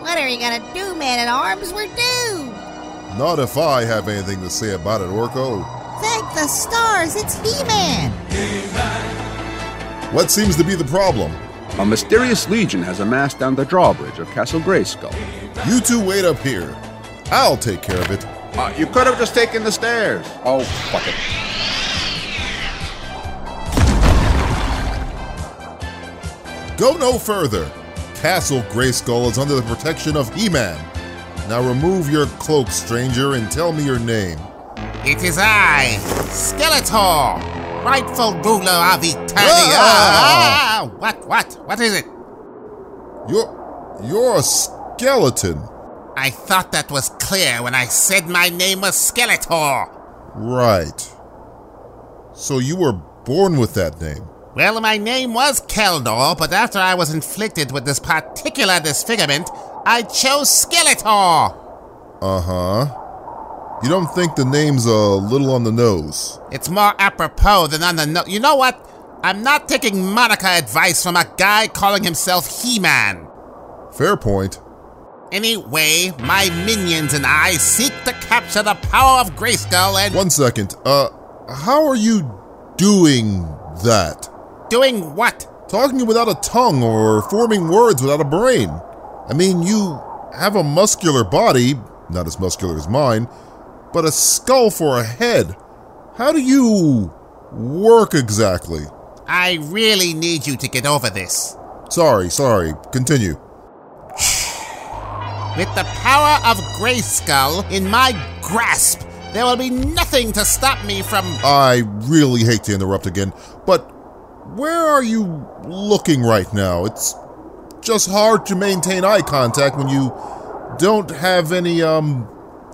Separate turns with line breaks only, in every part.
What are you gonna do, man at arms? We're doomed!
Not if I have anything to say about it, Orko.
Thank the stars, it's He Man!
What seems to be the problem?
A mysterious legion has amassed down the drawbridge of Castle Grayskull.
You two wait up here. I'll take care of it.
Uh, you could have just taken the stairs. Oh, fuck it.
Go no further. Castle Grayskull is under the protection of He Man. Now remove your cloak, stranger, and tell me your name.
It is I, Skeletor, rightful ruler of Eternia.
Ah!
Ah, what, what, what is it?
You're. You're a skeleton.
I thought that was clear when I said my name was Skeletor.
Right. So you were born with that name.
Well, my name was Keldor, but after I was inflicted with this particular disfigurement, I chose Skeletor.
Uh huh. Uh-huh. You don't think the name's a little on the nose?
It's more apropos than on the no- You know what? I'm not taking Monica advice from a guy calling himself He-Man.
Fair point.
Anyway, my minions and I seek to capture the power of Grayskull and
One second. Uh, how are you doing that?
doing what?
Talking without a tongue or forming words without a brain. I mean, you have a muscular body, not as muscular as mine, but a skull for a head. How do you work exactly?
I really need you to get over this.
Sorry, sorry. Continue.
With the power of Grayskull in my grasp, there will be nothing to stop me from.
I really hate to interrupt again, but where are you looking right now? It's just hard to maintain eye contact when you don't have any um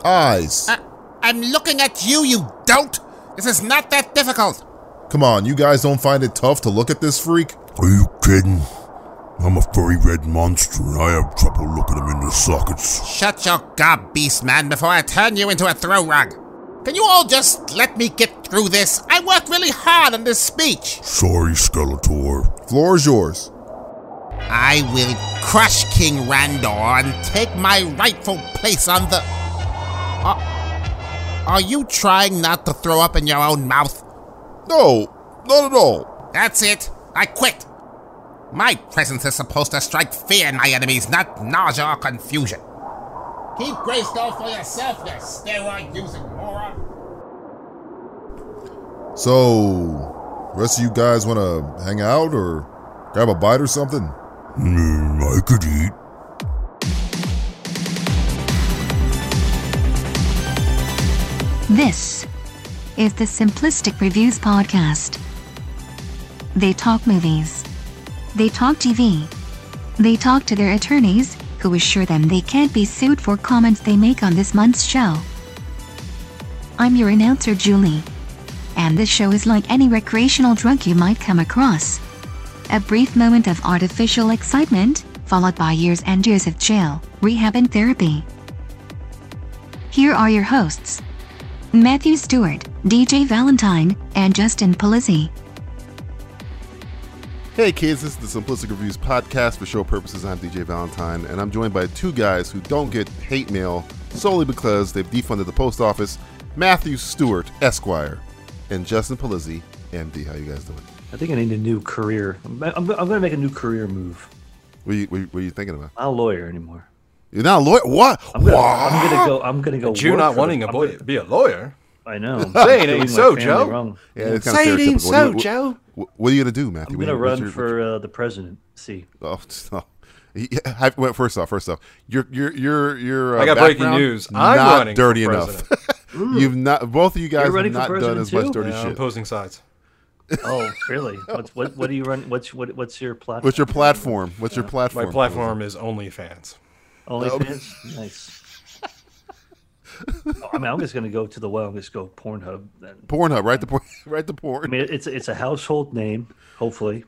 eyes.
I- Uh, I'm looking at you, you don't! This is not that difficult!
Come on, you guys don't find it tough to look at this freak?
Are you kidding? I'm a furry red monster and I have trouble looking him in the sockets.
Shut your gob, beast man, before I turn you into a throw rug. Can you all just let me get through this? I worked really hard on this speech.
Sorry, Skeletor.
Floor is yours.
I will crush King Randor and take my rightful place on the. Are, are you trying not to throw up in your own mouth?
No, not at all.
That's it. I quit. My presence is supposed to strike fear in my enemies, not nausea or confusion. Keep Grayskull for yourself, you steroid using moron.
So, rest of you guys want to hang out or grab a bite or something?
Mm, I could eat.
This is the Simplistic Reviews Podcast. They talk movies. They talk TV. They talk to their attorneys, who assure them they can't be sued for comments they make on this month's show. I'm your announcer, Julie. And this show is like any recreational drug you might come across a brief moment of artificial excitement, followed by years and years of jail, rehab, and therapy. Here are your hosts. Matthew Stewart, DJ Valentine, and Justin Polizzi.
Hey kids, this is the Simplistic Reviews podcast for show purposes. I'm DJ Valentine, and I'm joined by two guys who don't get hate mail solely because they've defunded the post office. Matthew Stewart, Esquire, and Justin Polizzi, MD. How you guys doing?
I think I need a new career. I'm, I'm, I'm going to make a new career move.
What are you, what are you- what are you thinking about?
I'm not a lawyer anymore.
You're not a lawyer. What?
I'm gonna,
What?
I'm gonna go. I'm gonna go.
But you're
work
not
for-
wanting a
I'm
boy
gonna-
be a lawyer.
I know.
Say it
Doing
ain't
my
so,
family
Joe.
wrong.
Yeah, it's
Say it
stereotypical.
ain't so,
What-
Joe.
What, what are you gonna do, Matthew?
I'm
What
gonna
are you- what's
run
your-
for uh, the president. See,
Oh, no. Yeah, I- well, first off, first off, your your your your. Uh,
I got breaking
background,
news. I'm
not
running for
dirty enough. You've not. Both of you guys
You're
have
running for
not done
president
as much
too?
dirty
Yeah, I'm
shit.
opposing sides.
oh really? What's, what what do you run? What's what what's your platform?
What's your platform? What's your platform?
My platform is OnlyFans.
OnlyFans? nice. I mean, I'm just gonna go to the well. I'm just go Pornhub. Then.
Pornhub, right? The porn, right? The porn.
I mean, it's it's a household name. Hopefully,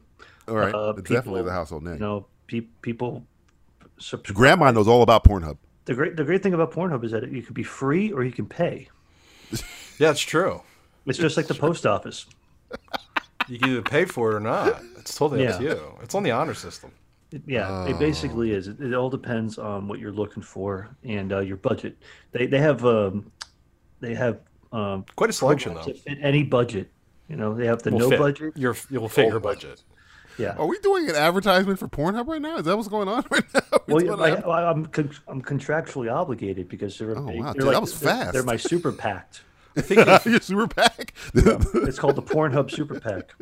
All right,
Uh,
it's definitely
people,
the household name.
you know, pe- people subscribe.
Grandma knows all about Pornhub.
The great the great thing about Pornhub is that you could be free or you can pay.
Yeah, it's true.
It's just like the post office.
You can either pay for it or not. It's totally up to
Yeah.
you. It's on the honor system.
It- Yeah,
Uh,
Oh.
it basically is. It, it all depends on what you're looking for and uh, your budget. They they have um, they have um,
Quite a selection
programs
though.
that fit any budget. You know, they have the
Will
no
fit.
budget. Oh.
Your, you'll fit your budget.
Yeah.
Are we doing an advertisement for Pornhub right now? Is that what's going on right now? We
Well,
doing
yeah,
an ad-
like, I- I'm con- I'm contractually obligated because they're,
Oh, wow,
they're
dude,
like,
that was
they're- They're
fast.
my super pact.
I think if,
Your super pack?
It's called the Pornhub Super Pack.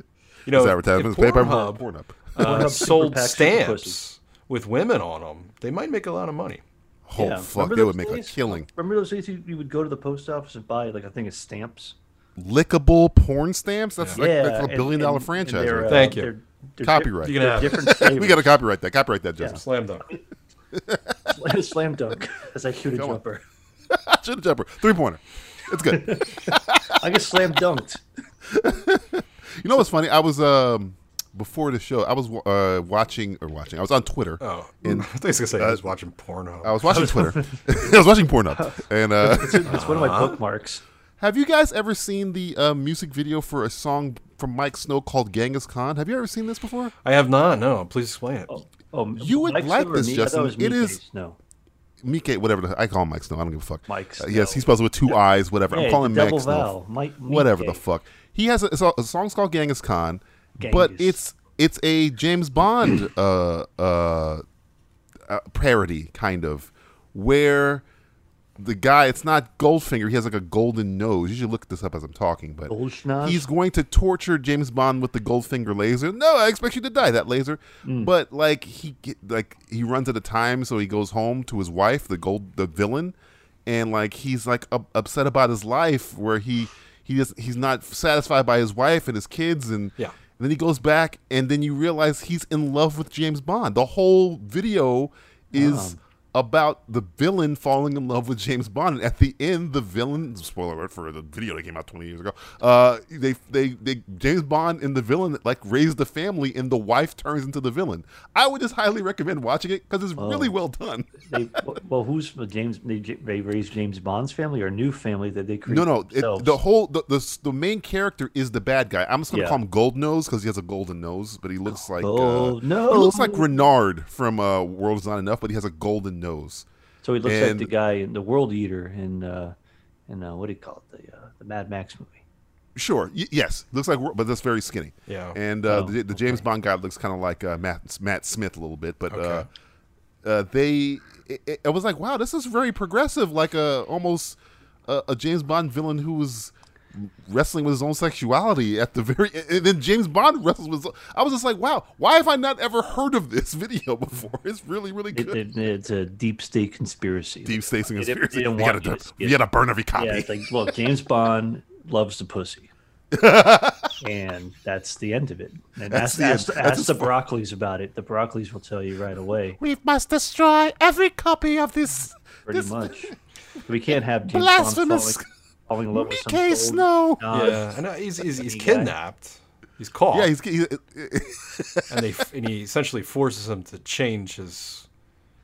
you know,
This
if
advertisement is paid by
Pornhub,
Pornhub.
uh,
Pornhub
sold
Superpack Super
stamps
Pussies.
with women on them, they might make a lot of money.
Oh,
Yeah,
fuck.
remember
They
those
would make a
days?
killing.
Remember those days you, you would go to the post office and buy like I think it's stamps.
Lickable porn stamps? That's, like, that's a
and-
billion dollar
and- and
franchise.
they're,
right there.
uh,
Thank you.
they're- they're
Copyright.
You're gonna
di-
have
different
we got to
flavors.
copyright that. Copyright that, Justin.
slam dunk.
slam dunk as I shoot a jumper.
Shoot a jumper. Three pointer. It's good.
I get slam dunked.
You know what's funny? I was um before the show, I was uh, watching or watching. I was on Twitter. uh,
Oh, I thought he was gonna say he was watching Pornhub.
I was watching Twitter. I was watching Pornhub. And uh,
It's one of
Uh-huh.
my bookmarks.
have you guys ever seen the uh, music video for a song from Mike Snow called Genghis Khan? Have you ever seen this before?
I have not. No, please explain it.
Oh,
You would
Mike's
like
or
this,
me? I
Justin.
thought It, was
It
me
is-
face. no.
Mike, whatever the, I call him Mike Snow. I don't give a fuck.
Mike
Uh, yes,
Snow.
he spells it with two eyes. Whatever.
Hey,
I'm calling
the
him Mike
double
Snow.
vowel, Mike- Mike
whatever the
Gay.
fuck. He has a, it's a, a song's called Genghis Khan, but
Genghis.
it's it's a James Bond uh, uh, uh, parody kind of where the guy it's not Goldfinger. He has like a golden nose. You should look this up as I'm talking. But
Gold schnoz?
he's going to torture James Bond with the Goldfinger laser. No, I expect you to die that laser. But like he get, like he runs out of time, so he goes home to his wife, the gold the villain, and like he's like up, upset about his life, where he he just he's not satisfied by his wife and his kids, and
Yeah.
then he goes back, and then you realize he's in love with James Bond. The whole video is about the villain falling in love with James Bond. And at the end, the villain spoiler alert for the video that came out 20 years ago. Uh, they, they they James Bond and the villain like raise the family, and the wife turns into the villain. I would just highly recommend watching it because it's really well done.
Oh. They, well, who's the James? They, they raised James Bond's family or new family that they created.
No, no. It,
themselves?
the whole the, the the main character is the bad guy. I'm just gonna
Yeah.
call him Gold Nose because he has a golden nose, but he looks like
Gold
uh, He looks like
Nose.
Renard from uh, World Is Not Enough, but he has a golden nose.
so he looks like
and-
the guy in the World Eater in uh, in uh, what do you call it? The uh, the Mad Max movie.
Sure. Y- yes, looks like, but that's very skinny.
Yeah.
And uh,
Oh,
the, the James Bond guy looks kind of like uh, Matt Matt Smith a little bit, but
Okay.
uh, uh, they, it, it- I was like, wow, this is very progressive, like a almost a, a James Bond villain who was wrestling with his own sexuality at the very, and then James Bond wrestles with. his- I was just like, wow, why have I not ever heard of this video before? It's really, really
It,
good.
it- it's a deep state conspiracy.
Deep States and
They didn't-
conspiracy.
they
You
didn't
gotta,
want you
do-
to see
you
it.
gotta burn every copy.
Yeah, it's like, look, James Bond loves the pussy. and that's the end of it. And
That's
that's
the
ask,
end.
ask,
That's
the broccolis about it. The broccolis will tell you right away,
we must destroy every copy of this.
pretty
this-
much. We can't have James Bond
Blasphemous
falling, falling in love with some
Mickey
gold
Snow.
nod.
yeah, I know he's he's, he's
Funny guy.
kidnapped. He's caught.
Yeah, he's, he's
and they and he essentially forces him to change his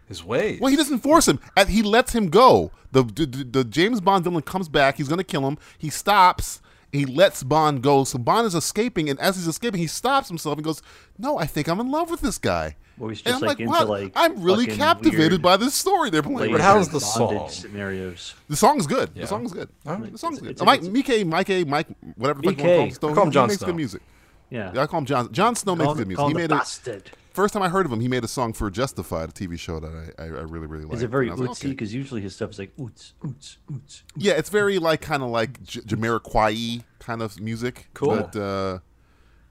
his ways.
well. He doesn't force him. Uh, He lets him go. The, the the James Bond villain comes back. He's gonna kill him. He stops. He lets Bond go. So Bond is escaping, and as he's escaping, he stops himself and goes, "No, I think I'm in love with this guy."
Well, he's
and
just,
I'm like,
like, into,
"Wow,
like,
I'm really
fucking
captivated
weird
by this story they're playing."
Later
Right now.
how's the
bondage
song?
Scenarios.
The song's good.
Yeah.
The song's good.
Alright.
The song's good.
It's-
Uh, Mike,
it's-
Mike, Mike, Mike, whatever the fuck you
BK.
want to call him. Snow.
I call him
he
Jon
makes
Snow.
good music.
Yeah.
I call him John. John Snow makes
Call
good
him,
music.
call
He
him the
made a,
bastard.
First time I heard of him, he made a song for Justified, a TV show that I, I, I really, really liked.
Is it very
And I was like,
ootsy?
okay.
Because usually his stuff is like oots, oots, oots.
Yeah, it's very like kind of like J- Jamiroquai kind of music.
Cool.
But uh,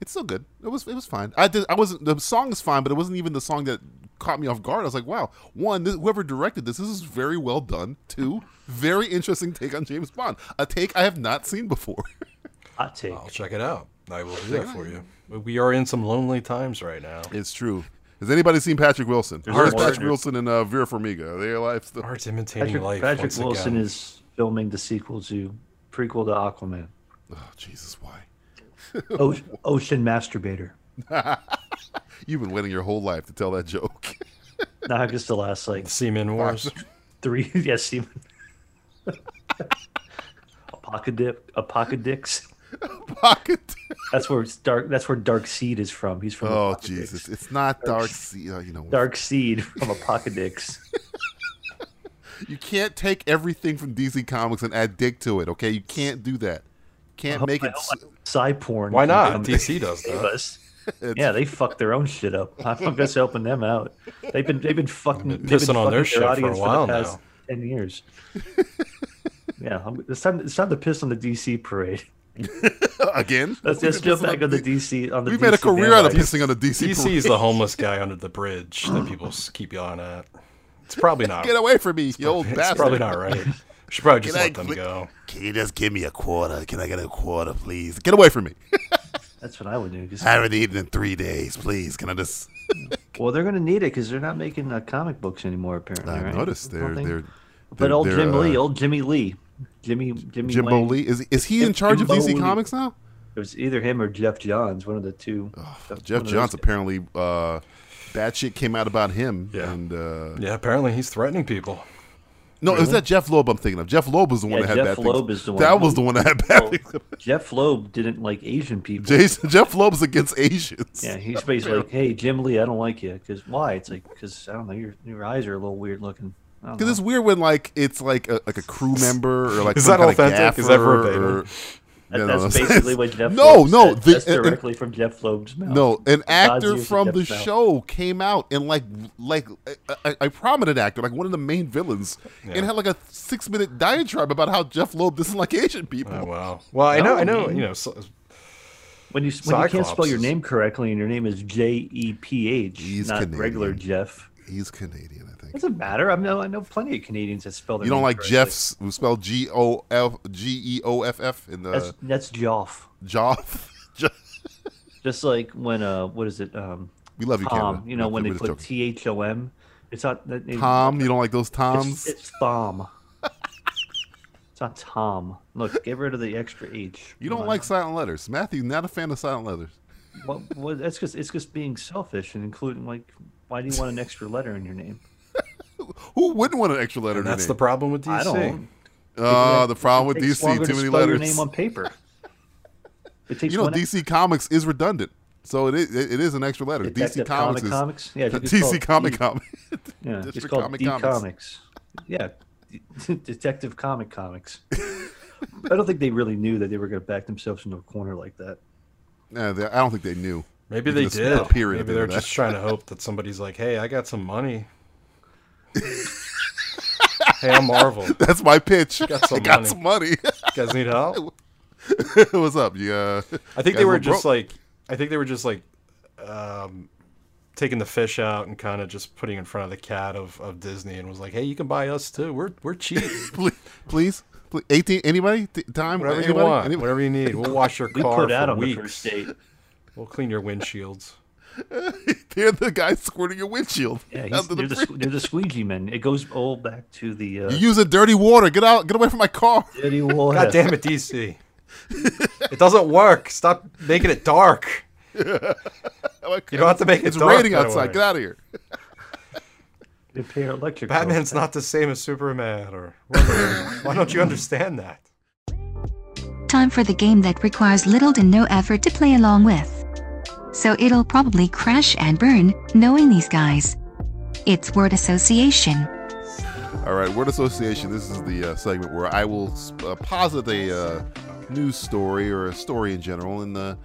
it's still good. It was it was fine. I did. I wasn't. The song is fine, but it wasn't even the song that caught me off guard. I was like, wow. One, this, whoever directed this, this is very well done. Two, very interesting take on James Bond. A take I have not seen before.
Hot take.
I'll check it out. I will do that for you. We are in some lonely times right now.
it's true. Has anybody seen Patrick Wilson?
There's
Where's
no word.
Patrick Wilson and uh, Vera Farmiga? Are they alive still?
Art's imitating
Patrick,
life.
Patrick
once
Wilson
again.
is filming the sequel to prequel to Aquaman,
Oh, Jesus, why?
o- Ocean Masturbator.
You've been waiting your whole life to tell that joke.
Not just the last like
Seaman Wars.
three. Yes, even apocalypse. Apocalypse.
Pocket.
That's where it's dark. That's where Dark Seed is from. He's from. the
Oh
Pocket Dicks.
Jesus! It's not dark. Sea, uh, you know,
Dark Seed from Apocalypse.
you can't take everything from DC Comics and add dick to it. Okay, you can't do that. Can't make it. s-
Psy porn.
Why
can
not?
come
DC does
save
that.
us. Yeah, they fucked their own shit up. I'm just helping them out. They've been they've been fucking
They've been
they've
pissing on
fucking
their shit for a
audience
while
the past
now.
ten years. yeah, I'm, it's time it's time to piss on the DC parade.
Again,
Let's just jump back on the DC on the.
we made a
DC
career out of
bandwagon.
pissing on the DC.
DC is the homeless guy under the bridge that people s- keep yelling at. It's probably not.
Get away from me, you old
It's
bastard!
probably not right. We should probably just
Can I
let them
click-
go.
Can you just give me a quarter? Can I get a quarter, please? Get away from me!
That's what I would do. 'cause-
I haven't eaten in three days. Please, can I just?
well, they're gonna need it because they're not making uh, comic books anymore. Apparently,
I
right?
noticed
Don't
they're
they?
they're.
But
they're-
old
they're,
Jim Lee,
uh,
old Jimmy Lee, Jimmy Jimmy
Jimbo
Wang.
Lee is is he in
Jim-
charge of
Jimbo
DC
Lee.
Comics now?
It was either him or Jeff Johns, one of the two.
Jeff
That's one of those
Johns
guys.
apparently uh, bad shit came out about him.
Yeah.
And uh,
Yeah, apparently he's threatening people.
no, it was that Jeff Loeb I'm thinking of. Jeff Loeb was the one
Yeah,
that had bad
Jeff
things.
Loeb is the one
That
who- Oh,
was the one that had bad things.
Jeff Loeb didn't like Asian people.
Jason, Jeff Loeb's against Asians.
yeah, he's basically like, "Hey, Jim Lee, I don't like you." Because why? It's like because I don't know. Your your eyes are a little weird looking. I don't
Because
know.
it's weird when like it's like a, like a crew member or like
Is
some
that
kind of
authentic? Is
gaffer
that verbatim?
or-
That-
No, no,
that's
it's-
basically what Jeff.
No,
Loeb
no,
said.
the-
that's
uh, uh,
directly from Jeff Loeb's mouth.
No, an actor
Ozzy is
from
a
the
Jeff Bell.
show came out and like like a, a, a prominent actor, like one of the main villains, and had like a six minute diatribe about how Jeff Loeb doesn't like Asian people.
Oh wow. Well, I know, I know. You know, so,
when you when you can't spell your
Cyclops.
name correctly and your name is J E P H,
He's
not
Canadian.
regular Jeff.
He's Canadian, I think.
Doesn't matter. I know I know plenty of Canadians that spell their.
You don't
name
like
correctly.
Jeff's who spelled G O F G E O F F in the
That's that's Joff.
Joff. Joff.
Just like when uh, what is it? Um,
We love you,
Tom.
Canada.
You know
We-
when
we
they
just
put
joking.
T H O M. It's not that it-
Tom, you don't like those Toms?
It's, it's Thom. it's not Tom. Look, get rid of the extra H.
you don't
Come on.
like silent letters, Matthew. Not a fan of silent letters.
What, what, that's just it's just being selfish and including like, why do you want an extra letter in your name?
Who wouldn't want an extra letter? in their
that's the
name?
problem with DC.
I don't.
Ah, the problem with
It takes
DC.
longer
Too
to
many
spell
letters.
Your name on paper. It takes
you know
one
DC Comics is redundant, so it is, it is an extra letter.
It backed
DC
up
Comics
Comic
is
Comics? Yeah, if you could call
DC
it
Comic
D-
Comic.
Yeah,
District
it's called
Comic
D
Comics.
Comics. Yeah, Detective Comic Comics. I don't think they really knew that they were going to back themselves into a corner like that.
Nah, they- I don't think they knew.
Maybe
You
they
can just put
did.
a period at
Maybe
the
they're
end of that.
just trying to hope that somebody's like, "Hey, I got some money. hey, I'm Marvel. You
That's my pitch.
Got some
I got
money.
some money.
guys need help?"
What's up? You, uh,
I
guys
think they were
little
just
bro-
like, I think they were just like, um, taking the fish out and kind of just putting in front of the cat of, of Disney and was like, "Hey, you can buy us too. We're we're cheap.
please, please, please- eighteen. Anybody? T- time?
Whatever you
anybody?
want,
Anybody?
whatever you need. We'll wash your
We
car
put
for
out on
weeks.
the first date.
We'll clean your windshields."
They're the guy squirting your windshield.
Yeah, he's,
out of the
they're, the,
fridge.
sque- they're the squeegee men. It goes all back to the uh,
You're using dirty water. Get out. Get away from my car.
dirty water.
God damn it, DC. it doesn't work. Stop making it dark. You don't have to make it
It's
dark
raining
that
outside.
way.
Get out of here.
Repair electric. bill.
Batman's not the same as Superman or Wolverine. Why don't you understand that?
Time for the game that requires little to no effort to play along with. So it'll probably crash and burn, knowing these guys. It's word association.
All right, word association. This is the uh, segment where I will uh, posit a uh, news story or a story in general, and uh,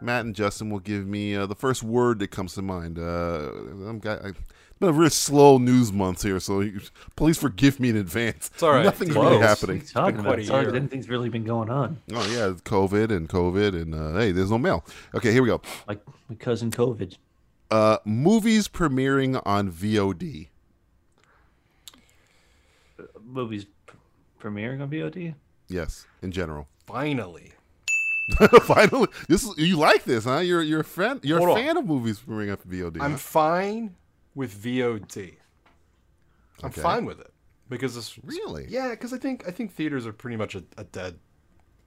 Matt and Justin will give me uh, the first word that comes to mind. Uh, I'm got, I, it's been a real slow news month here, so you, please forgive me in advance.
all right,
Nothing's
dude.
really
Whoa.
happening.
What are you talking
Quite
about?
a
Sorry,
year.
anything's really been going on.
Oh yeah, it's COVID and COVID, and uh, hey, there's no mail. Okay, here we go.
Like my cousin COVID.
Uh, movies premiering on VOD.
Uh, Movies pr- premiering on VOD.
Yes, in general.
Finally.
Finally, this is, you like this, huh? You're you're a fan. You're
Hold
a
on.
fan of movies premiering on VOD. huh?
I'm fine with VOD. I'm
Okay.
fine with it. Because it's
Really?
Yeah, because I think I think theaters are pretty much a, a dead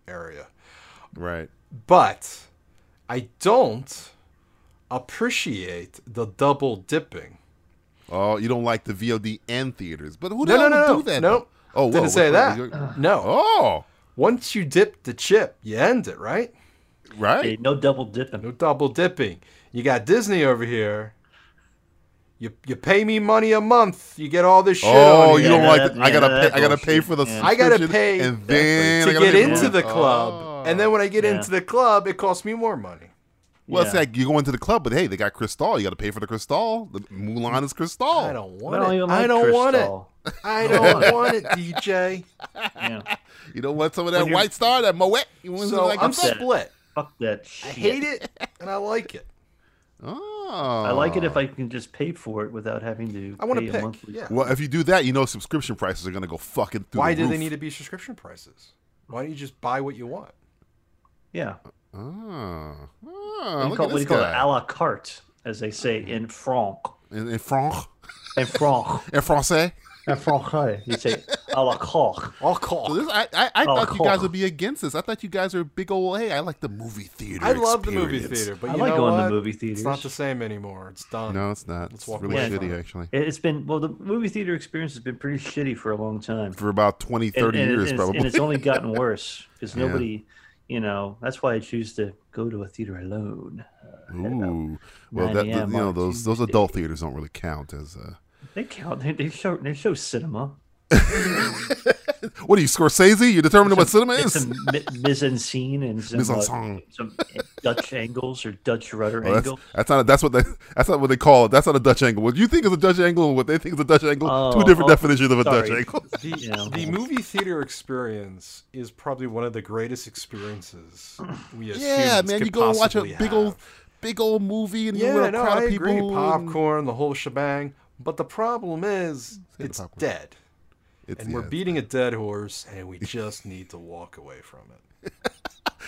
area.
Right.
But I don't appreciate the double dipping.
Oh, you don't like the VOD and theaters, but who the
No, no,
hell
no,
would
no.
do that?
no.
though? Oh,
didn't
whoa,
say
wait, wait,
that.
you-
No.
Oh,
Once you dip the chip, you end it, right?
Right.
Hey, no double dipping.
No double dipping. You got Disney over here. You you pay me money a month. You get all this shit.
Oh,
on
you
here.
don't
Yeah,
like
that-
it. I gotta
yeah, that
pay, I gotta pay
bullshit.
for the.
Yeah.
I gotta
subscription,
pay
and then
to
I gotta
get
pay
into
for-
the club, and then when I get
Oh. Yeah.
into the club, it costs me more money.
Well, it's
Yeah.
like you go into the club, but hey, they got Cristal. You gotta pay for the Cristal. The Mulan is Cristal.
I don't want
I don't
it.
even like
I don't want it.
Cristal.
I don't want it, DJ.
Yeah,
You don't want some of that
you're-
White Star, that Moet. You want
So
something like
I'm
that?
split.
fuck that
I
shit.
hate it and I like it.
Oh.
I like it if I can just pay for it without having to.
I want
pay
to
a
pick.
monthly-
Yeah.
Well, if you do that, you know subscription prices are gonna go fucking through
Why
the
do
roof.
they need to be subscription prices? Why don't you just buy what you want?
yeah.
Oh.
What
Oh,
do you
look
call,
at
what do
this
you call it?
guy.
A la carte, as they say in Franc.
in, in Fran-
In Franc.
in Francais.
in Franc. You say a la carte.
I'll call.
So this, I, I, I
Oh,
thought you guys
cool.
would be against this. I thought you guys were big old. Hey, I like the movie theater.
I love the movie
experience."
theater, but
I
you
like
know
going
what?
to movie theaters.
It's not the same anymore. It's done.
No, it's not.
Let's
It's
walk
really
away
from
shitty,
it.
actually.
It- It's been well. The movie theater experience has been pretty shitty for a long time.
For about 20, 30
and, and,
years,
and it's,
probably.
and it's only gotten worse because
Yeah.
nobody, you know, that's why I choose to go to a theater alone.
Ooh. Well,
9
that, you
a.m.
know,
on
those those adult theaters don't really count as. Uh...
They count. They, they show. They show cinema.
What are you, Scorsese? You're determining what cinema
It's
is?
some mi- mise en scene and some,
Mise en
uh,
scene.
some Dutch angles or Dutch rudder
Oh, that's,
angle.
that's not that's what they that's not what they call it. That's not a Dutch angle. What you think is a Dutch angle and what they think is a Dutch angle, two
Oh,
different
oh,
definitions of a Dutch
sorry.
angle.
The,
Yeah.
the movie theater experience is probably one of the greatest experiences we as
yeah,
humans
man,
could
you go and watch a
possibly
big old
have.
big old movie and
Yeah,
you're with a
no,
crowd
I
of
agree.
people. and
Popcorn, the whole shebang. But the problem is,
the
it's
popcorn.
dead,
it's-
and we're
yeah.
beating a dead horse, and we just need to walk away from it.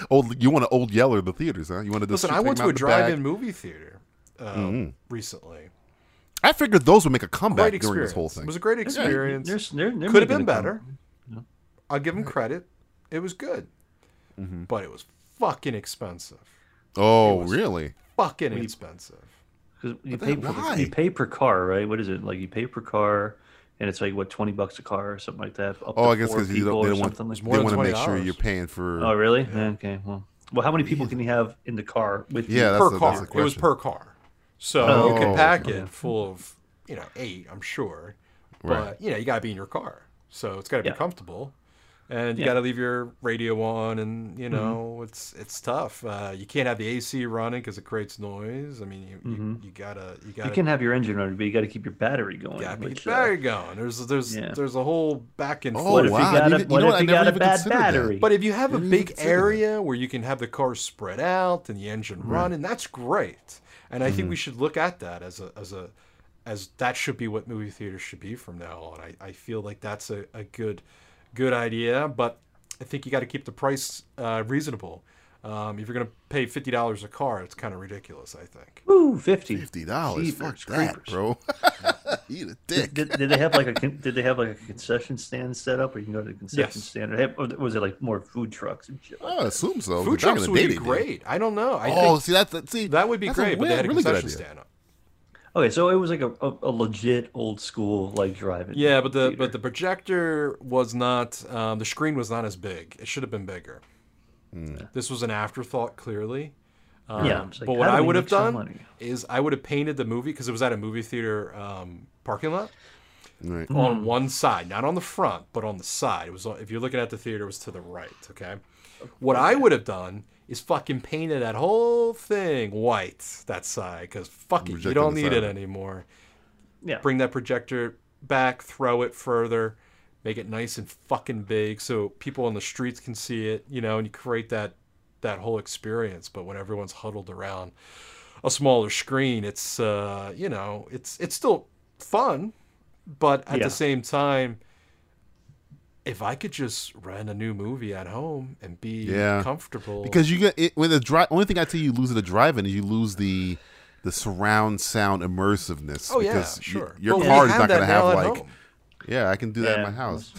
Old, Oh, you want an old Yeller in the theaters, huh? You want to
Listen, I went to a drive-in movie theater uh,
Mm-hmm.
recently.
I figured those would make a
Great
comeback during
experience.
this whole thing.
It was a great experience.
There's, there, there
Could have
may
been
a couple.
better. I'll give them credit. It was good,
Mm-hmm.
but it was fucking expensive.
oh, really?
Fucking expensive.
'Cause You
But then
pay, per,
why?
you pay per car, right? What is it like? You pay per car, and it's like what twenty bucks a car or something like that. Up
Oh,
to
I guess
four
because you
people
don't,
or
they don't want,
something like
they
more than
want to make sure
$20.
you're paying for.
Oh, really? Okay. Well, well, how many people can you have in the car with
Yeah,
you?
that's
per
the- that's
car.
the
It was
question.
per car. So
Oh,
you could
okay.
pack it full of, you know, eight, I'm sure.
Right.
But, you know, you got to be in your car. So it's got to be
Yeah.
comfortable. And you
Yeah. Mm-hmm.
got to leave your radio on, and you know it's it's tough. Uh, you can't have the AC running because it creates noise. I mean, you, you, you gotta you gotta
Mm-hmm. You can have your engine running, but you got to keep your battery going.
gotta be
which, uh,
very gone. There's there's
yeah.
there's a whole back and
Oh,
What
forth.
if
wow.
you got
You
a,
didn't- you
what
know what?
if
I
you
never
got a
even
bad
considered that.
battery?
But if you have a
Didn't even
big
consider that. Hmm.
area where you can have the car spread out and the engine running, that's great. And I think we should look at that as a as a as that should be what movie theaters should be from now on. I, I feel like that's a, a good good idea, but I think you got to keep the price uh, reasonable. Um, if you're going to pay fifty dollars a car, it's kind of ridiculous. I think.
Ooh, 50.
Fifty dollars, fuck
Jeepers
that,
creepers.
bro. Eat a dick.
Did, did they have like a con- did they have like a concession stand set up, or you can go to the concession
Yes.
stand? Or, have- or was it like more food trucks and shit? like
I assume so. Back
Food
in
trucks
the
would
day
be
they did.
great. I don't know. I
Oh,
think
see that, that see
that would be
that's a
great, but they
weird-
had a
really good
concession
idea.
stand up.
that? Okay, so it was like a, a, a legit old school like drive-in.
Yeah, but the
theater.
but the projector was not um, the screen was not as big. It should have been bigger.
Hmm.
This was an afterthought, clearly. Um,
Yeah, it's like,
but
how
what
do
I
we
would have
make some
done
money?
is I would have painted the movie because it was at a movie theater um, parking lot
Right.
Mm.
on one side, not on the front, but on the side. It was on- if you're looking at the theater, it was to the right. Okay, what I would have done is fucking painted that whole thing white that side because fuck it, you
Rejected
don't
the
need
side.
it anymore
yeah.
bring that projector back, throw it further, make it nice and fucking big so people on the streets can see it, you know, and you create that that whole experience. But when everyone's huddled around a smaller screen, it's uh, you know, it's it's still fun, but at
Yeah.
the same time if I could just rent a new movie at home and be
Yeah.
comfortable
Because you get it with a drive. Only thing I tell you lose at a drive-in is you lose the the surround sound immersiveness.
Oh yeah,
because you-
sure.
your
But we
car is not
that
going to have
now at
like.
home.
Yeah, I can do that in
Yeah.
my house.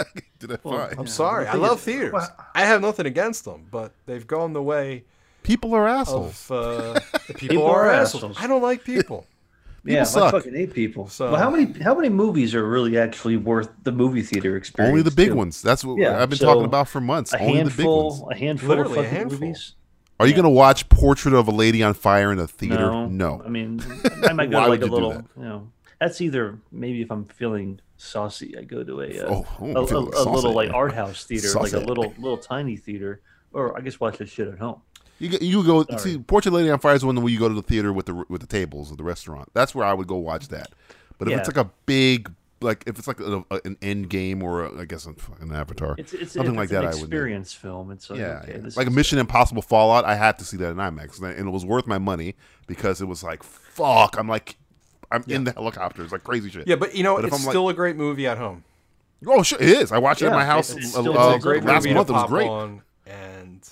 do that fine.
I'm sorry. I love theaters. I have nothing against them, but they've gone the way
People are assholes.
of uh, the people,
People
are
are
assholes.
assholes.
I don't like people.
yeah,
suck.
I fucking hate people.
So-
well, how many how many movies are really actually worth the movie theater experience?
Only the big
too?
ones. That's what
Yeah,
I've been
so
talking about for months.
A
Only the big ones.
handful, a handful
Literally a
of fucking
handful.
movies.
Are you going to watch Portrait of a Lady on Fire in a theater?
No,
no.
I mean, I might go
Why
to like
would you
a
do
little.
that?
You know, that's either maybe if I'm feeling saucy, I go to a uh,
Oh, oh,
a, a,
feeling
a
saucy.
little like art house theater, like
Saucy.
a little little tiny theater, or I just watch this shit at home.
You, go- you go see Portrait of a Lady on Fire is the one where you go to the theater with the with the tables at the restaurant. That's where I would go watch that. But if it's
Yeah.
like a big like if it's like a, a- an end game or a, I guess an, an avatar,
It's it's
something
it's
like that.
An
I would do.
experience film. It's like,
yeah,
okay,
yeah.
this
like a
is-
Mission Impossible Fallout. I had to see that in IMAX, and it was worth my money because it was like fuck. I'm like, I'm in the helicopter. It's like crazy shit.
Yeah, but you know,
But if
it's
I'm, like-
still a great movie at home.
oh shit, it is. I watched it at
Yeah,
my house
it's- it's
uh,
still-
uh,
it's a great
last
movie to
month. It was
pop
great.
on and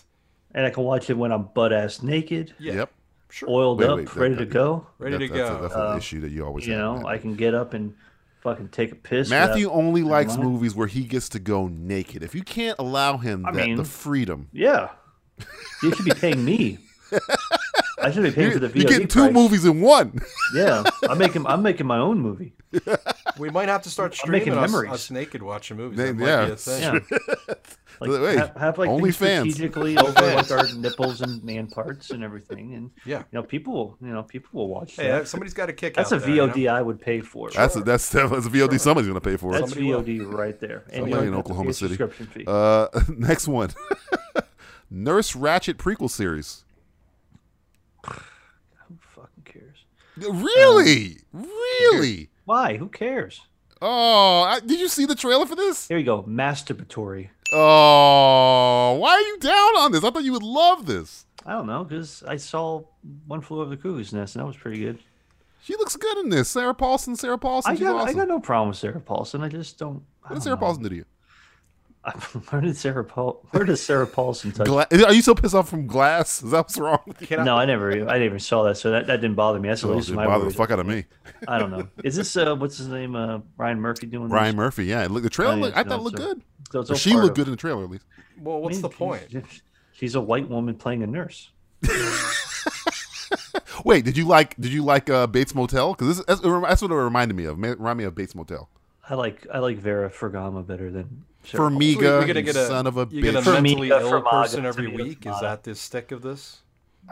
and I can watch it when I'm butt ass naked,
yeah,
Yep.
sure,
oiled
Wait,
up,
wait, that-
ready
that-
to go. Uh,
ready to
That- that's a-
go.
that's an issue that you always
You
have,
know,
man.
I can get up and fucking take a piss. without-
Matthew only likes
mind.
movies where he gets to go naked. If you can't allow him
I
that
mean,
the freedom,
Yeah, you should be paying me. I should be paying for
you're,
the
you're
VOD
getting two
price.
movies in one.
Yeah, I'm making I'm making my own movie.
we might have to start
I'm making
streaming us,
memories.
us naked watching movies.
Then-
That might
yeah.
be a thing.
Yeah. Like,
Hey,
have, have like
only
things
fans.
strategically over like our nipples and man parts and everything, and
Yeah.
you know people, will- you know people will watch
Hey,
that.
somebody's got a kick.
That's a
out there, you know?
VOD I would pay for.
That's a, that's that's a VOD. Somebody's gonna pay for it.
That's VOD right there.
Somebody
And you don't
in
have to
Oklahoma
pay a
City.
subscription fee.
Uh, next one, Nurse Ratchet prequel series.
Who fucking cares? Um,
Really, really.
Why? Who cares?
Oh, I, did you see the trailer for this?
Here you go. Masturbatory.
Oh, why are you down on this? I thought you would love this.
I don't know because I saw One Flew Over the Cuckoo's Nest and that was pretty good.
She looks good in this. Sarah Paulson. Sarah Paulson.
I
she's
got I
awesome.
got no problem with Sarah Paulson. I just don't.
what
I
did
don't
Sarah
know.
Paulson do to you?
Where did Sarah Paul? Where does Sarah Paulson touch?
Gla- are you so pissed off from Glass? Is that what's wrong? with you?
No, I never, e, I didn't even saw that, so that, that didn't bother me. That's the
Oh,
least
it
of my
bothered
worries.
the fuck out of me.
I don't know. Is this uh, what's his name? Uh, Ryan Murphy doing
Ryan Murphy, yeah. Look, the trailer,
Oh, yeah,
looked- I thought
no,
it looked
so-
good.
This? So it's
Or
all
she
part
looked
of-
good in the trailer, at least.
Well, what's
I mean,
the point?
she's- She's a white woman playing a nurse.
Wait, did you like? Did you like uh, Bates Motel? Because that's, that's what it reminded me of. Ma- Remind me of Bates Motel.
I like I like Vera Fergama better than Sarah Paulson.
So you're
Formiga,
gonna
you
get a
son of a
you get a
bitch.
For me,
mentally
uh,
ill
Fermaga,
person every
tomato,
week. Is
tomato.
that the stick of this?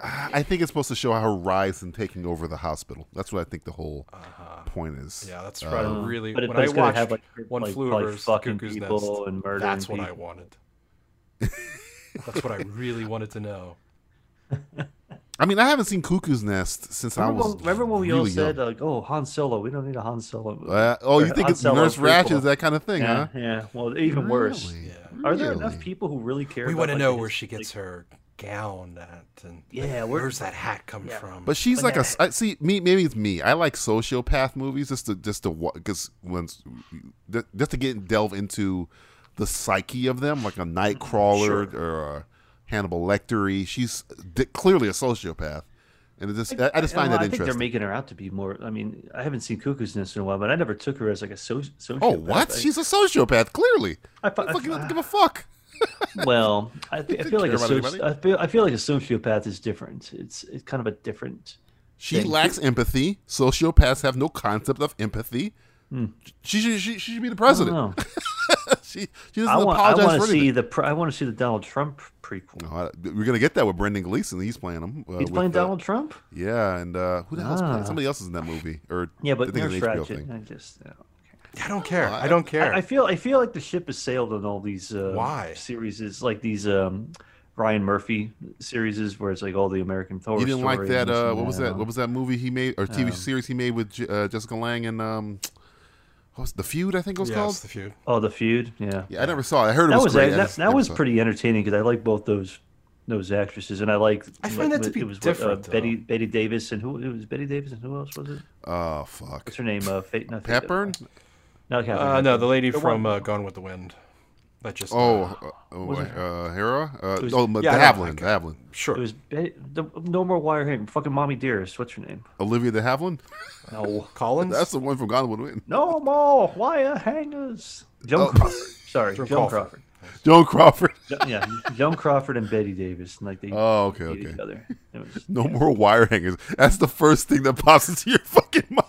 I think it's supposed to show her rise in taking over the hospital. That's what I think the whole point is.
Uh-huh.
Um,
Yeah, that's probably really.
Uh, but it-
when
but
I
it's gonna
watched
have, like,
one
like-
flew
like
over the
fucking
cuckoo's
people
nest,
and murdering
That's what I
people.
wanted. that's what I really wanted to know.
I mean, I haven't seen Cuckoo's Nest since I
Remember
was.
when, remember when we
really
all said
young.
like, "Oh, Han Solo, we don't need a Han Solo." Movie.
Uh, oh, you
or
think
Han
it's
Solo
Nurse
prequel.
Ratchet, that kind of thing,
yeah,
huh?
yeah. Well, even worse.
Really?
Are there enough
Really?
people who really care?
We
about,
want to
like,
know
the
where she
history?
gets her gown at, and
Yeah, where-
where's that hat come from?
But she's like a s- I- see me. Maybe it's me. I like sociopath movies just to just to because once just to get delve into the psyche of them, like a Nightcrawler or a Hannibal Lectery. She's d- clearly a sociopath, and it just I, I just
I don't
find
know,
that
I think they're
interesting.
making her out to be more. I mean, I haven't seen Cuckoo's Nest in a while, but I never took her as like a so- sociopath.
oh, what?
I-
she's a sociopath. Clearly,
I
I,
fi- I
fucking
fi-
don't give a fuck.
well, I, th- I
Didn't
feel like a
care about
soci-
anybody.
I feel I feel like a sociopath is different. It's it's kind of a different.
She lacks empathy. Sociopaths have no concept of empathy. She, should, she she should be the
Hmm. I don't
president.
know.
She she doesn't
I want I
apologize
want
for
to see
anything.
the pr- I want to see the Donald Trump prequel.
No, I- we're gonna get that with Brendan Gleeson. He's playing him. Uh,
He's
with,
playing
uh,
Donald Trump.
Yeah, and uh, who the hell's
Ah.
playing? Somebody else is in that movie, or
Yeah,
I
but
think it's
Nurse
an HBO
Ratchet.
thing.
I just. I don't care.
I don't care. I don't care.
I, I feel I feel like the ship has sailed on all these uh,
Why?
series is like these um, Ryan Murphy series is where it's like all the American Thor.
You didn't like
Story
that?
and this
Uh,
and Oh. Um,
what was that? What was that movie he made or TV series he made with J- uh, Jessica Lang and um, what was the feud? I think it was
yeah,
called.
it's the feud.
Oh, the feud. Yeah,
yeah, I never saw it. I heard it
that
was,
was
great. I
that,
just
that
never
was
saw it.
pretty entertaining because I like both those those actresses and I like.
I find that to be
it was
different,
What,
though.
uh, Betty Betty Davis and who it was Betty Davis and who else was it?
Oh fuck,
What's her name? Uh, Fate, not Faith-
Hepburn.
Not Catherine.
Uh, no, the lady
The
from
one-
uh, Gone with the Wind. That just
Oh,
uh,
uh, oh uh, Hera. Uh,
was-
oh,
yeah,
the
I know,
Havilland.
like-
The Havilland.
sure.
It was Betty, the, no more wire him. Fucking mommy dearest. What's her name?
Olivia the Havilland.
No.
Collins.
That's the one from Gone with the Wind. Oh.
No more wire hangers. Joan Crawford. Sorry, Joan Crawford.
Crawford.
Joan Crawford.
Jo- yeah, Joan Crawford and Betty Davis, and like they
Oh, okay,
hated
okay.
each other. It was,
No more wire hangers. That's the first thing that pops into your fucking mind.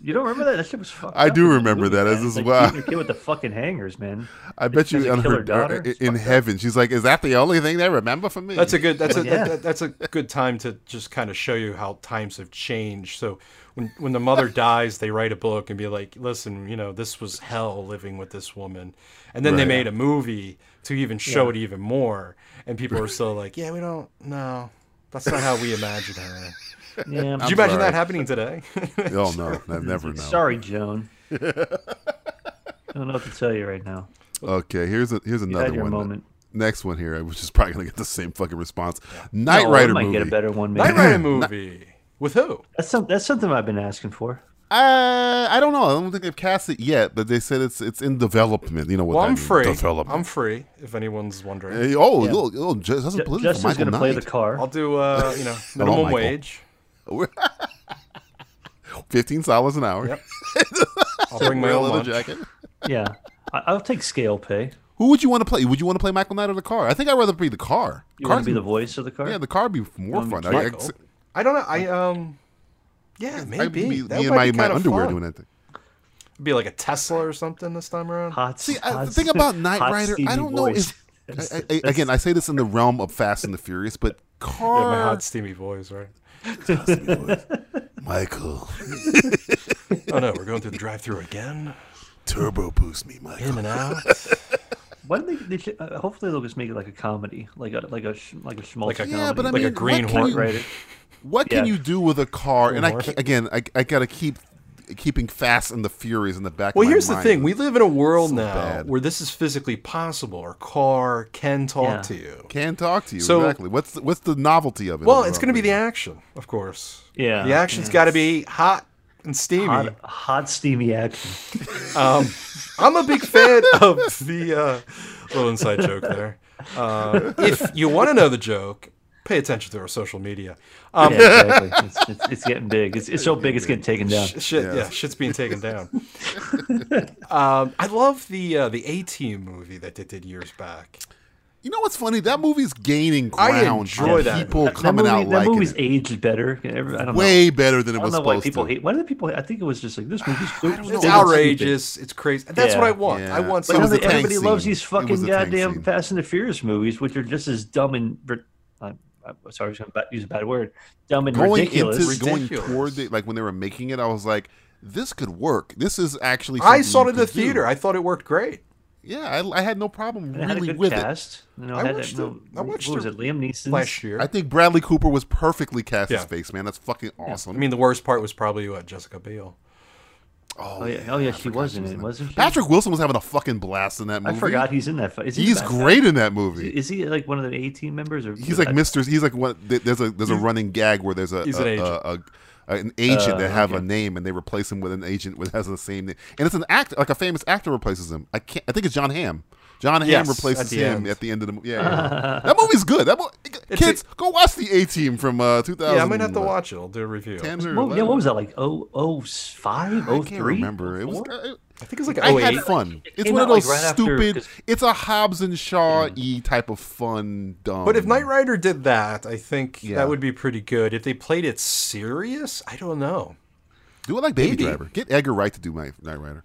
you don't remember that? That shit was fucked
I
up
do
in
remember
movie,
that.
man.
This is
like,
why-
beating the kid with the fucking hangers, man.
I bet
She has
you
a
on
killer
her,
daughter.
in- in heaven, she's like, "Is that the only thing they remember from me?"
That's a good. That's a
Yeah.
that, that's a good time to just kind of show you how times have changed. So when when the mother dies, they write a book and be like, "Listen, you know, this was hell living with this woman," and then they
Right.
made a movie to even show it even more, and people are still like, "Yeah, we don't. No, that's not how we imagine her."
Yeah.
Did you imagine
sorry.
that happening today?
Oh no, I never know.
Sorry, Joan. I don't know what to tell you right now.
Okay, here's a here's
You
another
had your
one.
moment.
Next one here, which is probably gonna get the same fucking response. Night Rider
I might
movie.
get a better one. Maybe.
Night Rider movie with who?
That's, some, that's something I've been asking for.
Uh, I don't know. I don't think they've cast it yet, but they said it's it's in development. You know what?
Well,
that
I'm
means,
free.
Development.
I'm free. If anyone's wondering,
Hey, oh, little, little Ju- Justin
Ju-
Polizzi,
Justin's
Michael
going to play the
Knight. Oh,
car.
I'll do uh, you know minimum
Michael.
wage.
Fifteen dollars an hour.
I'll bring my
Real
own
leather
lunch.
jacket.
yeah. I, I'll take scale pay.
Who would you want to play? Would you want to play Michael Knight or the car? I think I'd rather be the car.
You want
Car's-
to be the voice of the car?
yeah, the car would be more fun. I- I-
Michael. I don't know. I um, yeah,
I'd be
maybe
me
that
in
might
my,
be
my
kinda
underwear
fun.
doing that thing.
Be like a Tesla or something this time around.
Hot,
See, I,
hot
the thing
Ste-
about Knight
hot
Rider, I
Stevie
don't know
voice.
if. I, I, again, I say this in the realm of Fast and the Furious, but
Yeah,
car.
my hot steamy voice, right?
Michael,
Oh no, we're going through the drive-through again.
turbo boost me, Michael.
In and out,
Why don't they, they should, uh, hopefully they'll just make it like a comedy, like a like a sh- like a schmaltzy
Like a-
comedy.
yeah, but I
like
mean,
a green
what
horn
can
Knight
you,
Rider.
What can
Yeah.
you do with a car? And I
Horn.
ke- again, I, I gotta keep keeping Fast and the Furious in the back. of
Well,
my
here's the
mind.
thing: we live in a world
So
now
bad.
where this is physically possible. Our car can talk
Yeah.
to you.
can talk to you
So-
exactly. What's the, what's the novelty of it?
Well, it's going to be the action, of course.
Yeah,
the action's
yeah.
got to be hot and steamy.
Hot, hot steamy action.
Um, I'm a big fan of the uh, little inside joke there. Uh, if you want to know the joke, pay attention to our social media. Um,
Yeah, exactly. it's, it's, it's getting big. It's, it's so big it's getting taken down.
sh- Shit, yeah. shit's being taken down. um, I love the uh, the A Team movie that they did years back.
You know what's funny? That movie's gaining
I
ground.
enjoy
on
that.
People
That
coming
movie,
out
that
liking
movie's
it.
aged better. Every- I don't know.
way better than it
I don't
was
know why
supposed
people
to.
hate. Why do the people? hate- I think it was just like this movie's.
It's outrageous. It's crazy. That's
Yeah.
what I want. I
Yeah. But It
But
want
now
was a
something.
that
tank
everybody loves
scene.
these
It was
fucking
a tank
goddamn
scene.
Fast and the Furious movies, which are just as dumb and. ri- I'm, I'm sorry, I was going to use a bad word. Dumb and
Going
ridiculous.
into going
Ridiculous.
toward it, like when they were making it, I was like, "This could work. This is actually." something
I saw
you
it in the
could do."
theater. I thought it worked great.
Yeah, I, I had no problem
And it had a
really
good
with it.
cast. You know,
I
I had
watched
that,
it-
no,
I watched
what was
it
it? Liam Neeson
Last year.
I think Bradley Cooper was perfectly cast
Yeah.
as Face Man. That's fucking awesome.
I mean, the worst part was probably what Jessica Biele.
Oh yeah, oh yeah, she was in it, wasn't she?
Patrick Wilson was having a fucking blast in that
I
movie.
forgot he's in that. fi- Is he
He's
back-
great in that movie.
Is he like one of the A team members or?
He's like
I-
Mr. He's like one. th- There's a there's a running gag where there's a
He's
a,
an agent. Uh,
a- a- an agent that have a name and they replace him with an agent that has the same name. And it's an act like a famous actor replaces him. I can't. I think it's John Hamm. John Hamm
Yes,
replaces
at the
him
end.
at the end of the movie. Yeah, yeah. that movie's good. That mo- kids go watch the A Team from uh, 2000.
Yeah, I might have to watch it. I'll do a review.
10 or
Well, yeah,
11.
what was that like? Oh, oh, five, oh,
I can't
three.
remember. It was. uh,
I think it's like
I had
08.
fun.
it
It's
came
one of
out, like,
those
right after-
stupid.
'cause-
It's a Hobbs and Shaw y type of fun dumb.
But if Knight Rider did that, I think
Um, Yeah.
that would be pretty good. If they played it serious, I don't know.
do it like Baby
Maybe.
Driver, get Edgar Wright to do my Knight Rider.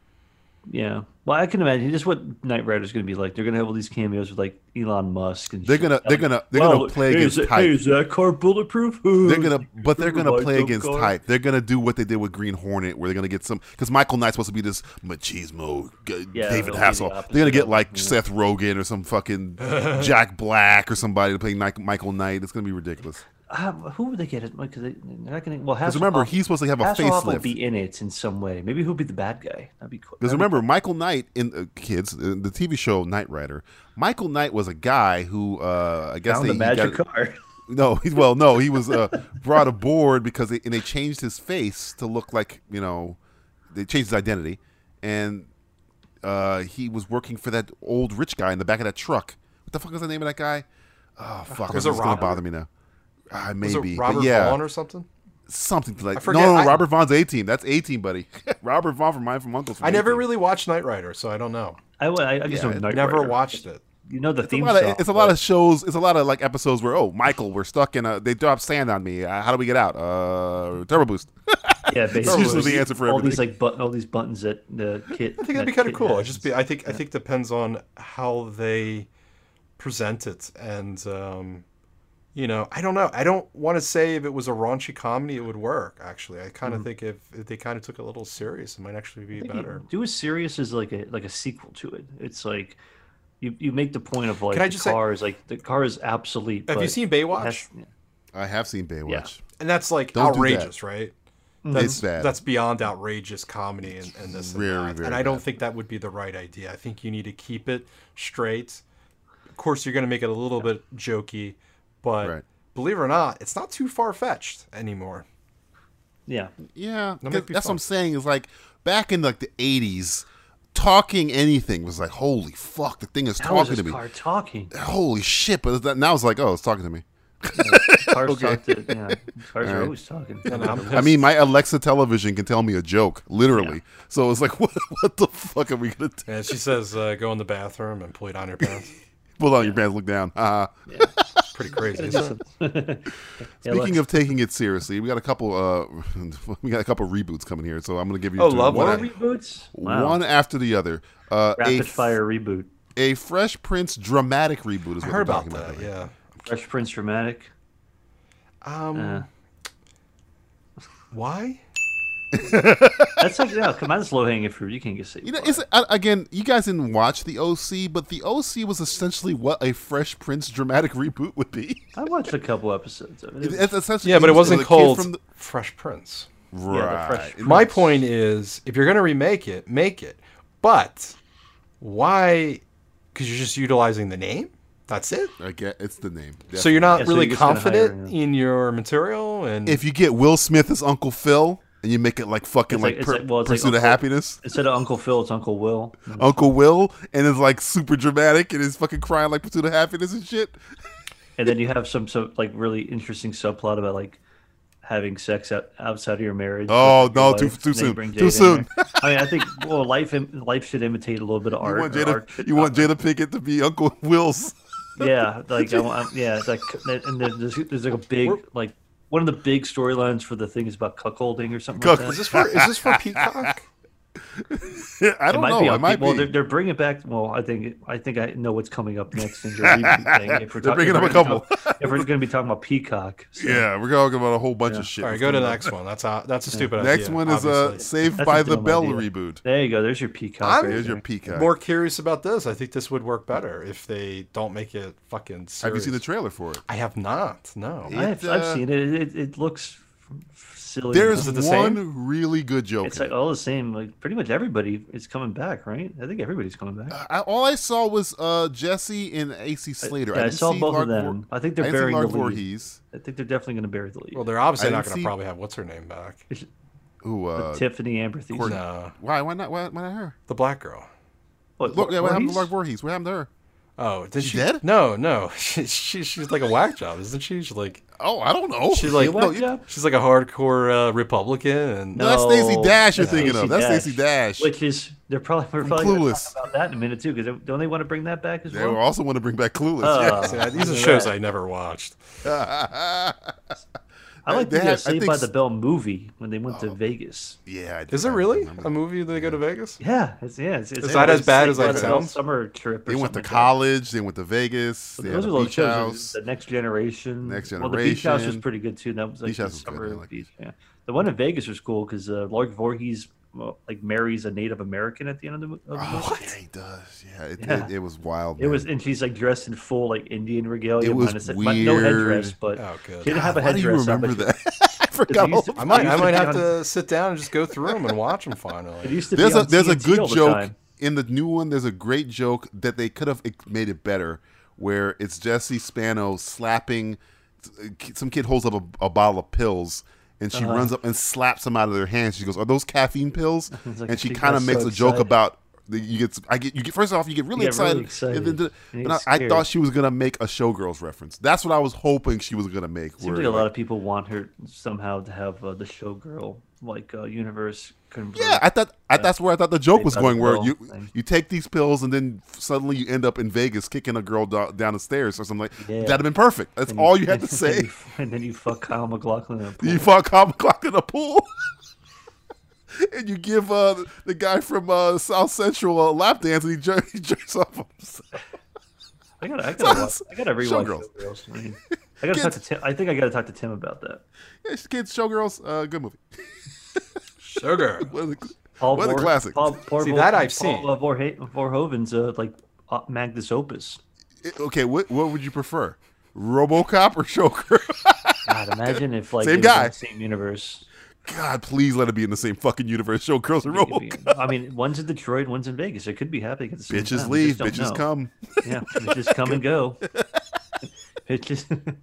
Yeah. Well, I can imagine just what Knight Rider's going to be like. They're going to have all these cameos with like Elon Musk and.
They're
shit.
gonna they're
Like,
gonna they're
wow,
gonna
look,
play
hey,
against
is that,
type.
Hey, is that car bulletproof?
They're gonna, but they're gonna
Remember my
play
dope
against
car?
type. They're gonna do what they did with Green Hornet, where they're gonna get some because Michael Knight's supposed to be this machismo g-
Yeah,
David
it'll be the
Hasselhoff.
opposite
they're gonna get
of-
like Seth Rogen or some fucking Jack Black or somebody to play Ni- Michael Knight. It's gonna be ridiculous.
Uh, who would they get it? Because they, they're not going to. Well, Hasselhoff,
Because remember, he's supposed to have a
Hasselhoff will
facelift.
be in it in some way. Maybe he'll be the bad guy. That'd be cool.
Because
That'd be
remember, Michael Knight in uh, kids uh, the TV show Knight Rider. Michael Knight was a guy who uh, I guess
found
they,
the
he
magic
got-
car.
No, he, well, no, he was uh, brought aboard because they, and they changed his face to look like you know they changed his identity, and uh, he was working for that old rich guy in the back of that truck. What the fuck is the name of that guy? Oh fuck,
Uh, Was
it's
it
gonna
Robert?
bother me now. Ah,
Was
maybe,
it
but
Robert
yeah,
Vaughn or something?
something like
forget-
no, no,
I-
Robert Vaughn's A team. That's A team, buddy. Robert Vaughn from Mine from Uncle's. From
I never
A-Team.
really watched Knight Rider, so I don't know.
I, I, I just know Knight
Never
Rider.
watched it.
you know the
It's a
theme
lot
song.
of, it's a lot of shows. It's a lot of like episodes where oh Michael, we're stuck in a. They dropped sand on me. Uh, how do we get out? Uh, turbo boost.
yeah, basically
usually the answer for
all
everything.
these like button, all these buttons that the kit.
I think that'd be kind of cool. I just be. I think. I think depends on how they present it, and um, you know, I don't know. I don't want to say if it was a raunchy comedy, it would work. Actually, I
Mm-hmm.
kind of think if, if they kind of took it a little serious, it might actually be
Maybe
better.
Do as serious as like a like a sequel to it. It's like you, you make the point of like
Can I
the
just say-
car is like the car is obsolete.
Have you
but
seen
it
Baywatch?
has-
I have seen Baywatch.
And that's like
Don't do that. Mm-hmm.
outrageous, right? That's,
It's bad.
That's beyond outrageous comedy and, and this and
Very,
that.
very
and I don't
bad.
think that would be the right idea. I think you need to keep it straight. Of course, you're going to make it a little bit jokey, but
Right.
believe it or not, it's not too far fetched anymore.
yeah,
Yeah,
That
'cause
might
that's
be
what
fun.
I'm saying. Is like back in like the '80s, talking anything was like holy fuck, the thing is
How is
talking
this
to me.
car talking?
Holy shit! But that, now it's like oh, it's talking to me.
Cars talk to yeah. Cars are always talking.
I mean, my Alexa television can tell me a joke, literally. So it's like, what, what the fuck are we gonna t-
And she says, uh, "Go in the bathroom and pull it on your pants."
pull out your pants, look down? Uh,
It's pretty crazy. isn't it?
Speaking of taking it seriously, we got a couple. Uh, we got a couple reboots coming here, so I'm gonna give you
Oh,
two.
love
one,
that.
af-
reboots, wow.
one after the other. Uh, a,
rapid fire reboot,
a Fresh Prince dramatic reboot is what
I
we're
heard about
talking about.
that.
right?
Yeah.
Fresh Prince dramatic.
Um,
Uh,
Why?
that's like yeah, come on, it's low hanging fruit. You can't get saved.
You know, it's, uh, again, you guys didn't watch the OC, but the OC was essentially what a Fresh Prince dramatic reboot would be.
I watched a couple episodes. of it. It was-
It's essentially
Yeah, but it
was-
wasn't
was a kid
called
from the-
Fresh Prince.
Yeah, the
right.
Fresh
My
Prince.
point is, if you're going to remake it, make it. But why? Because you're just utilizing the name. That's it.
I get it's the name.
So you're not
Yeah, so
really
you're just gonna hire,
confident in your material, and
if you get Will Smith as Uncle Phil and you make it like fucking
It's
like,
like- it's
pur-
like- well, it's like
Pursuit of
Uncle-
Happiness,
Instead of Uncle Phil, it's Uncle Will.
Uncle Will, and it's like super dramatic and is Oh, fucking crying like Pursuit of Happiness and shit.
and then you have some so like really interesting subplot about like having sex out, outside of your marriage.
Oh,
with your
no, too-
wife,
too
and then you
soon.
bring
Too
Jada in
soon.
there. I mean, I think well, life im- life should imitate a little bit of art.
You want
or art
Jada,
should
you want Jada Pinkett to be Uncle Will's.
yeah, like I, want- yeah, it's like and then there's, there's like a big like one of the big storylines for the thing is about cuckolding or something.
Cuck-
like that.
is this for is this for Peacock?
I
It
don't
might
know.
be.
I
on-
might
well,
be.
They're, they're bringing back. Well, I think I think I know what's coming up next in your reboot thing. If we're
They're bringing up
if we're
a
gonna
couple.
talk- if we're going to be talking about Peacock, so
yeah, we're talking about a whole bunch of shit.
All right, go to the next one. That's a, that's a stupid idea.
Next one is uh,
obviously.
Saved
That's
by
a
the
dumb
Bell
idea.
reboot.
there you go. There's your Peacock.
I'm-
right
There's your
there.
peacock.
More curious about this. I think this would work better if they don't make it fucking. Serious.
Have you seen the trailer for it?
I have not. No.
Yeah.
I have,
It,
I've
uh,
seen it. It, it looks silly.
There's
it
one
the same?
really good joke.
it's
in it.
like all the same. Like pretty much everybody is coming back, right? I think everybody's coming back.
I, all I saw was uh, Jesse and AC Slater.
yeah, I
didn't
saw
see
both of
Lark Vor-
them. I think they're
didn't see
burying
Lark
the lead.
Voorhees.
I think they're definitely going to bury the lead.
Well, they're obviously
I
not
didn't
going to
see-
probably have what's her name back.
Who? Uh,
Tiffany Amber Thiessen.
No,
why? Why not? Why, why not her?
the black girl.
What,
Look, yeah, what happened to
Voorhees?
Lark Voorhees? What happened to her?
Oh, did she?
dead?
No, no. She, she she's like a whack job, isn't she? She's like
Oh, I don't know.
she's like
whack
no, you-
job?
she's like a hardcore uh, Republican. And
No, that's Stacey
No,
Dash you're
that's
thinking of.
Stacey
That's
Dash.
Stacey Dash.
Which is they're probably we're probably gonna
Clueless.
talk about that in a minute too because don't they want to bring that back as
They
well?
also want to bring back Clueless.
Uh,
yes.
Yeah, these are
Yeah.
shows I never watched.
I like
they
the uh,
have- I
Saved
think
by
s- Oh.
the Bell movie when they went to Vegas.
yeah, I did-
Is it
I
really
remember
a
that.
movie that they go to Vegas?
Yeah, it's, yeah. It's, it's
Is that as bad
Saved
as
by
I
the Bell
sound?
Summer trip. Or
They went to
something like that.
college. They went to Vegas.
But
they
those
had a
are those
beach
shows.
house.
The Next Generation.
Next
Well, the Beach House was
Generation.
pretty good too. That was like
Beach
the
House was good,
summer
I like
beach. Yeah. The one in Vegas was cool because uh, Lark Voorhees well, like marries a Native American at the end of the, mo- of the movie.
Oh, yeah, he does. Yeah, it,
Yeah.
It, it was wild.
It
man.
was, and she's like dressed in full like Indian regalia.
It was
minus mi- no headdress,
weird.
but
Oh, good.
she didn't have a
Why do you
headdress. on, but
remember
she-
that? I forgot.
used
all
to-
about
I might
It
I
used to
might
be
have
on-
to sit down and just go through them and watch them
It
finally.
used to be
there's a
on
there's a
TNT all
good
the
joke
time.
in the new one. There's a great joke that they could have e, made it better, where it's Jesse Spano slapping some kid holds up a, a bottle of pills. And
Uh-huh.
she runs up and slaps them out of their hands. She goes, "Are those caffeine pills?"
It's like,
and she
she
kind of
got
makes
so
a joke
excited.
about The- You get, I get, you get. First off, you get really
You get
excited.
really excited.
and then the-
And you
but
get
I, I
scared.
thought she was gonna make a showgirls reference. That's what I was hoping she was gonna make.
Seems like a lot of people want her somehow to have uh, the showgirl like uh, universe convert.
Yeah, I thought I, that's where I thought the joke
They
was
got
going.
the
Where
girl
you
thing.
you take these pills and then suddenly you end up in Vegas kicking a girl do- down the stairs or something like
Yeah.
that'd have been perfect. That's
And
all you had to
and
say.
you- and then you fuck Kyle McLaughlin. Up.
you fought Common Clock in a pool, and you give uh, the- the guy from uh, South Central a lap dance, and he, jer- he jerks off himself.
I gotta, I gotta, watch, I gotta rewatch
Showgirls.
Showgirls. I, mean, I gotta talk to Tim. I think I gotta talk to Tim about that.
Yeah, kids, showgirls, uh, good movie.
Sugar.
One of the-
Paul
What a
Vor-
classic.
Paul, Paul
See,
Vor-
that
Paul,
I've seen.
Uh, Vorha- Verhoeven's uh, like uh, magnus opus.
okay, what what would you prefer, RoboCop or Showgirl?
God, imagine if like
Same
it was in
guy.
the same universe.
God, please let it be in the same fucking universe. Showgirls and
It could be-
RoboCop.
I mean, one's in Detroit, one's in Vegas. It could be happening at the same
Bitches
time. We
leave,
just don't
bitches
know.
come.
Yeah, bitches come and go. Bitches.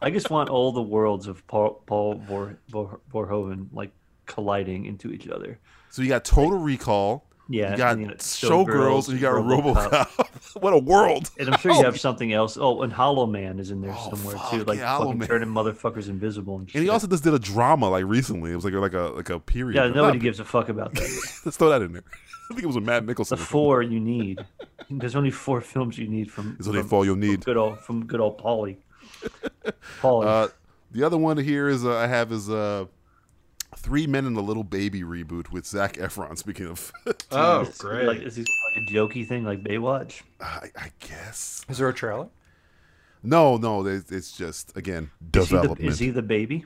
I just want all the worlds of Paul, Paul Vor, Vor, Verhoeven like colliding into each other.
So you got Total Recall.
Yeah,
You got
and, you know,
Showgirls, and you got
RoboCop.
RoboCop. what a world!
And I'm sure you have something else. Oh, and Hollow Man is in there somewhere too,
Oh, fuck,
like
yeah, Hollow
fucking
Man.
turning motherfuckers invisible and shit.
And he also just did a drama like recently. It was like a, like a like a period.
yeah,
Not-
nobody gives a fuck about that.
Let's throw that in there. I think it was with Matt Mickelson.
the four you need. There's only four films you need from.
There's only
from-
four you'll
from
need.
Good old from good old Polly. Polly.
Uh, the other one here is uh, I have is uh, Three Men and a Little Baby reboot with Zach Efron. Speaking of,
Oh,
It's gonna be
great.
Like, is this like a jokey thing like Baywatch?
I, I guess
Is there a trailer?
no, no, it's, it's just again
Is he, the,
development.
is he the baby?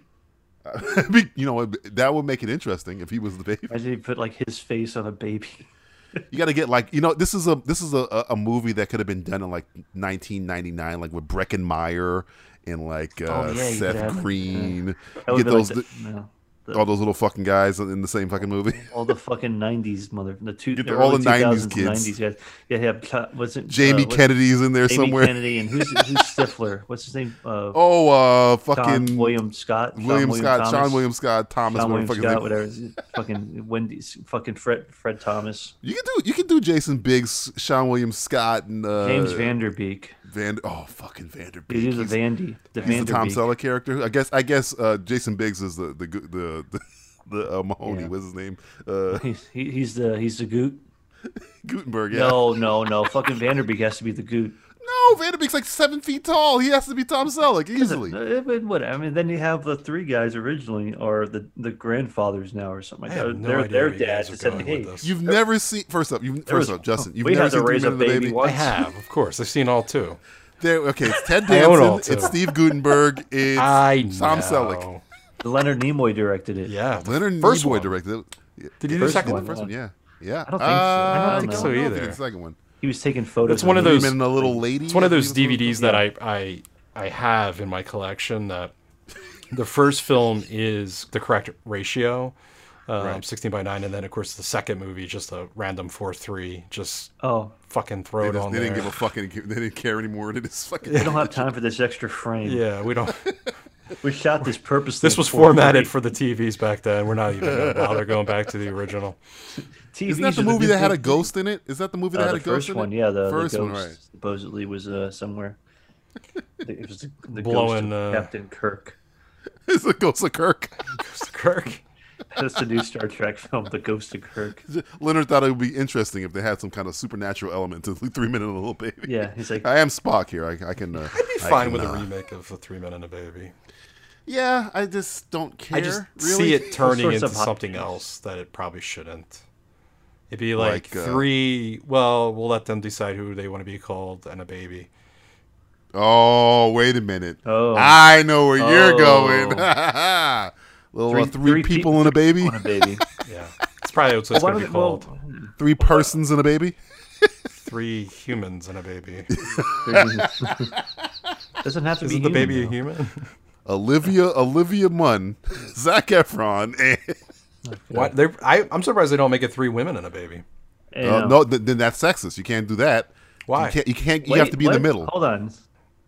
you know that would make it interesting if he was the baby.
Imagine he put like his face on a baby.
You got to get like you know this is a this is a, a, a movie that could have been done in like 1999, like with Breckin Meyer and like uh,
Oh, yeah, you could
Seth
have, like,
Green.
That
You
would
get
be
those
like the, no, the-
all those little fucking guys in the same fucking movie.
all the fucking nineties mother the two
Get the-
early
all the 90s
2000s,
kids.
90s guys. Yeah, yeah. Pla- Was it
Jamie
uh, what's-
Kennedy's in there
Jamie
somewhere.
Kennedy and who's who's Stifler? What's his name? Uh,
Oh, uh,
John
fucking
William Scott. John
William Scott, John
Thomas,
William Scott, Thomas,
John
whatever
William
the fuck his
Scott,
name-
whatever. his- fucking Wendy's. Fucking Fred Fred Thomas.
You can do you can do Jason Biggs, Sean William Scott, and uh,
James Vanderbeek.
Van. Oh, fucking Vanderbeek.
He's a Vandy. The
He's the Tom
Vanderbeek.
Selleck character. I guess I guess uh, Jason Biggs is the the go- the the, the uh, Mahoney.
Yeah.
What's his name? Uh,
He's, he, he's the he's the goot.
Gutenberg. Yeah.
No, no, no. Fucking Vanderbeek has to be the goot.
No, Vanderbeek's like seven feet tall. He has to be Tom Selleck easily.
Uh, But what I mean, then you have the three guys originally, or the the grandfathers now, or something
I
like that.
have no
they're
idea
their
where you guys
dads
are
that said,
going
"Hey,
with this.
You've never seen. First up, you've, first
was- oh,
up, Justin. You've
we
never
had to
seen Three
raise a
Men and the
baby.
I
once.
have, of course. I've seen all two.
There, okay, it's Ted
I own all
Danson.
two.
It's Steve Gutenberg. It's
I know.
Tom Selleck.
Leonard Nimoy directed it."
Yeah. the
Leonard
first
Nimoy
one.
directed it. Yeah,
Did you do
first
the second
one,
one?
the First one, yeah, yeah.
I don't think
Uh,
so. I don't
think
know.
so
I don't
either.
think
the second one.
He was taking photos.
That's one of
it.
those-
Women and a little lady.
It's one of
I
those
think it was-
DVDs that I, I I have in my collection that the first film is the correct ratio, um, 16 by 9, and then, of course, the second movie, just a random 4 3, just
Oh,
fucking throw
They,
it
just,
on
they
there.
didn't give a fucking. They didn't care anymore. They just fucking.
we don't have time for this extra frame.
yeah, we don't.
We shot this purposely.
This
at
was
4:30.
formatted for the TVs back then. We're not even going to bother going back to the original.
TVs
Isn't that the
are
movie
new
that had a
thing.
ghost in it? Is that the movie that
Uh,
had
the
a ghost
first
in it?
one, yeah. The,
first
the ghost
one, right?
supposedly was uh, somewhere. It was the, the
Blowing,
ghost of
uh,
Captain Kirk.
It's the Ghost of Kirk.
Kirk.
That's the new Star Trek film, The Ghost of Kirk.
Leonard thought it would be interesting if they had some kind of supernatural element to Three Men and a Little Baby.
Yeah, he's like,
I am Spock here. I, I can. Uh,
I'd be
I
fine
can,
with a
uh,
remake of The Three Men and a Baby.
Yeah, I just don't care.
I just
really.
see it turning
sorts
into
of hot
something
things.
else that it probably shouldn't. It'd be like,
Like, uh,
three. Well, we'll let them decide who they want to be called and a baby.
Oh, wait a minute.
Oh.
I know where you're
Oh.
going. Little three, three, people and a baby,
on a baby.
Yeah, it's probably what it's
Why
going to
don't
be
they- well,
called.
three persons and a baby.
Three humans and a baby.
doesn't have to be
Isn't the
human,
baby a
though.
human?
Olivia, Olivia Munn, Zach Efron, and
What? They're, I, I'm surprised they don't make it three women and a baby.
And,
Uh,
uh,
no, th- then that's sexist. You can't do that.
Why?
You can't. You, can't, you
wait,
have to be in
what?
the middle.
Hold on.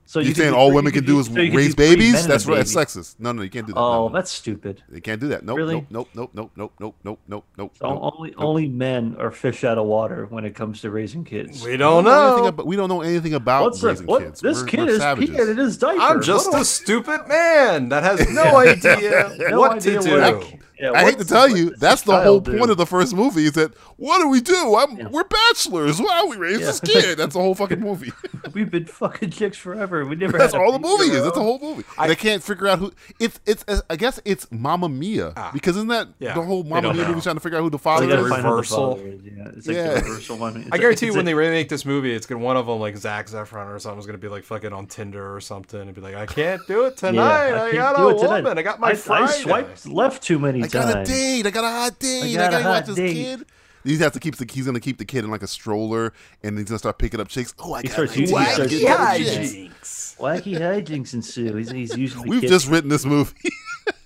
So
You're
could
saying
do
all
three-
women can
you could
do is
so you could
raise
three men
babies?
and a
That's right. That's
baby.
sexist. No, no, you can't do that. No,
Oh,
no, no.
that's stupid.
They can't do that. Nope,
Really?
nope, nope, nope, nope, nope, nope, nope, nope,
So
nope.
only only men are fish out of water when it comes to raising kids.
We don't
Anything
know.
about- we don't know anything about
What's the,
raising
what
kids.
this
We're-
kid
we're
is
savages.
peeing in his diaper?
I'm just
What
a stupid man that has no idea
do I- no
what
idea
to do.
yeah,
I hate to
what's-
tell
what
you,
does
that's
a
the whole
child do?
point of the first movie is that what do we do? I'm, We're bachelors. Why we raise
Yeah.
this kid? That's the whole fucking movie.
We've been fucking chicks forever. We never.
That's
had a
all the movie is.
finger.
That's the whole movie. And they can't figure out who it's. It's. I guess it's Mamma Mia because isn't that
Ah. Yeah.
the whole
They
Mamma
don't
Mia
know.
movie trying to figure out who the
They
father
gotta
is?
find out the
Reversal.
father is, Yeah, it's like
Yeah.
the reversal one. It's
I
like-
guarantee you,
it's
when they
like-
remake this movie, it's gonna one of them like Zach Efron or something is gonna be like fucking on Tinder or something and be like, I can't do it
Yeah,
tonight. I,
can't
got
do
a
it tonight.
woman. I got my
I, I
Friday."
swiped left too many
I
times.
got a date. I got a hot date.
got
I
a
gotta watch
hot
this
date.
kid. He's have to keep the. He's gonna keep the kid in like a stroller, and he's gonna start picking up chicks. Oh, I
He
got
starts
my
using- he
wacky
starts
little
Yeah,
chicks.
using- Wacky hijinks ensue. He's, he's usually
We've just written this movie.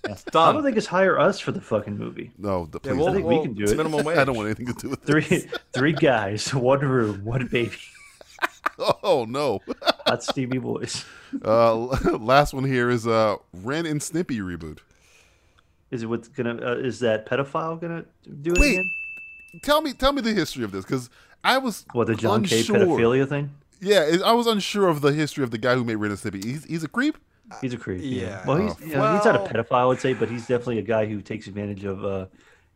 I don't think it's hire us for the fucking movie.
no, the,
Yeah,
please.
we'll-
think we
we'll-
can do
it's
it.
Minimum wage.
I don't want anything to do with this.
Three three guys, one room, one baby.
Oh no.
Hot steamy boys.
Uh, last one here is uh, Ren and Snippy reboot.
Is it what's gonna? Uh, is that pedophile gonna do it
Wait.
again?
Tell me, tell me the history of this because I was
What the John K.
unsure.
pedophilia thing?
Yeah, it- I was unsure of the history of the guy who made Ren and Snippy. He's, he's a creep.
He's a creep.
yeah.
Well, he's you know, he's not
Well-
a pedophile, I would say, but he's definitely a guy who takes advantage of uh,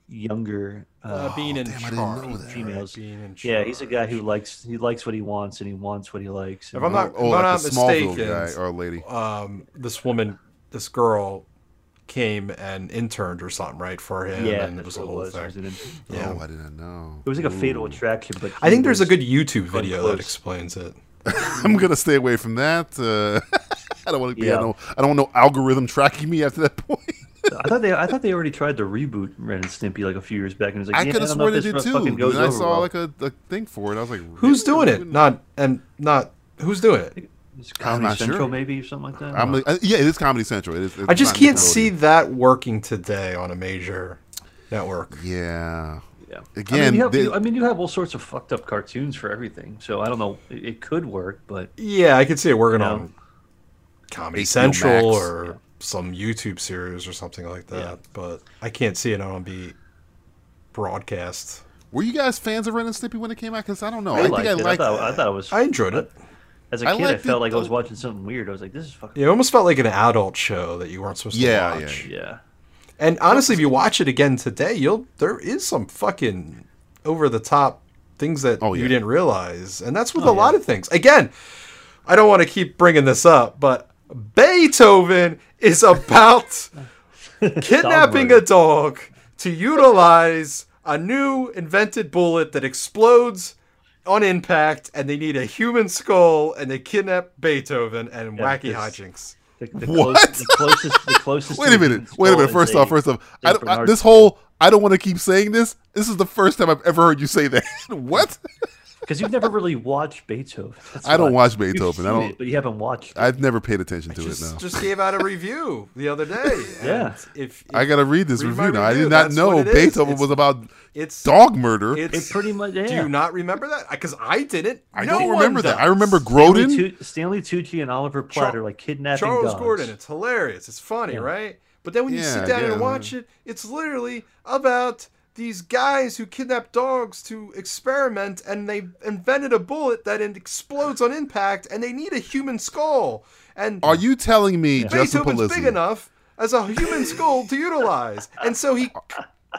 younger. Uh,
Uh, being in
damn, I
charge.
didn't know that.
Females.
Being in
yeah, he's a
charge.
guy who likes he likes what he wants and he wants what he likes.
If
and-
I'm
oh,
not, if I'm
like
not
the Smallville
mistaken,
guy or lady.
um, this woman, this girl, came and interned or something, right, for him.
yeah,
and it
that's
was a
what
whole
It
thing.
was, It was an-
Yeah.
Oh, I didn't know.
it was like a fatal attraction, but
I
he
think there's a
was-
good YouTube video that
close.
explains it.
I'm gonna stay away from that. Uh, I don't want to be.
Yeah.
I, don't, I don't want no algorithm tracking me after that point.
I thought they I thought they already tried to reboot Ren and Stimpy like a few years back, and it was like
I
yeah,
could have
don't know
sworn they
if
did
this
too.
fucking goes
And I
over
saw
well.
like a, a thing for it. I was like,
Who's
really?
doing it? Not and not. Who's doing it?
It's
I'm
Comedy
not sure.
Central maybe or something like that.
I'm like, uh, yeah, it is Comedy Central. It is, it's
I just
not
can't
Nickelodeon.
see that working today on a major network.
Yeah.
yeah. I
Again,
mean, you have,
they-
you- I mean, you have all sorts of fucked up cartoons for everything, so I don't know. It, it could work, but
Yeah, I could see it working
No.
on Comedy
HBO
Central
Max.
or some YouTube series or something like that. But I can't see it on be broadcast.
were you guys fans of Ren and Snippy when it came out? Because I don't know.
I,
I, think
liked
I
it.
liked.
I thought, I thought it was
I enjoyed it.
as a
I
kid. I
liked
felt
it,
like I was
though.
watching something weird. I was like, this is fucking
It almost felt like an adult show that you weren't supposed to
Yeah, yeah,
watch.
yeah.
yeah.
And honestly, if you watch it again today, you'll there is some fucking over the top things that
Oh, yeah.
you didn't realize, and that's with a lot of things. Again, I don't want to keep bringing this up, but Beethoven is about kidnapping a
murder.
dog to utilize a new invented bullet that explodes on impact, and they need a human skull, and they kidnap Beethoven and wacky
it's-
hijinks.
The, the
What?
close- the closest, the closest.
Wait a
to
minute.
Demon's
Wait a
Soul
minute.
is
First
a-
off, first off, I don't, I,
Bernard
this whole I don't want to keep saying this. This is the first time I've ever heard you say that. what?
Because you've never really watched Beethoven. That's
I don't
why.
watch Beethoven. I
You've seen
don't.
It, but you haven't watched. It.
I've never paid attention to
just,
it. Now
just gave out a review the other day.
Yeah.
and If, if
I gotta read this
read my
review now. I
review.
did not
That's
know
what it is.
Beethoven
It's-
was about
it's
dog murder.
it's
It pretty much. Yeah.
Do you not remember that? Because I didn't.
I
No
don't
one
remember that. I
does.
remember
Stanley,
Grodin.
Tu- Stanley Tucci and Oliver Platt are like kidnapping
Charles
dogs.
Gordon. It's hilarious. It's funny, right? But then when you
Yeah,
sit down
yeah.
and watch it, it's literally about these guys who kidnap dogs to experiment, and they invented a bullet that it explodes on impact, and they need a human skull. And
Are you telling me Justin
Beethoven's
Polizzi?
big enough as a human skull to utilize, and so he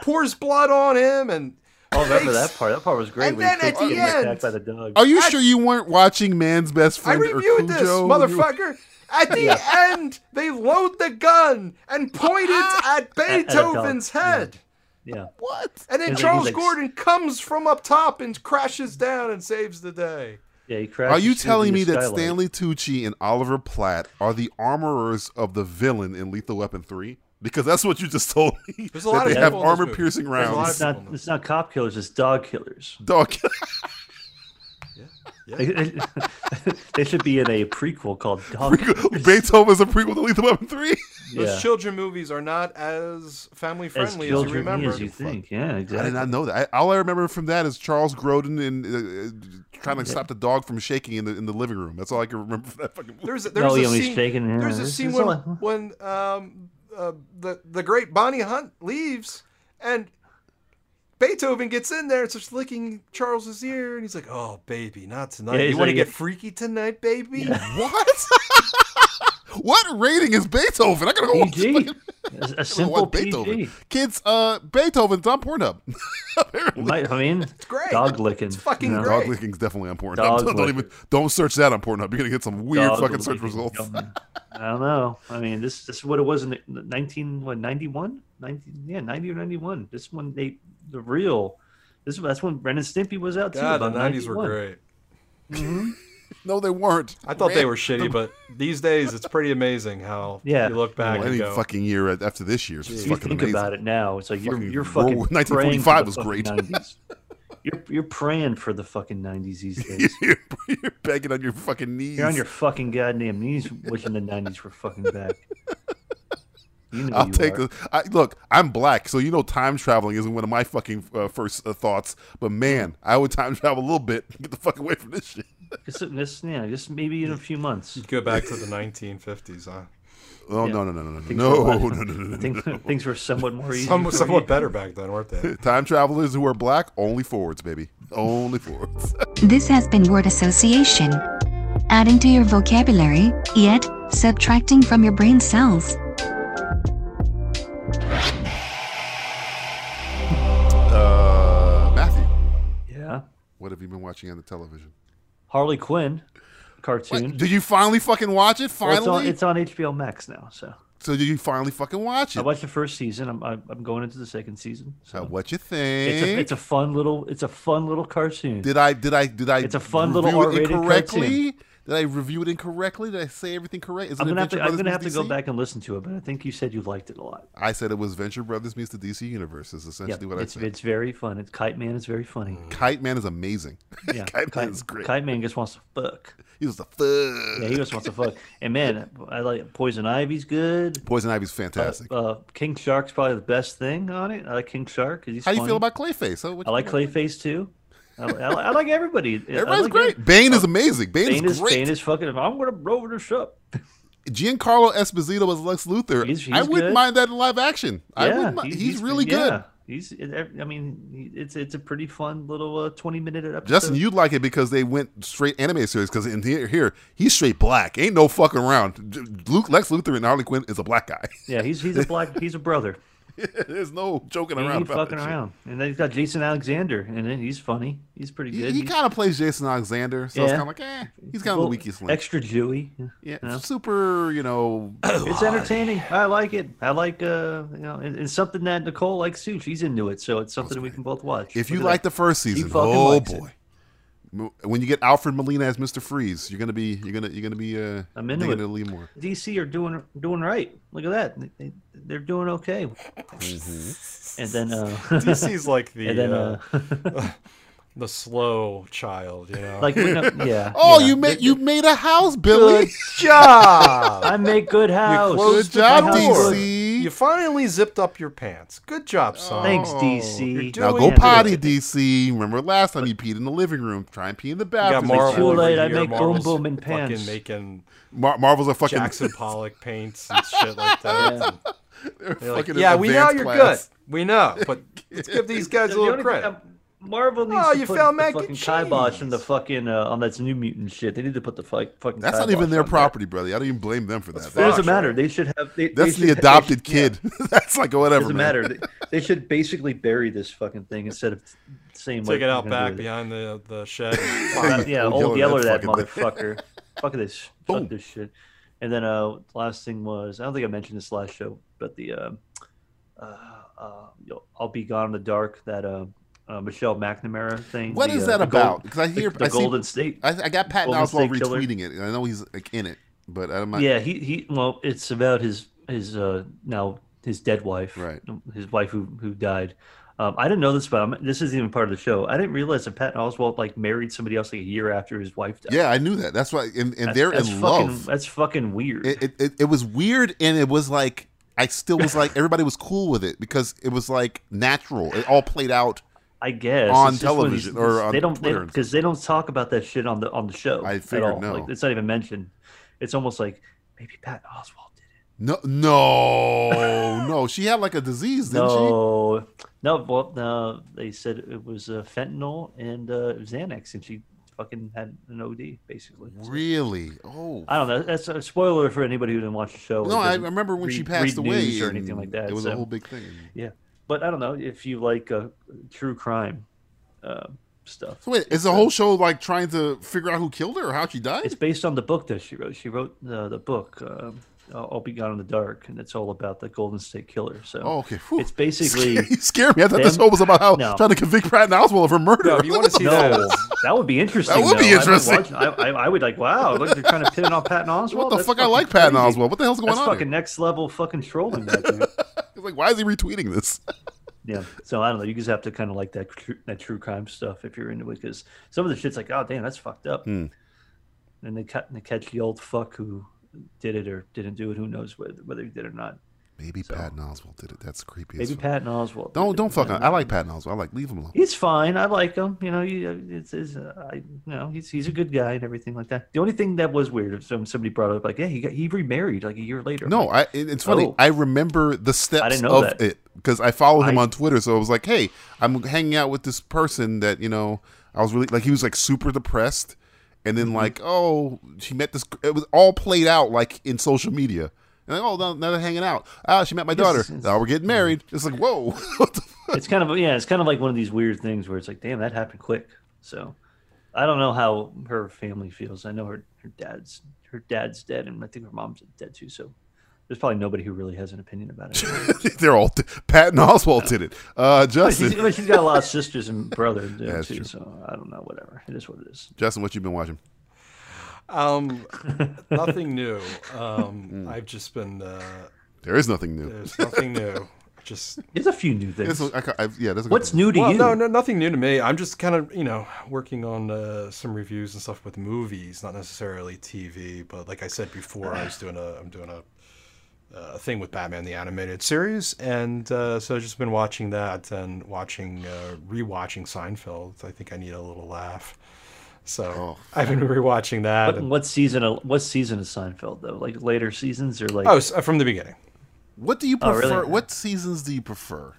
pours blood on him, and
Oh, remember that part? That part was great.
And
when he
then at
kept
the
getting attacked
end-
by the dog.
Are you sure you weren't watching Man's Best
I
Friend or
reviewed this,
Cujo? when you were-
motherfucker. At the end, they load the gun and point it at
at a dog,
Beethoven's
yeah.
head.
yeah.
What?
And then
He's like-
Charles
he's like-
Gordon comes from up top and crashes down and saves the day.
Yeah. He
Are you
crashes through
telling
the
me that
skylight.
Stanley Tucci and Oliver Platt are the armorers of the villain in Lethal Weapon 3? Because that's what you just told me.
There's a
that
lot
they
of
have
people in this
armor
movie.
piercing
There's a lot
rounds.
It's not. It's not cop killers. It's dog killers.
Dog.
they should be in a prequel called Dog.
Beethoven's a prequel to Lethal Weapon 3.
Yeah.
Those children movies are not as family
As
friendly as, you
children
remember.
as you think. Yeah,
I did
exactly.
not know that. I, all I remember from that is Charles Grodin in, uh, uh, trying to stop the dog from shaking in the in the living room. That's all I can remember from that fucking movie.
There's a, there's
yeah,
a
when he's
scene.
shaking, yeah,
there's a
this
scene
is
when
all I-
when um uh, the the great Bonnie Hunt leaves and Beethoven gets in there and starts licking Charles's ear, and he's like, "Oh, baby, not tonight.
Yeah,
you
he's
want to
like-
get freaky tonight, baby?"
What? what rating is Beethoven? I gotta go watch
PG.
fucking-
A- A
I don't know
simple
what Beethoven.
PG.
Kids, uh, Beethoven's on Pornhub.
It might- I mean, it's
great.
Dog licking.
It's fucking
you know?
great.
Dog licking's definitely on Pornhub.
Dog
don't, don't even don't search that on Pornhub. You're gonna get some weird
Dog
fucking search
licking.
results.
Yum. I don't know. I mean, this this is what it was in nineteen what ninety one, nineteen yeah ninety or ninety one. This one they the real. This that's when Ren and Stimpy was out too.
God, the
about
'90s
91.
were great.
No, they weren't.
I thought they were shitty, but these days it's pretty amazing how
Yeah.
you look back and
Any
go,
fucking year after this year's was
If you
fucking
think
amazing.
about it now, it's like you're
Fucking
you're
World
fucking.
War-
praying for
1945
the
was
fucking
great.
90s. You're you're praying for the fucking '90s these days.
you're, you're begging on your fucking knees.
You're on your fucking goddamn knees wishing the '90s were fucking back. You know
I'll
you
take
are.
the. I, look, I'm black, so you know time traveling isn't one of my fucking uh, first uh, thoughts. But man, I would time travel a little bit. Get the fuck away from this shit.
Just, just, yeah, just maybe in a few months.
go back to the 1950s, huh?
Oh
Yeah.
no no no no no
Things
no
were-
no no no no.
Things, things were somewhat more easy.
Some,
for
somewhat
you.
better back then, weren't they?
Time travelers who are black only forwards, baby. Only forwards.
This has been word association. Adding to your vocabulary, yet subtracting from your brain cells.
Uh, Matthew,
Yeah.
what have you been watching on the television?
Harley Quinn cartoon.
Did you finally fucking watch it?
Well, it's,
Finally.
on, it's on HBO Max now, so
so did you finally fucking watch
I
it?
watched the first season. I'm I'm I'm going into the second season.
Uh,
So
what you
it's a
think?
it's a fun little it's a fun little cartoon.
did I did I did I?
It's a fun little
review it
R-rated
incorrectly? Did I review it incorrectly? Did I say everything correct? Is it
I'm gonna have to
Adventure
I'm gonna
Brothers
have to
meets
go
DC?
back and listen to it, but I think you said you liked it a lot.
I said it was Venture Brothers meets the DC Universe. Is
Yeah,
essentially what I
it's
said. Mm.
it's very fun. It's Kite Man is very funny.
Kite Man is amazing.
Yeah,
Kite Man is great.
Kite Man just wants to fuck.
he was the fuck.
Yeah, he just wants to fuck. And man, I like Poison Ivy's good.
Poison Ivy's fantastic.
Uh, King Shark's probably the best thing on it. I like King Shark 'cause he's
How do you
funny.
feel about Clayface? Huh? What
I
you
like
think about-
Clayface too. I, I, I like everybody. I
Everybody's
like
great.
every-
Bane is amazing. Bane,
Bane
is,
is
great.
Bane is fucking. I'm gonna blow this up.
Giancarlo Esposito as Lex Luthor.
He's- he's
I wouldn't
good.
mind that in live action. I
yeah,
wouldn't mind. He's, really good.
yeah. He's. I mean, it's it's a pretty fun little uh, 20 minute episode.
Justin, you'd like it because they went straight anime series. Because in here, here, he's straight black. Ain't no fucking around. J- Luke, Lex Luthor, and Harley Quinn is a black guy.
Yeah, he's he's a black. He's a brother.
There's no joking
He
around.
ain't
about
fucking
this shit.
around. And then he's got Jason Alexander, and then he's funny. He's pretty
He-
good.
He,
He's-
kind of plays Jason Alexander, so it's
Yeah.
kind of like, eh, he's kind of
well,
the weakest link.
Extra Jewy. you
yeah,
know?
super, you know,
It's entertaining. I like it. I like uh, you know, and, and something that Nicole likes too. She's into it, so it's something that we can both watch.
if you
Look at
like the first season,
fucking
oh
likes it.
boy, Mo- when you get Alfred Molina as Mister Freeze, you're gonna be, you're gonna, you're gonna be, uh,
I'm into
digging
it.
a little more.
DC are doing doing right. Look at that. They, they, are doing okay. Mm-hmm. And then uh,
DC's like the
and then
uh,
uh,
the slow child, you know.
like we know, yeah.
Oh,
yeah.
you made, you made a house, Billy.
good job.
I make good house.
closed
Good job,
My house
door.
is good.
DC.
You finally zipped up your pants. Good job, son.
Thanks,
Oh.
DC.
You're
Now
doing
go
it.
potty, DC. Remember last time you peed in the living room. Try and pee in the bathroom.
Marvel
It's too
over
late. I
here.
make boom
Marvel's
boom in
fucking
pants.
making
Mar- Marvel's a fucking
Jackson Pollock paints and shit like that. They're like,
Fucking
yeah, we know
advanced
you're
class.
good. We know, but let's give these guys
The
a little
only thing
credit.
I'm- Marvel needs
Oh,
to
you
put
found
the
mac and
fucking kibosh in the
cheese.
fucking uh, on that new mutant shit. They need to put the fi- fucking.
That's not
kibosh
even their
on that.
property, brother. I don't even blame them for that.
It doesn't
Fuck.
matter. They should have. They, they
That's
should
the
have-
adopted
yeah.
kid. That's like whatever.
Doesn't
man.
matter. They, they should basically bury this fucking thing instead of saying. what
Take it out
they're gonna do
back
with it.
behind the, the shed.
Uh, yeah,
Old
old
Yeller,
Yeller,
that
that motherfucker. Fuck this. Fuck this shit. And then uh, last thing was I don't think I mentioned this last show, but the um uh, uh, Yo- I'll be gone in the dark that uh, uh, Michelle McNamara thing.
What
What is
is that about? Because I hear
the, the
I see-
Golden State.
I, I got Patton
Golden
Oswalt
State Killer.
retweeting it, and I know he's like in it, but I'm not.
yeah, he he. Well, it's about his his uh now his dead wife,
Right.
His wife who who died, Um, I didn't know this, but I'm, this isn't even part of the show. I didn't realize that Patton Oswald like married somebody else like a year after his wife died.
Yeah, I knew that. That's why, and, and
That-
they're
that's
in
fucking,
love.
That's fucking weird.
It, it, it, it was weird, and it was like I still was like everybody was cool with it because it was like natural. It all played out.
I guess
on
It's just one of
television or on
they don't
Twitter and
because they, don't talk about that shit on the on the show.
I
at
figured
all.
no.
Like, it's not even mentioned. It's almost like maybe Patton Oswald did it.
No, no, no. She had like a disease, didn't
No, no, well, no. They said it was uh, fentanyl and uh, Xanax, and she fucking had an OD basically.
she? Really? Oh,
I don't know. That's a spoiler for anybody who didn't watch the show. or
no. I
doesn't
remember when she
read-
passed
read
away
news or anything like
and
that.
It was a
so-
whole big thing.
yeah, but I don't know if you like uh, true crime uh, stuff.
So wait, is the whole show like trying to figure out who killed her or how she died?
it's based on the book that she wrote. She wrote the the book um, "I'll I'll Be Gone in the Dark," and it's all about the Golden State Killer. So
Oh, okay. Whew.
it's basically
you scared me. I thought this
them-
show was about how
No.
trying to convict Patton Oswald of her murder.
No, if you
Look
want to
at the-
see
no.
that,
That would be interesting.
That would be
though. I'd
interesting.
watch- I, I, I would like. Wow, look, they're trying to pin it on Patton Oswald.
what the
That's
fuck? I
fucking
like Patton
crazy.
Oswald. What the hell's going
That's
on?
fucking
here?
next level fucking trolling. Right there.
It's like, why is he retweeting this?
Yeah. So I don't know. You just have to kind of like that true, that true crime stuff if you're into it, because some of the shit's like, oh damn, that's fucked up.
Hmm.
And they cut and they catch the old fuck who did it or didn't do it. Who knows whether, whether he did or not.
Maybe Patton Oswald did it. That's creepy. as
Maybe
fuck.
Patton Oswald.
Don't don't fuck
him.
him. I like Patton Oswald. I like leave him alone.
He's fine. I like him. You know, he, uh, it's, it's uh, I, you know, he's he's a good guy and everything like that. The only thing that was weird is some somebody brought up like, yeah, he got, he remarried like a year later. I'm
No,
like,
I, it- it's funny.
Oh.
I remember the steps
didn't know
of
that.
it because I followed him
I-
on Twitter. So I was like, hey, I'm hanging out with this person that you know. I was really like he was like super depressed, and
Mm-hmm.
then like oh she met this. It was all played out like in social media. And like, oh now, now they're hanging out. Ah, she met my daughter.
it's-
now we're getting married. It's like whoa. What the fuck?
it's kind of yeah, it's kind of like one of these weird things where it's like, damn, that happened quick. So, I don't know how her family feels. I know her her dad's her dad's dead, and I think her mom's dead too. So, there's probably nobody who really has an opinion about it.
they're all Patton Oswald did it. Uh,
But she's,
Justin,
but she's got a lot of sisters and brothers there
That's
too.
true.
So I don't know. Whatever. It is what it is.
Justin, what you been watching?
um, nothing new. Um, I've just been uh,
There is nothing new.
there's nothing new. Just
There's a few new things.
It's, I, ca- I, yeah, that's a good
What's new to
well,
you?
no, no, nothing new to me. I'm just kind of you know working on uh, some reviews and stuff with movies, not necessarily TV. But like I said before, I was doing a I'm doing a uh, a thing with Batman the animated series, and uh, so I've just been watching that and watching uh, rewatching Seinfeld. I think I need a little laugh, so
Oh.
I've been rewatching that.
What,
and-
what season? Of, what season of Seinfeld though? Like later seasons or like
oh, so, from the beginning.
What do you
Oh,
prefer?
really?
What seasons do you prefer?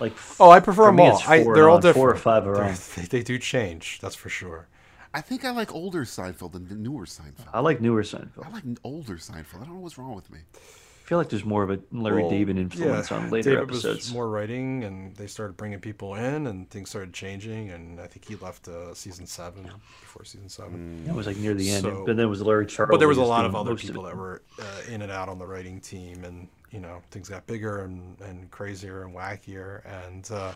like?
Oh, I prefer
for
them
me,
all.
it's
I,
four
they're
and
all
on,
different.
Four or five are
They're-
on.
They, they do change. That's for sure.
I think I like older Seinfeld than the newer Seinfeld.
I like newer
I
Seinfeld.
like n- older Seinfeld. I don't know what's wrong with me.
I feel like there's more of a Larry David influence on later
David
episodes.
was more writing, and they started bringing people in, and things started changing. And I think he left uh, season seven before season seven.
it was like near the end,
So-
but then it was Larry Charles.
But there was a lot of other people that were uh, in and out on the writing team, and you know things got bigger and, and crazier and wackier, and uh,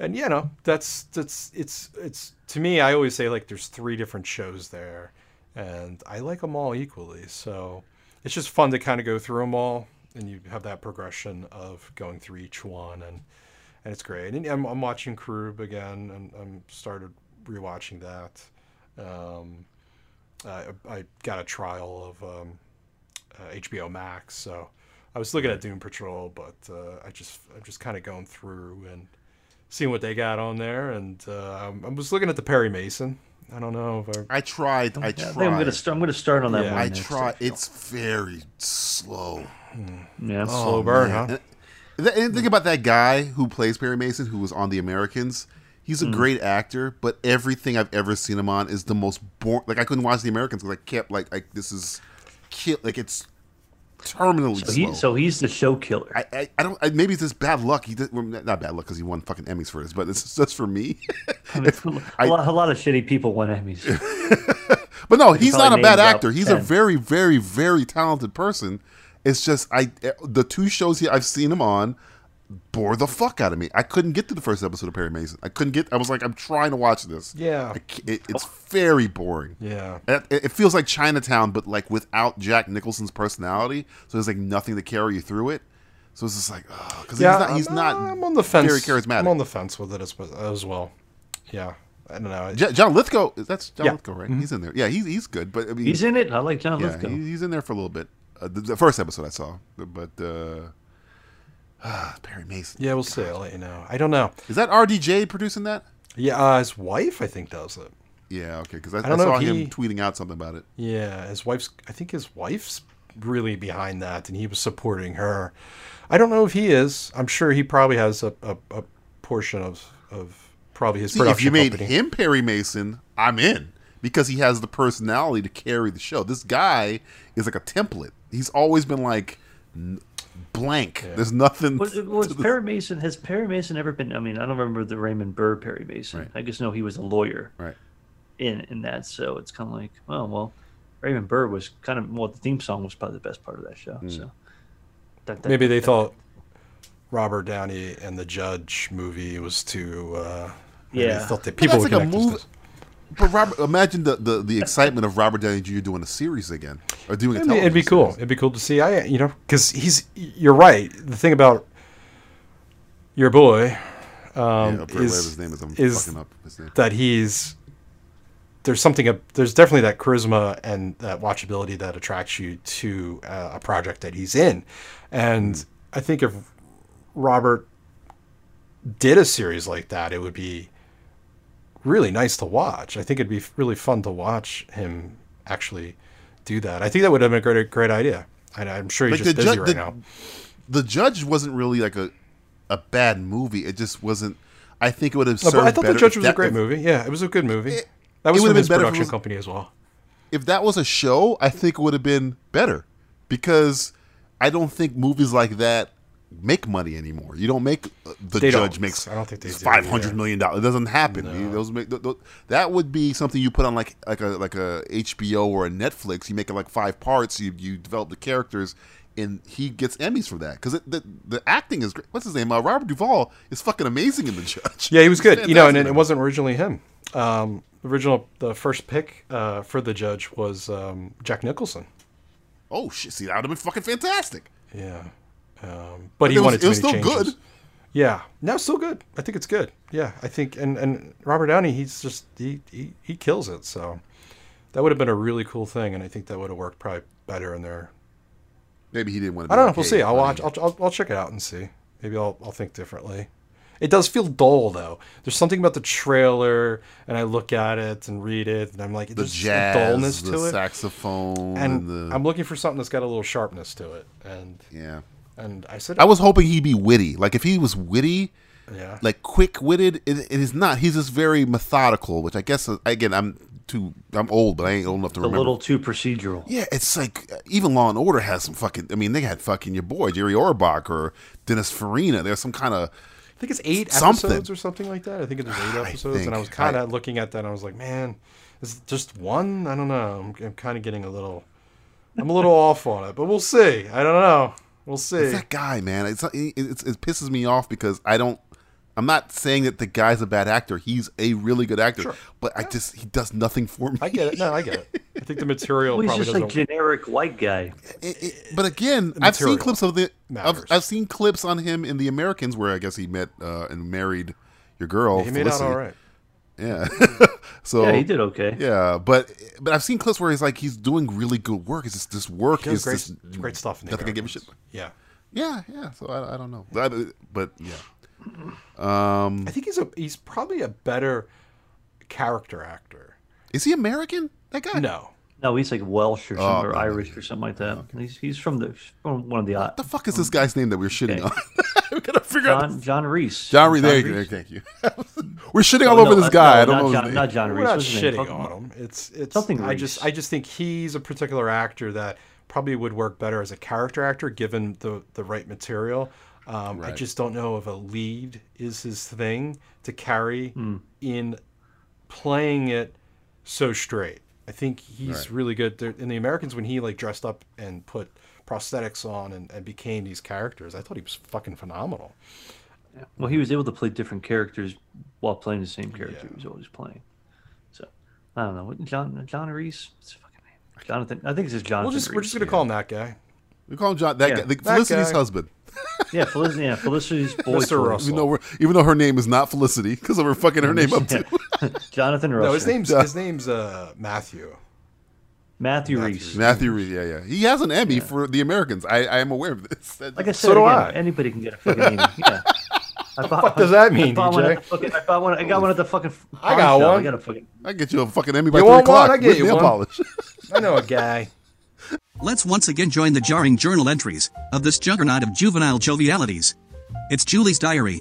and you know that's that's it's it's to me I always say like there's three different shows there, and I like them all equally. So it's just fun to kind of go through them all, and you have that progression of going through each one and and it's great. And I'm, I'm watching Karub again, and I'm started rewatching that. Um, I, I got a trial of um, uh, HBO Max, so I was looking at Doom Patrol, but uh, I just I'm just kind of going through and seeing what they got on there, and uh, I was looking at the Perry Mason. I don't know if I,
I tried. I
I
tried.
think I'm gonna start. I'm gonna start on that
Yeah.
one.
I
next.
tried. It's very slow.
Hmm. Yeah.
slow burn, huh?
And, th- Oh, and think about that guy who plays Perry Mason, who was on The Americans. He's
Mm.
a great actor, but everything I've ever seen him on is the most boring. Like I couldn't watch The Americans because I kept like, like this is, kill like it's terminally
So,
slow.
he, so he's the show killer.
I, I, I don't. I, maybe it's just bad luck. He did, well, not bad luck because he won fucking Emmys for this, but it's just that's for me. If-
A
I-
lot, a lot of shitty people won Emmys.
but no, he's
probably
not a bad
named about
actor. He's a
10.
very, very, very talented person. It's just I the two shows he, I've seen him on bore the fuck out of me. I couldn't get to the first episode of Perry Mason. I couldn't get. I was like, I'm trying to watch this.
Yeah.
I ca- it, it's very boring.
Yeah.
It, it feels like Chinatown, but like without Jack Nicholson's personality. So there's like nothing to carry you through it. So it's just like, because
Yeah,
he's
I'm-
not, he's
I'm
not
on the fence.
very charismatic.
I'm on the fence with it as, as well. Yeah, I don't know.
J- John Lithgow. That's John
Yeah. Mm-hmm.
Lithgow, right? He's in there. Yeah, he's he's good, but I mean,
He's in it. I like John
yeah,
Lithgow.
he- he's in there for a little bit. Uh, the, the first episode I saw, but uh, ah, Perry Mason.
yeah, we'll see. I'll let you know. I don't know.
Is that RDJ producing that?
Yeah, uh, his wife I think does it.
Yeah, okay, because I, I,
don't know
saw
if
him
he-
tweeting out something about it.
Yeah, his wife's. I think his wife's really behind that, and he was supporting her. I don't know if he is. I'm sure he probably has a, a, a portion of of probably his
See,
production
if you made
company.
him Perry Mason, I'm in because he has the personality to carry the show. This guy is like a template. He's always been like n- blank. There's nothing.
Was, was Perry Mason? Has Perry Mason ever been? I mean, I don't remember the Raymond Burr Perry Mason. I just know he was a lawyer
right.
in in that. So it's kind of like, oh well, Raymond Burr was kind of well. The theme song was probably the best part of that show.
Hmm.
So that, that-
Maybe they thought Robert Downey and the Judge movie was too. Uh, maybe
Yeah.
they thought that
But
people
that's
would
like a
connect with
movie.
this.
But Robert, imagine the, the, the excitement of Robert Downey Jr. doing a series again, or doing a
It'd be, it'd
television
be cool.
series.
It'd be cool to see. I you know because he's you're right. The thing about your boy
Yeah,
um,
Burt, whatever
is,
his name is, I'm
is
fucking up his name.
that he's there's something ab- there's definitely that charisma and that watchability that attracts you to uh, a project that he's in, and
Hmm.
I think if Robert did a series like that, it would be really nice to watch. I think it'd be f- really fun to watch him actually do that. I think that would have been a great great idea. And I'm sure he's
Like
just
the
busy
ju-
right
the-
now.
The Judge wasn't really like a a bad movie. It just wasn't. I think it would have
No,
served
but I thought
better
the Judge
if
was a
that-
great
if-
movie. Yeah, it was a good movie. that
it
was
would have
from
been
his
better if it
production
was-
company as well.
if that was a show, I think it would have been better because I don't think movies like that make money anymore. You don't make uh, the
They
judge
don't.
makes.
I don't think they do,
five hundred million dollars. It doesn't happen.
No.
You- Those make th- th- that would be something you put on like like a like a HBO or a Netflix. You make it like five parts. You you develop the characters. And he gets Emmys for that because the the acting is great. What's his name? Uh, Robert Duvall is fucking amazing in the judge.
Yeah, he was good.
He's
You know, and, it-
fantastic.
it wasn't originally him. Um, original the first pick uh, for the judge was um, Jack Nicholson.
oh shit! See, that would have been fucking fantastic.
Yeah, um, but he
it was-
wanted
it was
too many
still
changes.
good.
Yeah, no, it's still good. I think it's good. Yeah, I think and and Robert Downey, he's just he he, he kills it. So that would have been a really cool thing, and I think that would have worked probably better in there.
Maybe he didn't want to.
I don't know. We'll see. I'll watch. I'll, I'll, I'll check it out and see. Maybe I'll, I'll think differently. It does feel dull though. There's something about the trailer, and I look at it and read it, and I'm like,
the
there's just a
jazz,
dullness
the
to it.
saxophone,
and
and, the
I'm looking for something that's got a little sharpness to it. And
yeah.
and I said,
I was hoping he'd be witty. Like if he was witty,
yeah,
like quick witted, it, it is not. He's just very methodical, which I guess uh, again I'm too I'm old, but I ain't old enough to
a
remember.
little too procedural.
yeah, it's like uh, even Law and Order has some fucking. I mean, they had fucking your boy Jerry Orbach or Dennis Farina. There's some kind of
I think it's eight
something.
episodes or something like that. I think it was eight episodes, and I was
think I-
kind of looking at that, and I was like, man, is it just one? I don't know. I'm, I'm kind of getting a little, I'm a little off on it, but we'll see. I don't know. We'll see.
It's that guy, man. It's, it's it pisses me off because I don't. I'm not saying that the guy's a bad actor. He's a really good actor, but I just he does nothing for me.
I get it. No, I get it. I think the material
Well, he's
probably
just like
doesn't.
generic white guy.
It- it- but again, I've seen
material
clips of the. I've,
matters.
I've seen clips on him in The Americans, where I guess he met uh, and married your girl.
he made out
Felicity.
all right.
Yeah. so
Yeah, he did okay.
yeah, but but I've seen clips where he's like he's doing really good work. It's just this work
He does
is
great,
just
great stuff. In the
nothing I give a
Americans.
shit.
Yeah,
Yeah, yeah. So I, I don't know, I- but yeah. Um,
I think he's a he's probably a better character actor.
is he American? That guy?
No,
No, he's like Welsh or,
Oh,
something, or
okay.
Irish or something like that. He's, he's from the from one of the
the fuck is this guy's name that we're shitting
Okay.
on? we gotta figure out.
John John Reese.
John Reed. There you go. Thank you. we're
Oh,
shitting all over this guy. I don't know. his
uh, not John,
name.
not John
we're
Reese.
not
what's his name?
shitting
Fuck-
on him. It's it's
Something
I just
Reese.
I just think he's a particular actor that probably would work better as a character actor given the the right material. Um, I
Right.
just don't know if a lead is his thing to carry in playing it so straight. I think he's really good. There, in the Americans, when he like dressed up and put prosthetics on and, and became these characters, I thought he was fucking phenomenal.
Well, he was able to play different characters while playing the same character he was always playing. So I don't know. John John Reese. What's his fucking name? Jonathan. I think it's just Jonathan.
We'll just we're
Rhys.
just gonna call him that guy.
We call him John. That
Yeah,
guy, the
that
Felicity's
guy.
husband.
Yeah, Felicity. Yeah, Felicity's boy.
Mr.
toy.
Russell.
Even though, we're, even though her name is not Felicity, because we're fucking her name up too.
Jonathan Russell.
No, his name's his name's uh, Matthew.
Matthew, Reese.
Matthew Reed, yeah, yeah. He has an Emmy for The Americans. I, I am aware of this. That-
Like I said,
So do
again,
I.
anybody can get a fucking Emmy. Yeah. I bought,
What does that
I
mean,
bought one
DJ?
at the fucking, I bought one. I got one at the fucking.
I
pawn
got
shop.
one.
I got a fucking.
I get you a fucking Emmy by
You
three
want one?
o'clock.
I get
with
you
nail
one.
polish.
I know a guy.
Let's once again join the jarring journal entries of this juggernaut of juvenile jovialities. It's Julie's diary.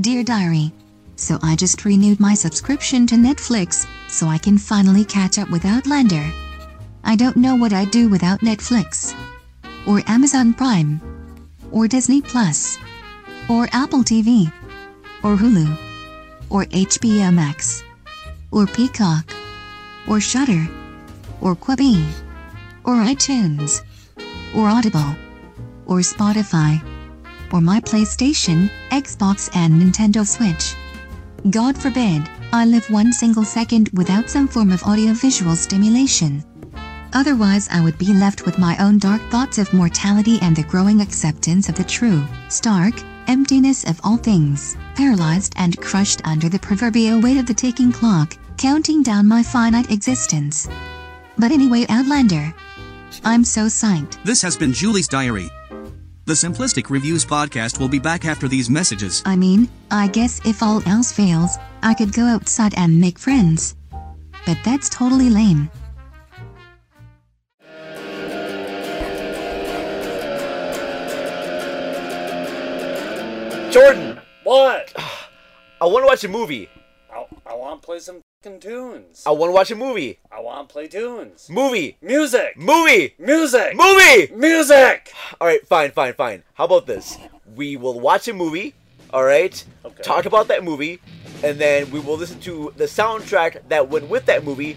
Dear Diary. So I just renewed my subscription to Netflix, so I can finally catch up with Outlander. I don't know what I'd do without Netflix. Or Amazon Prime. Or Disney Plus. Or Apple TV. Or Hulu. Or HBO Max. Or Peacock. Or Shudder. Or Quibi. Or iTunes. Or Audible. Or Spotify or my PlayStation, Xbox, and Nintendo Switch. God forbid, I live one single second without some form of audiovisual stimulation. Otherwise, I would be left with my own dark thoughts of mortality and the growing acceptance of the true, stark, emptiness of all things, paralyzed and crushed under the proverbial weight of the ticking clock, counting down my finite existence. But anyway, Outlander. I'm so psyched.
This has been Julie's diary. The Simplistic Reviews podcast will be back after these messages.
I mean, I guess if all else fails, I could go outside and make friends. But that's totally lame.
Jordan, what? I want to watch a movie.
I, I want to play some fucking tunes.
I want to watch a movie.
I want to play tunes.
Movie.
Music.
Movie.
Music.
Movie.
Music.
All right, fine, fine, fine. How about this? We will watch a movie. All right.
Okay.
Talk about that movie, and then we will listen to the soundtrack that went with that movie,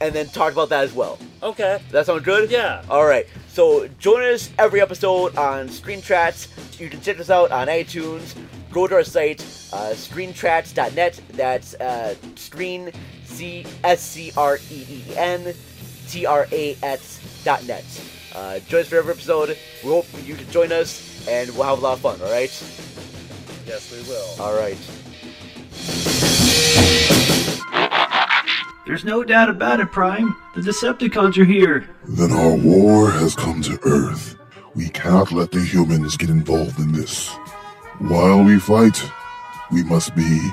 and then talk about that as well.
Okay.
Does that sound good?
Yeah.
All right. So join us every episode on Stream Trats. You can check us out on iTunes. Go to our site, uh, streamtrats.net. That's uh, stream, C S C R E E N T R A S dot net. Uh, join us for every episode. We hope you can join us, and we'll have a lot of fun. All right.
Yes, we will.
All right.
There's no doubt about it, Prime. The Decepticons are here.
Then our war has come to Earth. We cannot let the humans get involved in this. While we fight, we must be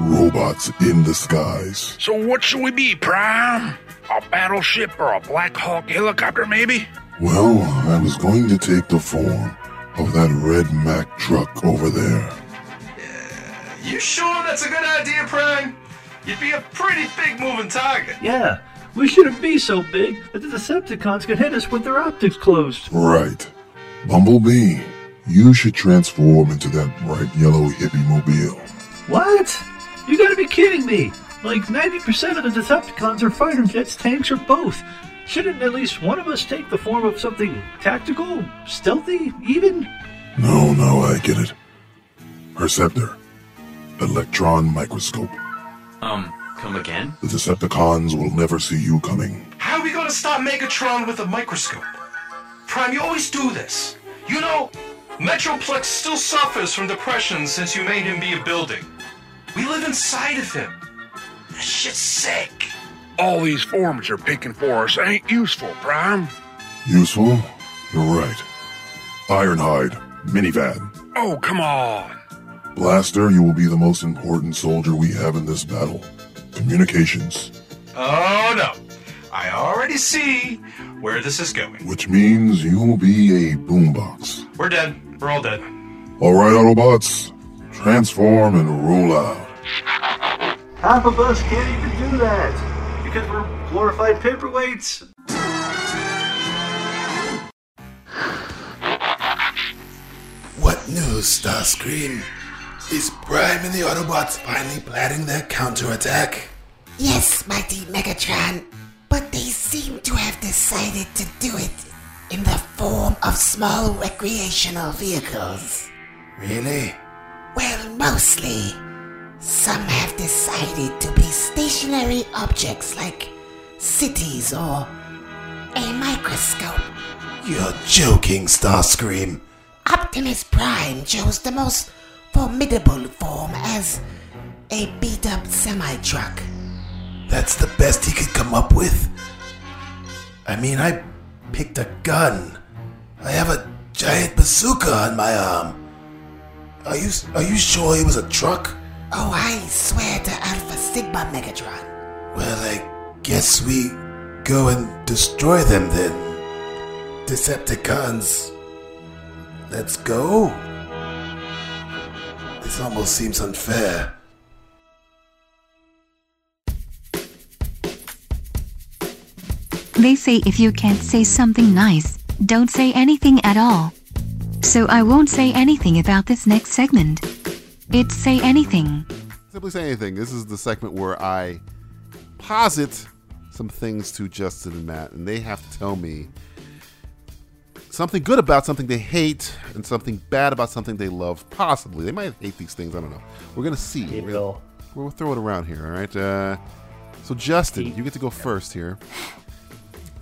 robots in disguise.
So what should we be, Prime? A battleship or a Black Hawk helicopter, maybe?
Well, I was going to take the form of that red Mack truck over there.
You sure that's a good idea, Prime? You'd be a pretty big moving target.
Yeah, we shouldn't be so big that the Decepticons can hit us with their optics closed.
Right. Bumblebee, you should transform into that bright yellow hippie mobile.
What? You gotta be kidding me! Like 90% of the Decepticons are fighter jets, tanks, or both. Shouldn't at least one of us take the form of something tactical, stealthy, even?
No, no, I get it. Perceptor. Electron microscope.
Um, come again?
The Decepticons will never see you coming.
How are we gonna stop Megatron with a microscope? Prime, you always do this. You know, Metroplex still suffers from depression since you made him be a building. We live inside of him. That shit's sick.
All these forms you're picking for us ain't useful, Prime.
Useful? You're right. Ironhide. Minivan.
Oh, come on.
Blaster, you will be the most important soldier we have in this battle. Communications.
Oh no. I already see where this is going.
Which means you will be a boombox.
We're dead. We're all dead.
Alright, Autobots. Transform and roll out.
Half of us can't even do that! Because we're glorified paperweights!
What news, Starscream? Is Prime and the Autobots finally planning their counterattack?
Yes, mighty Megatron, but they seem to have decided to do it in the form of small recreational vehicles.
Really?
Well, mostly. Some have decided to be stationary objects like cities or a microscope.
You're joking, Starscream.
Optimus Prime chose the most formidable form as a beat up semi truck.
That's the best he could come up with? I mean, I picked a gun. I have a giant bazooka on my arm. Are you are you sure he was a truck?
Oh, I swear to Alpha Sigma Megatron.
Well, I guess we go and destroy them then. Decepticons, let's go. This almost seems unfair.
They say if you can't say something nice, don't say anything at all. So I won't say anything about this next segment. It's Say Anything.
Simply say anything. This is the segment where I posit some things to Justin and Matt, and they have to tell me something good about something they hate and something bad about something they love. Possibly, they might hate these things. I don't know. We're gonna see. We're gonna- We'll throw it around here. All right. Uh, so Justin, you get to go first here.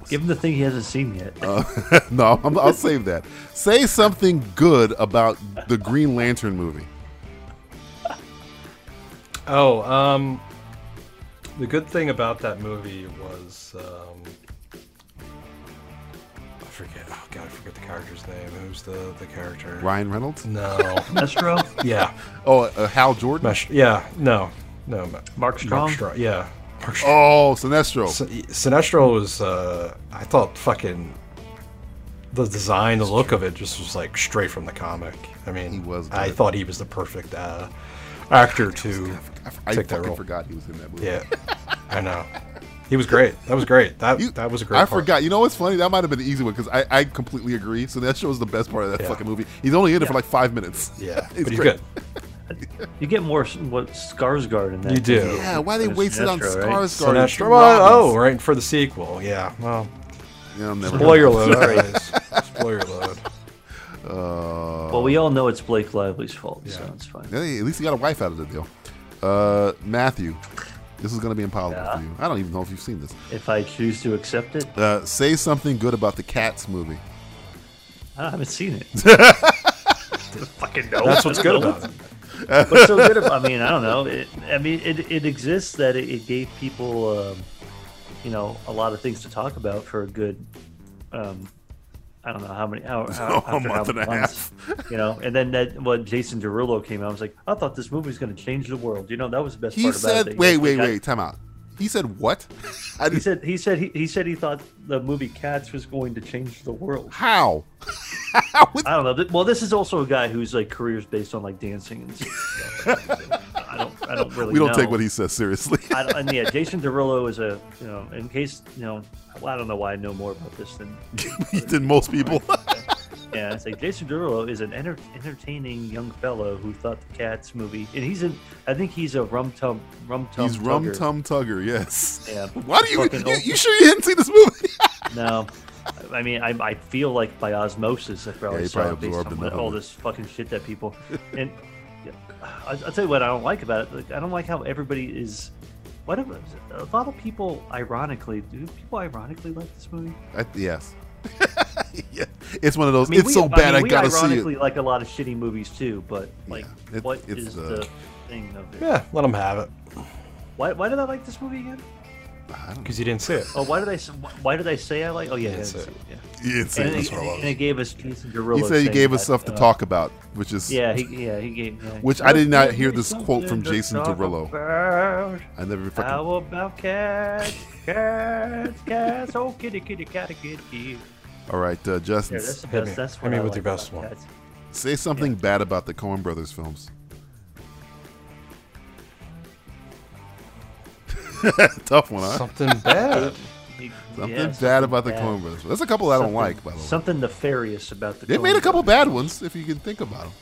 Give him the thing he hasn't seen yet.
Uh, no, I'm, I'll save that. Say something good about the Green Lantern movie.
Oh, um, the good thing about that movie was um, I forget. Oh god, I forget the character's name. Who's the the character?
Ryan Reynolds?
No,
Mestro?
Yeah.
Oh, uh, Hal Jordan.
yeah. No. No. Ma-
Mark Strong?
Strong, yeah. Mark
Oh, Sinestro.
Sinestro was. Uh, I thought fucking the design, the look of it, just was like straight from the comic. I mean, he was. I
good.
thought he was the perfect uh, actor to
I
take that
fucking
role.
forgot he was in that movie.
Yeah, I know. He was great. That was great. That that was a great.
I
part.
forgot. You know what's funny? That might have been the easy one because I, I completely agree. So that shows the best part of that
Yeah.
fucking movie. He's only in it for
Yeah.
like five minutes.
Yeah,
It's
but he's
great.
good.
You get more s- what Skarsgård in that.
You do.
Yeah, why they
Than
wasted on
Sinestro,
Skarsgård?
Right?
Sinestro. Well, oh, right for the sequel. Yeah. Well.
Yeah, I'm never
spoiler
gonna-
load. guys. spoiler load.
Uh,
Well, we all know it's Blake Lively's fault, so it's fine.
Hey, at least he got a wife out of the deal. Uh, Matthew, this is going to be impossible for you. I don't even know if you've seen this.
If I choose to accept it,
Uh, say something good about the Cats movie.
I haven't seen it. fucking know.
That's what's
I don't
good
know.
about
it.
What's so good about? I mean, I don't know. It, I mean, it, it exists that it, it gave people, um, you know, a lot of things to talk about for a good, um, I don't know how many, how, how
A
after how
month and a
many months, you know. And then that when Jason Derulo came out, I was like, I thought this movie was going to change the world. You know, that was the best
He
part about it.
said,
that he
"Wait,
actually
wait,
got-
wait, time out." He said, "What?
he said he said he, he said he thought the movie Cats was going to change the world.
How?
I don't know. Th- Well, this is also a guy whose like career is based on like dancing and stuff. I don't. I don't really.
we don't
know.
take what he says seriously."
I don't, and yeah, Jason Derulo is a you know. In case you know, well, I don't know why I know more about this than
than most people.
yeah, it's like Jason Derulo is an enter- entertaining young fellow who thought the Cats movie, and he's in. I think he's a rum tum rum tum.
He's Rum Tum Tugger. Yes.
Yeah.
Why do you?
Fucking
You,
old-
you sure you didn't see this movie?
No, I mean, I, I feel like by osmosis, I probably
Yeah, you
saw
probably
it based
absorbed
on
enough of
all
it.
this fucking shit that people. And yeah, I, I'll tell you what I don't like about it. Like, I don't like how everybody is. What if, a lot of people, ironically, do people ironically like this movie?
I, yes. yeah. It's one of those.
I mean,
it's
we-
so bad. I,
mean, we
gotta see
ironically
it.
like a lot of shitty movies too, but like,
it-
what
it's
is
the-
the, thing of it?
Yeah, let him have it
Why, why did I like this movie again?
because you didn't see it.
Oh, why did I? s- Why did I say I like? Oh yeah,
Yeah, it's
yeah,
a-
yeah.
Yeah, it's a-
and,
that's
it,
what it was.
and it gave us Jason Derulo.
He said he
saying
gave us
that,
stuff to
uh,
talk about, which is
Yeah, he, yeah, he gave. Yeah.
Which I did not hear this quote from Jason Derulo. I never fucking.
How about cats, cats, cats? Oh, kitty, kitty, kitty, kitty, kitty.
All right, uh, Justin.
Yeah, that's the Hit best- me. that's Hit what me I with your like best about one. cats.
Say something bad about the Coen Brothers films. Tough one, huh?
Something bad.
He-
Something
yeah,
bad
something
about the
bad.
Coen Brothers. That's a couple I don't
Something-
like, by the way.
Something nefarious about the.
They made
Coen
a couple
brothers.
bad ones, if you can think about them.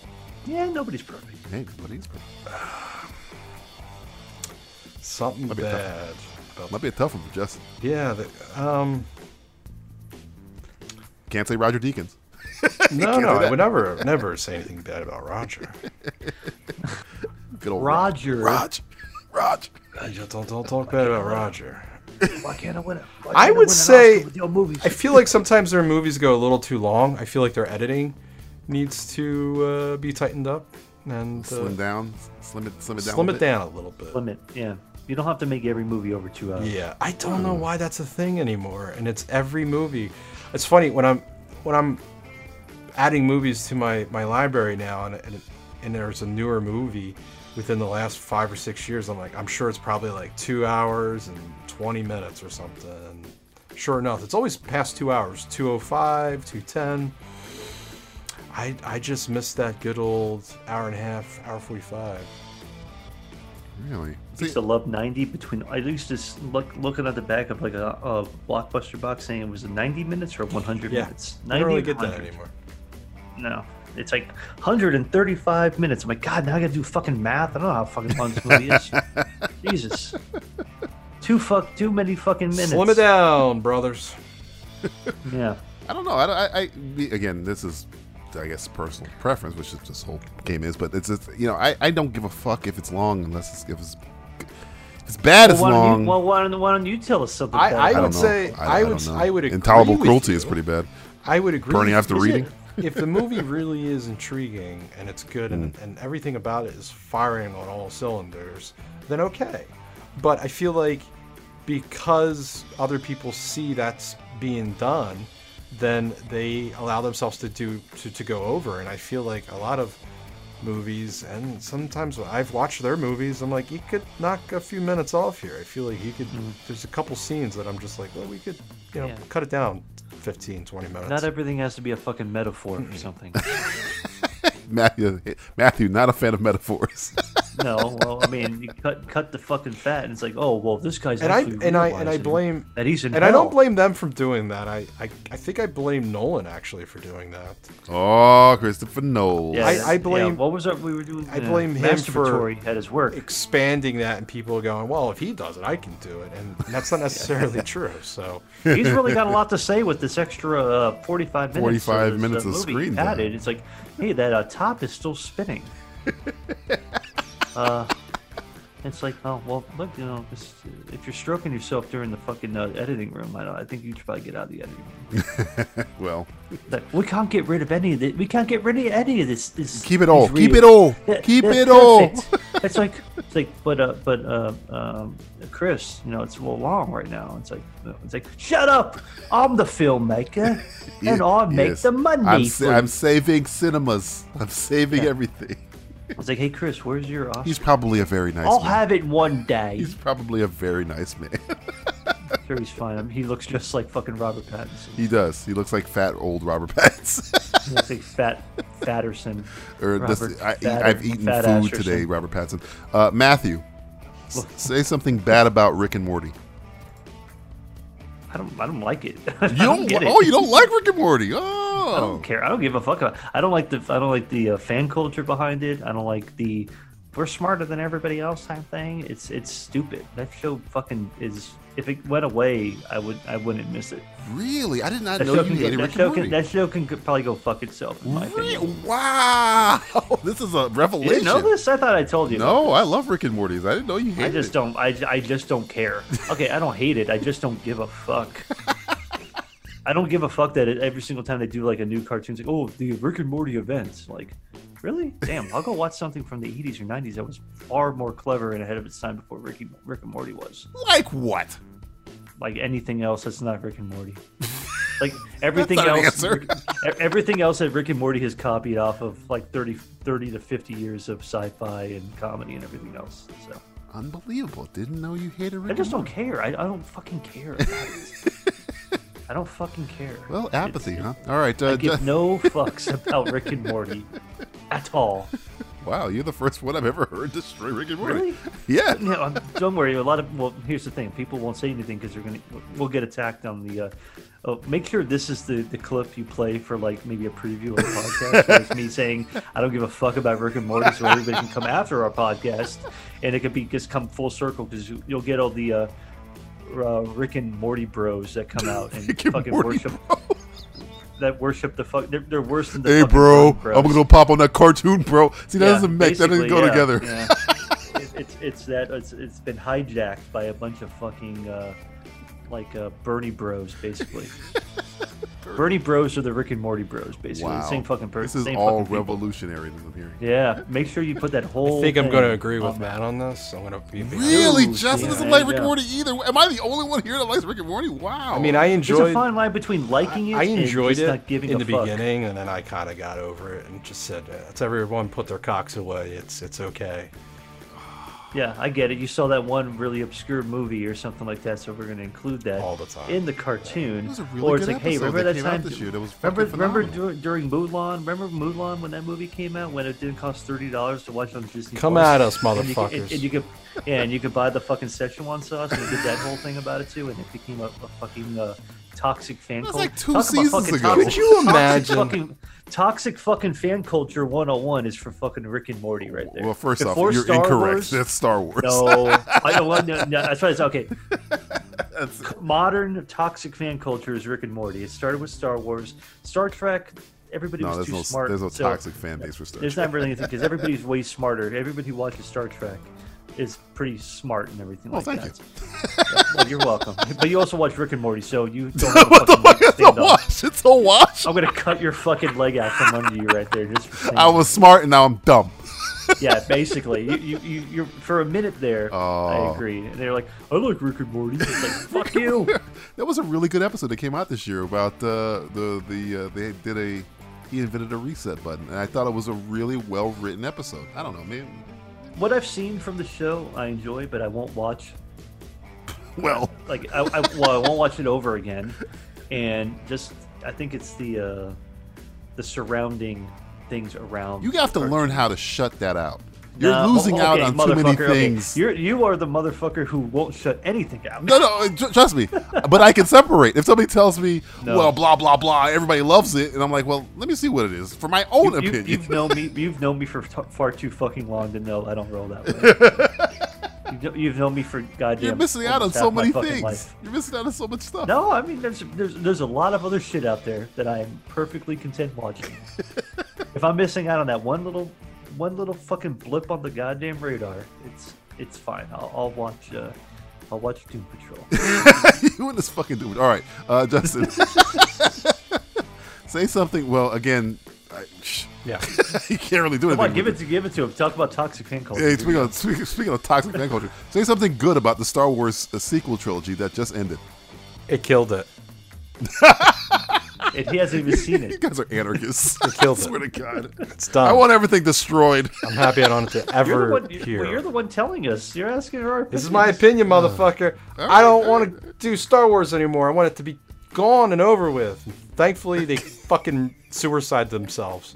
Yeah, nobody's perfect.
Hey, buddies.
Something
Might be a
bad.
tough one. Might be a tough one for Justin.
Yeah. The, um.
Can't say Roger Deakins.
No,
Can't
no,
do
I
that.
would never, never say anything bad about Roger.
Good old
Roger.
Roger. Roger.
I just don't, don't talk bad about Roger.
Why can't I win it? Why
I
can't
would
win an
say
Oscar with your movies?
I feel like sometimes their movies go a little too long. I feel like their editing needs to uh, be tightened up and uh,
Slim down, slim it, slim it down.
Slim
a
it
bit.
down a little bit.
Limit, yeah. You don't have to make every movie over two hours.
Yeah, I don't know why that's a thing anymore, and it's every movie. It's funny when I'm when I'm adding movies to my my library now, and and, and there's a newer movie within the last five or six years. I'm like, I'm sure it's probably like two hours and twenty minutes or something. And sure enough, it's always past two oh hours, 205, 210. I, I just missed that good old hour and a half, hour 45.
Really?
I used to love 90 between. I used to s- look looking at the back of like a, a blockbuster box saying it was 90 minutes or 100
Yeah,
minutes.
I
90
don't really
or
get that
100.
anymore.
No. It's like 135 minutes. I'm like, God, now I gotta do fucking math. I don't know how fucking long this movie is. Jesus. Too fuck, too many fucking minutes.
Slim it down, brothers.
Yeah.
I don't know. I, I, I again, this is, I guess, personal preference, which is this whole game is. But it's just, you know, I, I don't give a fuck if it's long unless it's if it's, if it's bad.
Well,
it's
why don't you-
long.
well, why don't, why don't you tell us something?
I,
Paul?
I,
don't
would
know.
say
I-
I,
I
would
don't
s-
know.
I would agree
Intolerable
with
cruelty
you.
is pretty bad.
I would agree.
Burning
with
after
you.
reading?
if the movie really is intriguing and it's good and, and everything about it is firing on all cylinders, then okay. But I feel like because other people see that's being done, then they allow themselves to do to, to go over. And I feel like a lot of movies and sometimes when I've watched their movies, I'm like, you could knock a few minutes off here. I feel like you could. There's a couple scenes that I'm just like, well, we could, you know,
Yeah.
cut it down 15, 20 minutes.
Not everything has to be a fucking metaphor or something.
Matthew, Matthew, not a fan of metaphors.
no, well, I mean, you cut cut the fucking fat, and it's like, oh, well, this guy's
and I
actually
and I and I
realizing
blame
that he's in
and I
hell.
don't blame them for doing that. I, I I think I blame Nolan actually for doing that.
oh, Christopher Nolan.
Yeah,
I, I blame.
yeah, what was that we were doing?
I
Yeah,
blame him for
masturbatory at his work.
expanding that, and people going, "Well, if he does it, I can do it," and that's not necessarily true. So
He's really got a lot to say with this extra uh, 45 minutes.
45
this,
minutes
uh,
of
movie
screen time.
added. It's like, hey, that uh, top is still spinning. uh, it's like, oh well, look, you know, this, if you're stroking yourself during the fucking uh, editing room, I, don't, I think you should probably get out of the editing room.
well,
Like, we can't get rid of any of this. We can't get rid of any of this. this
Keep it
these
all. Keep
reels.
it all.
They're-
Keep
they're
it all.
perfect. It's like, it's like, but uh, but uh, um, Chris, you know, it's a little long right now. It's like, it's like, shut up! I'm the filmmaker, and I make
yes.
the money.
I'm,
for
sa- I'm saving cinemas. I'm saving
Yeah.
everything.
you." It's like, hey, Chris, where's your Oscar?
He's probably a very nice.
I'll
man.
have it one day.
He's probably a very nice man.
sure, he's fine. I mean, he looks just like fucking Robert Pattinson.
he does. He looks like fat old Robert Pattinson.
He looks like Fat Fatterson.
or this,
Robert
I,
Fatter-
I've eaten
Fat
food
Asherson.
today, Robert Pattinson. Uh, Matthew, s- say something bad about Rick and Morty.
I don't. I don't like it.
You don't.
get
li-
it.
oh, you don't like Rick and Morty. Oh,
I don't care. I don't give a fuck. About, I don't like the. I don't like the uh, fan culture behind it. I don't like the. We're smarter than everybody else type thing. It's it's stupid. That show fucking is. If it went away, I would I wouldn't miss it.
really? I did not
That
know
show
you
can, go,
hated
that,
Rick
show
and
can,
Morty.
that show can go- probably go fuck itself. In my
Re-
opinion.
Wow, this is a
You
revelation.
didn't know this? I thought I told you. about
No, I love Rick and Morty's. I didn't know you
this. I
hated.
just
it.
don't. I, I just don't care. Okay, I don't hate it. I just don't give a fuck. I don't give a fuck that it, every single time they do like a new cartoon, it's like, oh, the Rick and Morty events. Like, really? Damn, I'll go watch something from the 80s or 90s that was far more clever and ahead of its time before Ricky, Rick and Morty was.
Like what?
Like anything else that's not Rick and Morty. like everything
not an
else,
answer.
Rick- e- everything else that Rick and Morty has copied off of like 30, 30 to 50 years of sci-fi and comedy and everything else. So
Unbelievable. Didn't know you hated Rick.
I just
and
don't
Morty.
care. I, I don't fucking care. about it. I don't fucking care.
Well,
It's-
apathy, huh? All right. Uh,
I give
Jeff-
no fucks about Rick and Morty at all.
Wow, you're the first one I've ever heard destroy Rick and Morty.
Really?
Yeah.
No, I'm, don't worry. A lot of well, here's the thing: people won't say anything because they're gonna we'll get attacked on the. Uh, oh, make sure this is the the clip you play for like maybe a preview of the podcast. where it's me saying I don't give a fuck about Rick and Morty, so everybody can come after our podcast, and it could be just come full circle because you, you'll get all the. Uh, uh, Rick and Morty bros that come out and fucking worship that worship the fuck they're, they're worse than the
Hey,
fucking
bro,
Bros.
I'm gonna go pop on that cartoon, bro. See, that
Yeah,
doesn't make that doesn't
basically,
go
yeah,
together.
yeah. it, it's it's that it's, it's been hijacked by a bunch of fucking uh, like uh, Bernie Bros, basically. Bernie Bros are the Rick and Morty Bros, basically.
Wow.
Same fucking
This
person.
is
same
all
fucking people.
revolutionary that I'm hearing.
Yeah, make sure you put that whole.
I think I'm
thing
going to agree
on
with Matt on this. I'm going to be
Really, Justin
yeah,
doesn't
there
like
you
Rick and
go.
Morty either. Am I the only one here that likes Rick and Morty? Wow.
I mean, I
There's a
enjoyed.
fine line between liking it
I
and
enjoyed
just
it
not giving
in
a
the
fuck.
beginning, and then I kind of got over it and just said, "It's everyone put their cocks away. It's it's okay."
Yeah, I get it. You saw that one really obscure movie or something like that, so we're going to include that all the time in the cartoon.
It was a really
or it's
good
like, hey,
episode
remember
that
that,
came out
time?
this year that was
remember,
fucking
remember dur- during Mulan? Remember Mulan when that movie came out when it didn't cost thirty dollars to watch on Disney?
Come
Plus?
at us,
And you could- And,
motherfuckers.
and you could, yeah, and you could buy the fucking Szechuan sauce. And they did that whole thing about it too, and it became a, a fucking uh, toxic fan. That's
like two seasons
fucking
ago.
Toxic,
Could you
toxic
imagine?
Fucking, toxic fucking fan culture 101 is for fucking Rick and Morty right there.
Well, first off,
Before
you're
Star
incorrect.
Wars-
That's Star Wars.
No, I don't want. No, no, that's right. It's okay. Modern toxic fan culture is Rick and Morty. It started with Star Wars, Star Trek. Everybody
No,
was
there's
too
no-
smart.
there's no
so
toxic fan base for Star
There's
Trek.
not really anything because everybody's way smarter. Everybody who watches Star Trek is pretty smart and everything
Well,
like
thank
that. Yeah, well, you're welcome. But you also watch Rick and Morty, so you don't
What the fuck is a
stand up.
wash? It's a wash.
I'm gonna cut your fucking leg out from under you right there. Just for saying
I was smart and now I'm dumb.
yeah, basically, you, you, you, you're for a minute there.
Oh.
I agree. And they're like, I like Rick and Morty. It's like, fuck you.
That was a really good episode that came out this year about uh, the the uh, they did a he invented a reset button, and I thought it was a really well written episode. I don't know, maybe
What I've seen from the show, I enjoy, but I won't watch.
Well,
like, I, I well, I won't watch it over again. And just, I think it's the uh, the surrounding things around.
you have to learn how to shut that out. You're
Nah,
losing
well, okay,
out on too many
motherfucker, okay.
things.
You're, you are the motherfucker who won't shut anything out.
No, no, tr- trust me. But I can separate. If somebody tells me,
No.
well, blah blah blah, everybody loves it, and I'm like, well, let me see what it is for my own
You- you-
opinion.
You've known me. You've known me for t- far too fucking long to know I don't roll that way. you've, kn- you've known me for goddamn.
You're missing out on
almost
so
half my
many
fucking
things.
life.
You're missing out on so much stuff.
No, I mean there's, there's there's a lot of other shit out there that I am perfectly content watching. if I'm missing out on that one little one little fucking blip on the goddamn radar, it's it's fine. I'll, I'll watch. Uh, I'll watch Doom Patrol.
you and this fucking dude. All right, uh, Justin, say something. Well, again, I,
yeah,
you can't really do anything.
Come on,
with
give it to give it to him. Talk about toxic fan culture.
Hey,
Here we
speaking, of, speaking, speaking of toxic fan culture, say something good about the Star Wars uh, sequel trilogy that just ended.
It killed it.
And he hasn't even seen it.
You guys are anarchists.
It killed
I
it.
swear to God.
It's done.
I want everything destroyed.
I'm happy I don't have to
You're
ever
the one.
hear.
Well, you're the one telling us. You're asking our. Opinions.
This is my opinion, motherfucker. I don't want to do Star Wars anymore. I want it to be gone and over with. Thankfully, they fucking suicide themselves.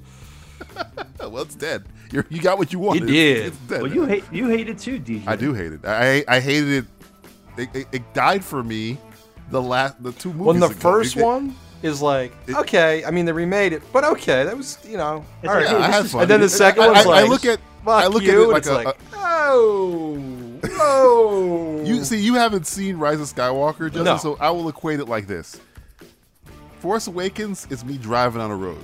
well, it's dead. You're, you got what you wanted. It's-
did.
It's dead.
Well, you hate you hate it too, DJ.
I do hate it. I I hated it. It, it, it died for me. The last, the two movies.
When the
ago.
first
It- it-
one is like, okay, I mean, they remade it, but okay, that was, you know,
It's
all
like,
right.
hey, Yeah, I this had is- fun.
and then
I-
the second
I-
one's
I- I
like,
look at-
fuck
I look at
you,
it
and
like
it's
a-
like,
a-
oh, oh.
You see, you haven't seen Rise of Skywalker, Justin,
No.
so I will equate it like this: Force Awakens is me driving on a road.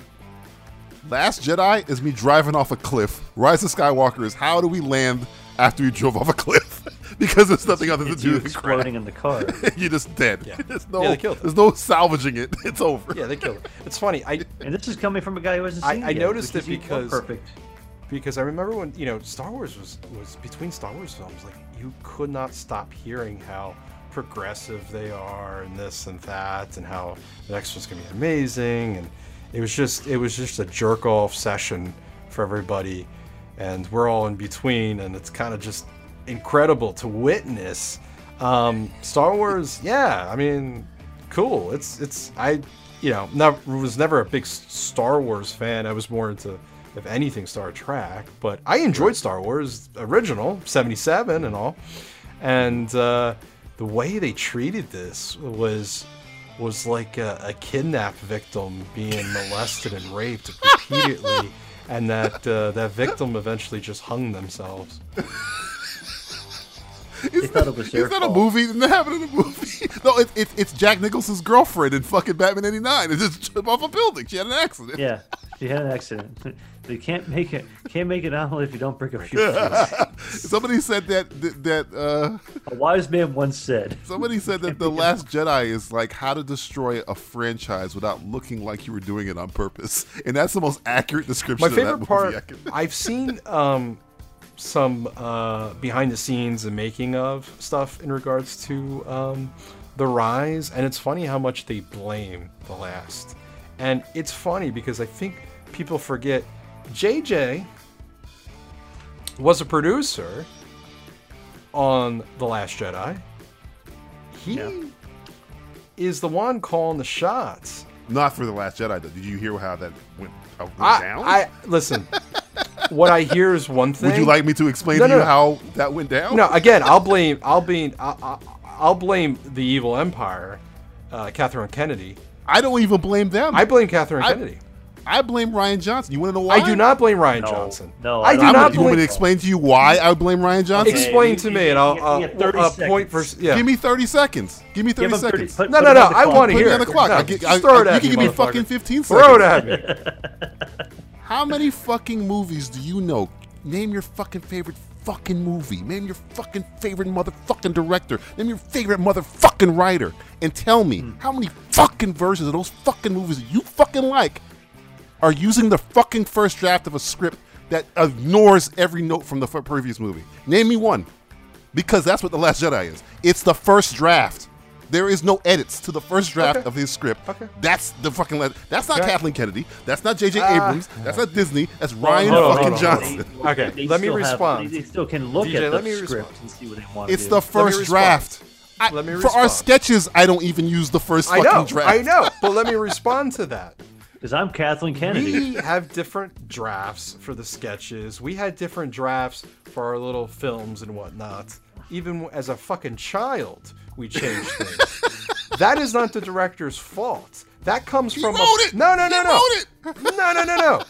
Last Jedi is me driving off a cliff. Rise of Skywalker is how do we land after we drove off a cliff? because there's nothing other to
It's
do
you
than crash.
exploding in the car.
You're just dead. There's no,
Yeah, they killed it.
there's no salvaging it. It's over.
Yeah, they killed it. It's funny. I
And this is coming from a guy who hasn't
I,
seen it
I
yet,
noticed
because
it
he's more
because
perfect.
Because I remember when you know Star Wars was was between Star Wars films, like you could not stop hearing how progressive they are and this and that, and how the next one's gonna be amazing, and it was just it was just a jerk off session for everybody, and we're all in between, and it's kind of just incredible to witness. Um, Star Wars, yeah, I mean, cool. It's it's I, you know, never was never a big S- Star Wars fan. I was more into if anything Star Trek, but I enjoyed Star Wars original '77 and all, and uh, the way they treated this was was like a, a kidnap victim being molested and raped repeatedly, and that uh, that victim eventually just hung themselves.
They thought it was their
Is that a
fault.
movie? Didn't that happen in a movie? No, it, it, it's Jack Nicholson's girlfriend in fucking Batman '89. It just jumped off a building. She had an accident.
Yeah, She had an accident. they can't make it. Can't make an omelet if you don't break a few. eggs.
Somebody said that that uh,
a wise man once said.
Somebody said that the Last Jedi is like how to destroy a franchise without looking like you were doing it on purpose, and that's the most accurate description.
My
of
favorite
that movie I
part,
can-
I've seen um, some uh, behind the scenes and making of stuff in regards to um, the rise, and it's funny how much they blame the last. And it's funny because I think people forget JJ was a producer on The Last Jedi. He is the one calling the shots.
Not for The Last Jedi, though. Did you hear how that went, uh, went
I,
down?
I listen. what I hear is one thing.
Would you like me to explain
No,
to
no,
you
no.
how that went down?
No, again, I'll blame. I'll be. I'll, I'll- I'll blame the evil empire, uh, Catherine Kennedy.
I don't even blame them.
I blame Catherine
Um, I-
Kennedy.
I blame Ryan Johnson. You want to know why?
I do not blame Ryan Johnson. I, do
I'm gonna-
not
You want me
blame.
to explain to you why I blame Ryan Johnson?
Explain to me, and I'll, I'll uh, point for. Yeah.
Give me 30 seconds. Give me
Give
30
him 30
seconds.
put- No, put no, him on no, the I clock. wanna
Put me
hear
on the
it.
clock.
No,
I get,
just
I,
throw it
you
at
can
me,
give me
motherfucker.
fucking 15 seconds.
Throw it at me.
How many fucking movies do you know? Name your fucking favorite fucking movie. Name your fucking favorite motherfucking director. Name your favorite motherfucking writer. And tell
Hmm.
me how many fucking versions of those fucking movies that you fucking like are using the fucking first draft of a script that ignores every note from the f- previous movie. Name me one. Because that's what The Last Jedi is. It's the first draft. There is no edits to the first draft of his script. That's the fucking. Le- that's not
Okay.
Kathleen Kennedy. That's not J.J.
Ah.
Abrams. That's not Disney. That's Ryan
Hold on,
fucking
hold on, hold on.
Johnson.
They- they still have- they, they still can look
DJ,
at the
let me
script
respond.
and see what they want.
It's
to
the
do.
first draft. I-
Let me
For our
respond.
sketches, I don't even use the first
I
fucking
know.
draft.
I know. But let me respond to that.
Because I'm Kathleen
We
Kennedy.
have different drafts for the sketches. We had different drafts for our little films and whatnot. Even as a fucking child, we changed things. that is not the director's fault. That comes from
wrote
a,
it!
no, no, no,
He
no,
wrote
no, no, no, no.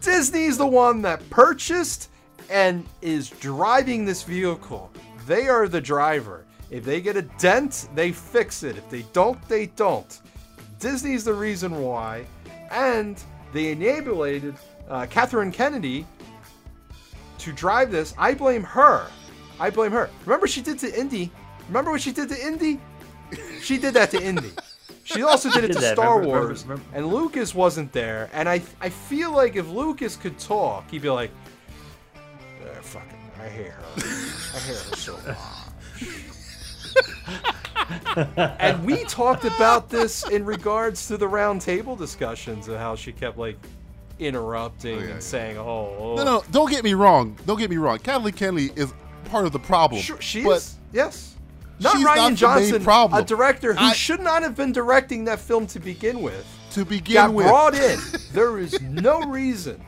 Disney's the one that purchased and is driving this vehicle. They are the driver. If they get a dent, they fix it. If they don't, they don't. Disney's the reason why, and they enabled uh, Catherine Kennedy to drive this. I blame her. I blame her. Remember she did to Indy. Remember what she did to Indy? She did that to Indy. She also did
She
it
did
to
that.
Star
Remember- remember-
Wars. And Lucas wasn't there. And I I feel like if Lucas could talk, he'd be like, "Eh, "Fucking, I hate her. I hate her so much." and we talked about this in regards to the round table discussions and how she kept like interrupting and saying, "Oh, oh."
No, no, don't get me wrong. Don't get me wrong. Kathleen Kennedy is part of the problem.
Sure, she
but
is. Yes. Not
she's
Ryan
not the main
Johnson,
problem.
a director who
I-
should not have been directing that film to begin with.
To begin
got
with.
brought in. there is no reason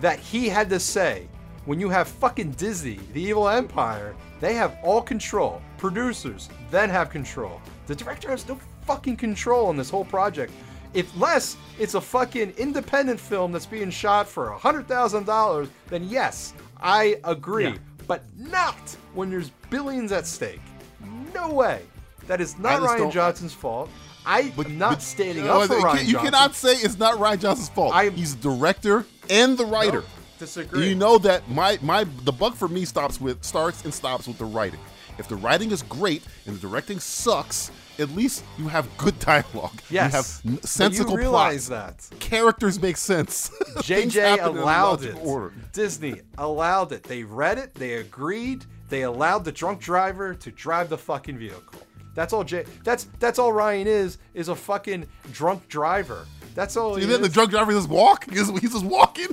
that he had to say when you have fucking Disney, the evil empire, they have all control. Producers then have control. The director has no fucking control on this whole project. If less it's a fucking independent film that's being shot for a hundred thousand dollars, then yes, I agree.
Yeah.
But not when there's billions at stake. No way. That is
I
not
just
Ryan
don't-
Johnson's fault. I am not standing
No,
up for
you can't-
Ryan
you
Johnson.
cannot say it's not Ryan Johnson's fault. He's the director and the writer.
disagree.
You know that my my the buck for me stops with starts and stops with the writing. If the writing is great and the directing sucks, at least you have good dialogue.
Yes.
You have n-
But
sensical
you realize
plot.
that.
Characters make sense. Things
JJ
happen in
allowed it.
logical Order.
Disney allowed it. They read it. They agreed. They allowed the drunk driver to drive the fucking vehicle. That's all J. That's that's all Ryan is is a fucking drunk driver. That's all.
So
Oh, he
then the
is.
drug driver just walk. He's, he's just walking.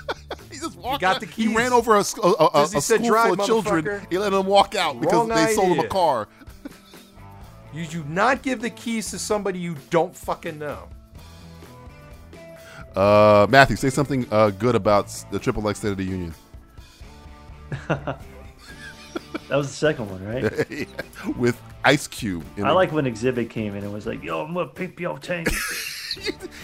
he just walked.
got the keys.
He ran over a, sc- a, a, a,
Disney
a
said,
school
"Drive,
full of children.
motherfucker."
He let them walk out because
Wrong
they sold him a
idea.
car.
You do not give the keys to somebody you don't fucking know.
Uh, Matthew, say something uh, good about s- the Triple X State of the Union.
That was the second one, right?
With Ice Cube. in
I
it.
like when Exhibit came in and was like, "Yo, I'm gonna pimp your tank."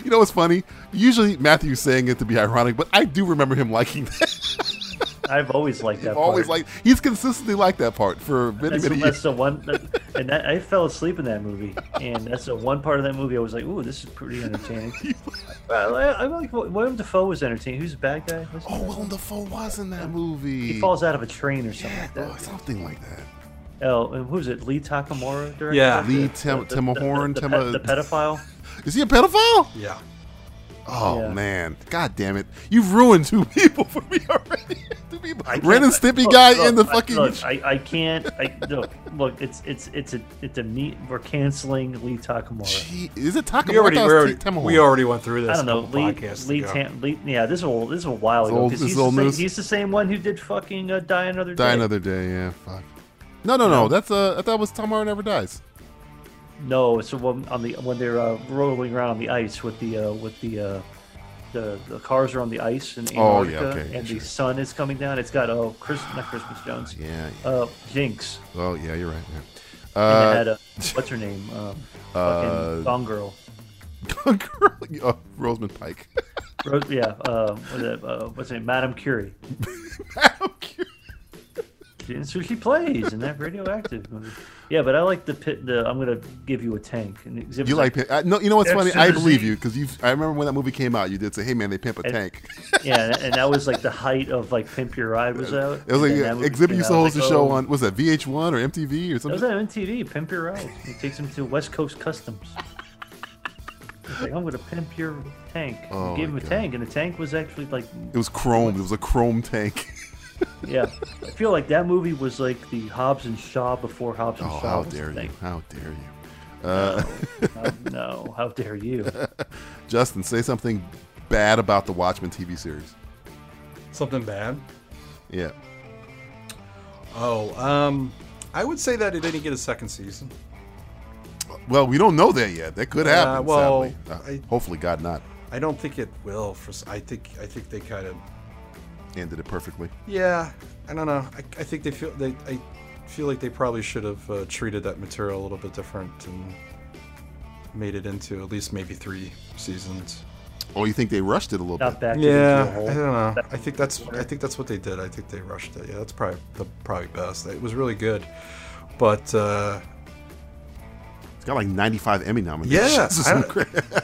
You know what's funny? Usually Matthew's saying it to be ironic, but I do remember him liking that.
I've always liked that.
Always
part.
like he's consistently liked that part for many
That's,
many
that's
years.
the one. That, and that, I fell asleep in that movie, and that's the one part of that movie I was like, "Ooh, this is pretty entertaining." Well, I, I'm like, William Defoe was entertaining. Who's the bad guy? What's
Oh, Willem Dafoe was in that movie.
He falls out of a train or something like that.
something like that.
Oh, and who's it? Lee Takamura directed?
Yeah.
that?
Lee
The-
Tim-
the-
Timahorn,
The, the,
Tima-
the, pe- the pedophile.
Is he a pedophile?
Yeah.
Oh
Yeah.
man, god damn it! You've ruined two people for me already. two people.
I can't-
Ren and Stimpy
look,
guy
look,
in the
I-
fucking.
Look, I, I can't. I look. Look, it's it's it's a it's a meet. We're canceling Lee Takamura.
is it
We already, we, already, we already went through this.
I don't know.
a couple
Lee,
podcasts
Lee,
ago.
Tam, Lee, yeah, this is a, this is a while
It's
ago.
old-
'cause
this
he's,
is
the
old
same,
news.
he's the same one who did fucking uh, Die Another
Die
Day.
another day. Yeah, fuck. No, no, no. That's uh, I thought it was Tomorrow Never Dies.
No, it's the one on the when they're uh, rolling around on the ice with the uh, with the uh, the the cars are on the ice in
Oh,
Antarctica,
yeah, okay,
and the sun is coming down. It's got oh, Chris, not Christmas Jones.
Oh, Yeah,
Uh, Jinx.
Oh yeah, you're right. Yeah.
And it had
Uh,
a, what's her name? Um,
uh,
fucking Gone Girl.
oh, Rosamund Pike.
Ro- yeah. Uh, what's, it, uh, what's her name? Madame Curie. Curie. That's who she plays in that radioactive movie. Yeah, but I like the pit. The I'm gonna give you a tank. And Exhibit's
You like uh, no? You know what's
"That's
funny? I
Citizen
believe you because you. I remember when that movie came out. You did say, "Hey man, they pimp a
And-
tank."
yeah, and- and that was like the height of like Pimp Your Ride was out.
It was
and that
like uh,
movie
exhibit
came
used
out,
to
I
host
like,
a show
oh,
on was that VH1 or MTV or
That was
something.
on MTV. Pimp Your Ride. It takes him to West Coast Customs. It's like, I'm gonna pimp your tank.
Oh,
Give him
my
a tank, and the tank was actually like,
It was chrome. It was a chrome tank.
yeah. I feel like that movie was like the Hobbs and Shaw before Hobbs and
Oh,
Shaw.
how
was a
dare
thing.
you! How dare you! Uh,
No, no, how dare you?
Justin, say something bad about the Watchmen TV series.
Something bad.
Yeah.
Oh, um, I would say that it didn't get a second season.
Well, we don't know that yet. That could
Uh,
happen.
well,
sadly. Uh, hopefully, God not
I don't think it will. For s- I think I think they kind of
ended it perfectly.
Yeah, I don't know. I, I think they feel they. I feel like they probably should have uh, treated that material a little bit different and made it into at least maybe three seasons.
Oh, you think they rushed it a little
Not
bit?
back
Yeah, I don't know. I think that's I think that's what they did. I think they rushed it. Yeah, that's probably the probably best. It was really good, but uh,
It's got like 95 Emmy nominations.
yeah,
This is
I don't-
incredible.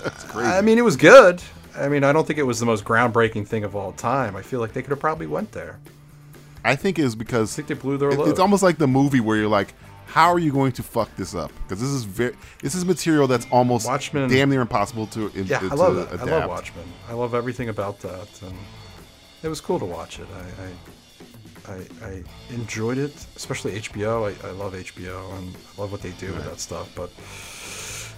It's crazy.
I mean, it was good. I mean, I don't think it was the most groundbreaking thing of all time. I feel like they could have probably went there.
I think it's because I think
they blew their
it,
load.
It's almost like the movie where you're like, how are you going to fuck this up? Because this is very this is material that's almost
Watchmen-
damn near impossible to in-
Yeah,
to
I love it.
adapt.
I love Watchmen. I love everything about that, and it was cool to watch it. I, I, I, I enjoyed it, especially HBO. I, I love HBO and I love what they do with that stuff. But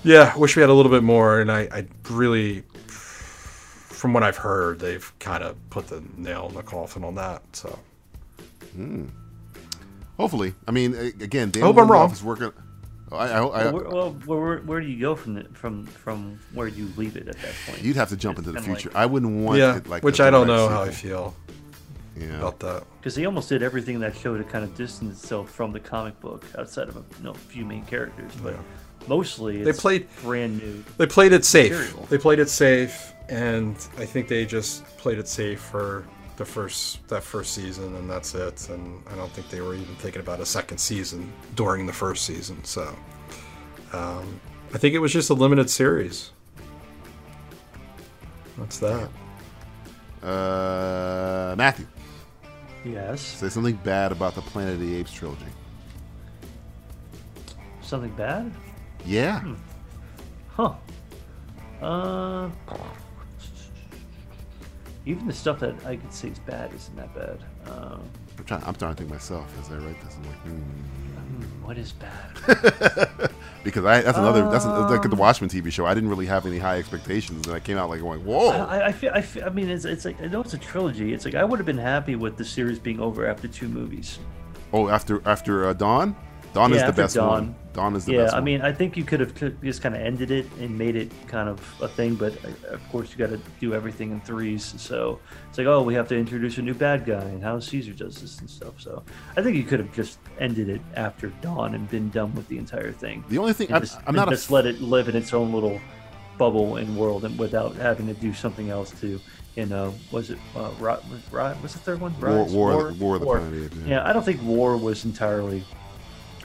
yeah, I wish we had a little bit more. And I, I really, from what I've heard, they've kind of put the nail in the coffin on that. So
Hmm. Hopefully, I mean, a- again, Dan
I hope I'm
Lindelof
wrong.
Is working. Oh, I, I, I,
well, where, well, where, where, where do you go from the, from from where you leave it at that point?
you'd have to jump
It's
into the
kinda
future. I wouldn't want
yeah,
it like
which
a
I don't
direct
know how I
sequel.
feel
Yeah.
about that.
because he almost did everything in that show to kind of distance itself from the comic book, outside of a you know, few main characters. But mostly,
They
it's
played-
brand new.
They played it safe.
material.
They played it safe, and I think they just played it safe for the first that first season, and that's it. And I don't think they were even thinking about a second season during the first season. So um, I think it was just a limited series. That's that.
Uh, Matthew,
Yes,
say something bad about the Planet of the Apes trilogy.
something bad.
Yeah.
Hmm.
Huh. Uh. Even the stuff that I could say is bad isn't that bad. Um,
I'm trying. I'm trying to think myself as I write this. I'm like, hmm.
hmm, what is bad?
because I that's another that's an- like the
Um,
Watchmen TV show. I didn't really have any high expectations, and I came out like going, "Whoa!"
I, I feel, I feel. I mean, it's, it's like I know it's a trilogy. It's like I would have been happy with the series being over after two movies.
Oh, after after uh, Dawn, Dawn is
Yeah,
the
after
best one. Dawn is the
yeah,
best.
I
one.
mean, I think you could have c- just kind of ended it and made it kind of a thing, but uh, of course you got to do everything in threes. So it's like, oh, we have to introduce a new bad guy and how Caesar does this and stuff. So I think you could have just ended it after dawn and been done with the entire thing.
The only thing-
And
I'm-
just,
I'm
and
not a-
just let it live in its own little bubble and world, and without having to do something else to. You know, was it uh, Rot? Rot? What's the third one?
War-
Rise?
War- War of the Planet of the Apes, yeah.
yeah, I don't think War was entirely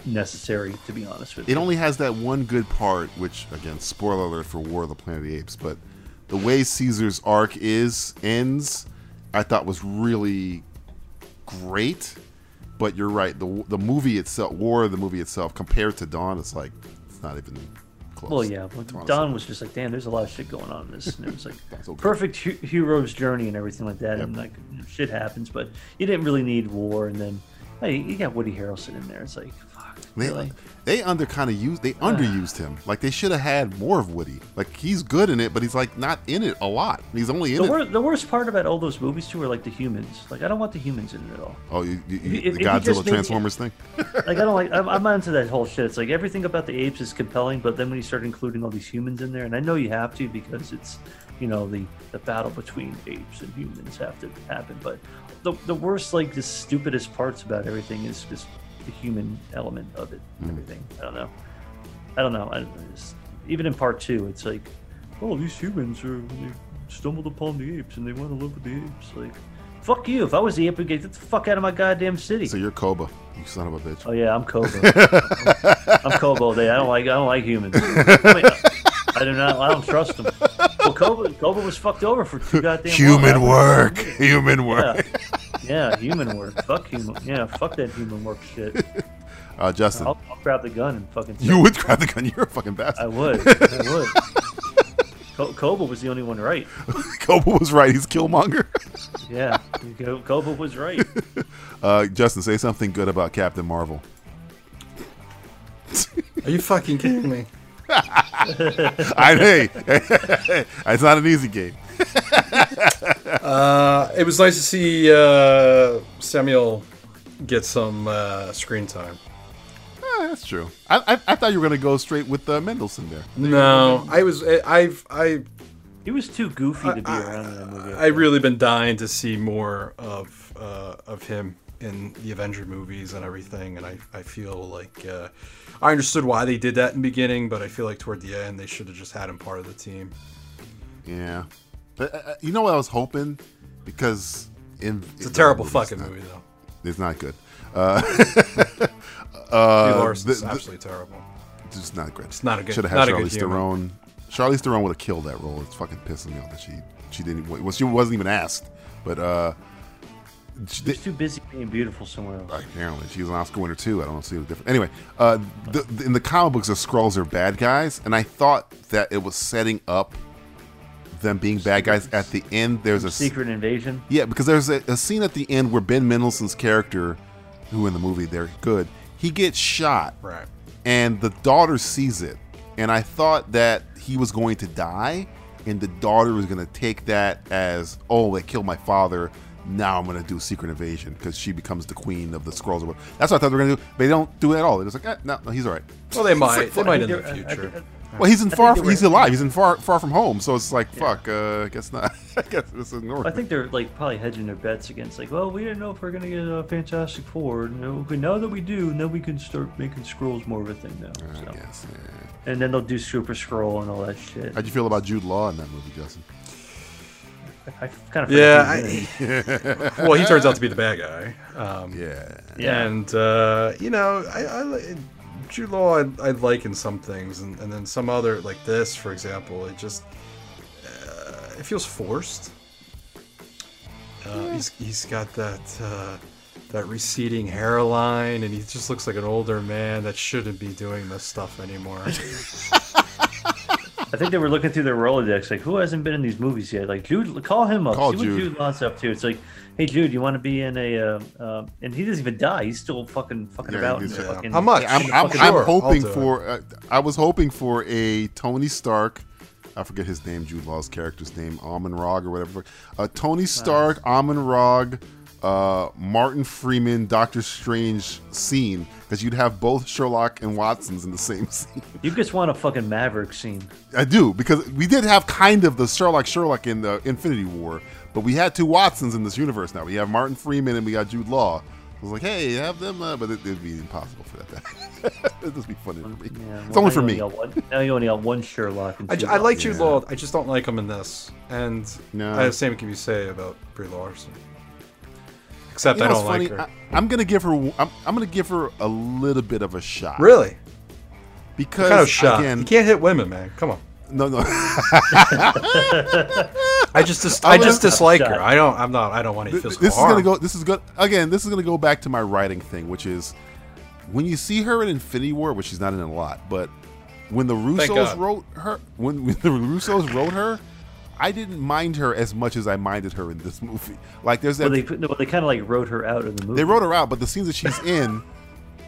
necessary, to be honest with you.
It only has that one good part, which, again, spoiler alert for War of the Planet of the Apes, but the way Caesar's arc is ends, I thought was really great. But you're right, the the movie itself, War of the movie itself, compared to Dawn, it's like it's not even close.
Well, yeah. Well,
Dawn is
Don was just like, damn, there's a lot of shit going on in this. And it was like perfect hu- hero's journey and everything like that. And like you know, shit happens, but you didn't really need war. And then hey, you got Woody Harrelson in there. It's like, fuck,
They,
really? Uh.
they under kind of used they underused him. Like they should have had more of Woody. Like he's good in it, but he's like not in it a lot. He's only in
The,
it.
wor- the worst part about all those movies too are like the humans. Like I don't want the humans in it at all.
Oh, you, you, you-
If- if
the
you just
Godzilla
made me-
Transformers thing.
Like I don't like. I'm, I'm onto that whole shit. It's like everything about the apes is compelling, but then when you start including all these humans in there, and I know you have to because it's, you know, the the battle between apes and humans have to happen. But the the worst, like the stupidest parts about everything is just the human element of it. and
Mm.
Everything. I don't know. I don't know. I, it's- even in part two, it's like, oh, these humans are they stumbled upon the apes and they want to live with the apes. Like, fuck you. If I was the ape, I'd get the fuck out of my goddamn city.
So you're Koba, you son of a bitch.
Oh yeah, I'm Kobo. I'm, i Kobo. They, I don't like. I don't like humans. I, mean, I do not. I don't trust them. Well, Kobo, Kobo was fucked over for two goddamn.
Human
long.
work.
Yeah.
Human work.
Yeah. human work. Fuck human. Yeah, fuck that human work shit.
Uh, Justin.
I'll, I'll grab the gun and fucking.
You would grab the gun. You're a fucking bastard.
I would. I would. Co- Kobo was the only one right.
Koba was right. He's Killmonger.
Yeah, Ko- Kobo was right.
Uh, Justin, say something good about Captain Marvel.
Are you fucking kidding me?
I hey, it's not an easy game.
uh, it was nice to see uh, Samuel get some uh, screen time.
Eh, that's true. I, I, I thought you were gonna go straight with uh, Mendelsohn there.
No, I was. I, I've. I.
He was too goofy to be around in that movie.
I really been dying to see more of uh, of him in the Avenger movies and everything, and I, I feel like uh, I understood why they did that in the beginning, but I feel like toward the end they should have just had him part of the team.
Yeah, but uh, uh, you know what I was hoping because in
It's a terrible
it's
fucking
not-
movie, though.
It's not good. Uh,
Brie Larson's absolutely terrible.
It's just not good.
It's not a good-
Should have
not
had
a good
Charlize Theron. Charlize Theron would have killed that role. It's fucking pissing me off that she she didn't. Well, she wasn't even asked. But uh, she did,
too busy being beautiful somewhere else.
Apparently, she's an Oscar winner too. I don't see the difference. Anyway, uh, the, the- in the comic books, the Skrulls are bad guys, and I thought that it was setting up them being bad guys at the end. There's a s-
Secret invasion.
yeah, because there's a, a scene at the end where Ben Mendelsohn's character, who in the movie they're good, he gets shot,
right?
And the daughter sees it, and I thought that he was going to die, and the daughter was going to take that as, oh, they killed my father. Now I'm going to do secret invasion because she becomes the queen of the scrolls. Or whatever. That's what I thought they were going to do. But they don't do it at all. They're just like, eh, no, no, he's all right.
Well, they
It's
might.
like,
they
fuck.
might in the future.
Well, he's in
I
far.
think they were-
He's alive. He's in far, far from home. So it's like, fuck. Uh, I guess not. I guess it's ignored.
I think they're like probably hedging their bets against like, well, we didn't know if we're gonna get a Fantastic Four. No, okay, now that we do, now we can start making scrolls more of a thing now. So. And then they'll do Super Scroll and all that shit.
How'd you feel about Jude Law in that movie, Justin?
I kind of
Yeah. I, well, he turns out to be the bad guy. Um,
yeah.
Yeah.
And uh, you know, I, I li- Jude Law, I, I like in some things, and, and then some other like this, for example, it just uh, it feels forced. Uh, he's, he's got that uh, that receding hairline, and he just looks like an older man that shouldn't be doing this stuff anymore.
I think they were looking through their Rolodex, like who hasn't been in these movies yet? Like Jude, call him up.
Call
See
Jude.
what Jude Law's up to. It's like, hey Jude, you want to be in a? Uh, uh, and he doesn't even die. He's still fucking fucking about. in the fucking-
I'm,
in the
I'm,
fucking-
I'm hoping for. Uh, I was hoping for a Tony Stark. I forget his name, Jude Law's character's name, Amon Rog or whatever. Uh, Tony Stark, Amon Rog, uh, Martin Freeman, Doctor Strange scene because you'd have both Sherlock and Watsons in the same scene.
You just want a fucking Maverick scene.
I do because we did have kind of the Sherlock Sherlock in the Infinity War, but we had two Watsons in this universe now. We have Martin Freeman and we got Jude Law. I was like, hey, have them, uh, but it, it'd be impossible for that. to happen. it'd just be funny for me. it's
Um, Well,
only
now
for
you
me.
only got one- now you only got one Sherlock. And
I,
two
I like
Watson.
Jude Law. I just don't like him in this, and
No.
uh, the same can be say about Brie Larson. Except
You
I
know
don't
what's
like
funny?
her.
I, am gonna give her. I'm, I'm gonna give her a little bit of a shot.
Really?
Because
kind of shot?
again,
you can't hit women, man. Come on.
No, no.
I just dis-
I'm
I just
gonna-
dislike her. I don't. I'm not. I don't want any
Th-
physical
this
harm.
is gonna go. This is good. Again, this is gonna go back to my writing thing, which is when you see her in Infinity War, which she's not in a lot, but when the Russos
God.
wrote her, when, when the Russos wrote her, I didn't mind her as much as I minded her in this movie. Like there's that
Well, they put- no, they kind of like wrote her out in the movie.
They wrote her out, but the scenes that she's in,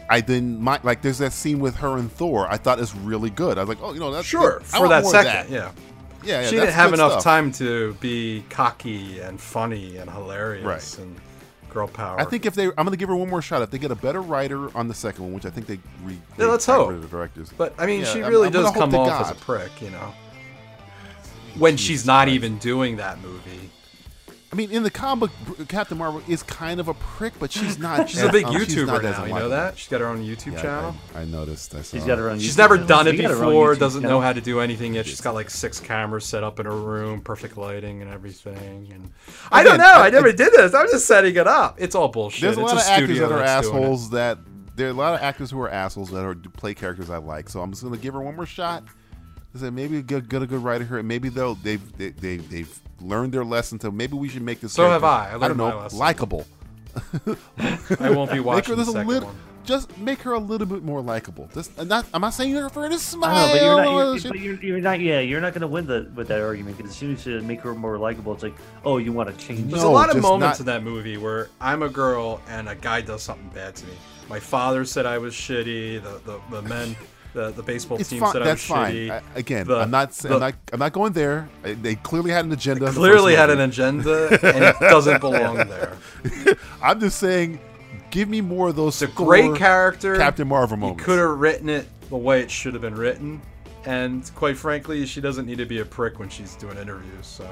I didn't mind. Like, there's that scene with her and Thor. I thought is really good. I was like, oh, you know, that's
sure
I
for
want
that
more of
second. Yeah.
yeah, yeah.
she
that's
didn't have
good
enough
stuff.
time to be cocky and funny and hilarious
Right.
and girl power.
I think if they, I'm going to give her one more shot. If they get a better writer on the second one, which I think they, re,
Yeah,
they
let's
got
hope.
rid of The directors,
But I mean,
Yeah,
she
I'm-
really
I'm gonna
does
hope
come
to
off as
God.
a prick, you know. When she's not even doing that movie,
I mean, in the comic, Captain Marvel is kind of a prick, but she's not.
she's a big
um, she's
YouTuber
not as
now. You know
unlikable.
that she's got her own YouTube
Yeah, I-
channel.
I, I noticed. I saw.
She's got her own
She's
YouTube
never
channel.
done it
She got her own
before.
YouTube
Doesn't know
channel.
how to do anything yet. She's got like six cameras set up in her room, perfect lighting and everything. And I don't
Again,
know.
I-
I
I-
never did this. I'm just setting it up. It's all bullshit.
There's a
It's
lot of actors
studio
that are
that's doing it.
assholes that there are a lot of actors who are assholes that are play characters I like. So I'm just gonna give her one more shot. I said maybe get, get a good writer here, and maybe they'll they've they, they they've learned their lesson. So maybe we should make this.
So have
character,
I. I
I don't
learned my
know,
lesson.
likable.
I won't be
Make her
watching the
just a
second
lit-
one.
Just make her a little bit more likable. Just not. I'm not saying you're for her to smile.
I know, but you're not.
or
e-
You're,
shit.
but you're, you're not. Yeah, you're not going to win the with that argument because as soon as you make her more likable, it's like, oh, you want to change.
There's a lot of moments in that movie where I'm a girl and a guy does something bad to me. My father said I was shitty. The the, the men, the, the baseball
It's
team
fine.
said I was
That's fine.
shitty.
I- again,
The-
I'm not. sa- I'm
the-
not. I'm not going there. I- They clearly had an agenda. in the
Clearly
first
had
movie.
an agenda, and it doesn't belong there.
I'm just saying, give me more of those. Thor,
great character.
Captain Marvel
You
moments.
could have written it the way it should have been written, and quite frankly, she doesn't need to be a prick when she's doing interviews. So,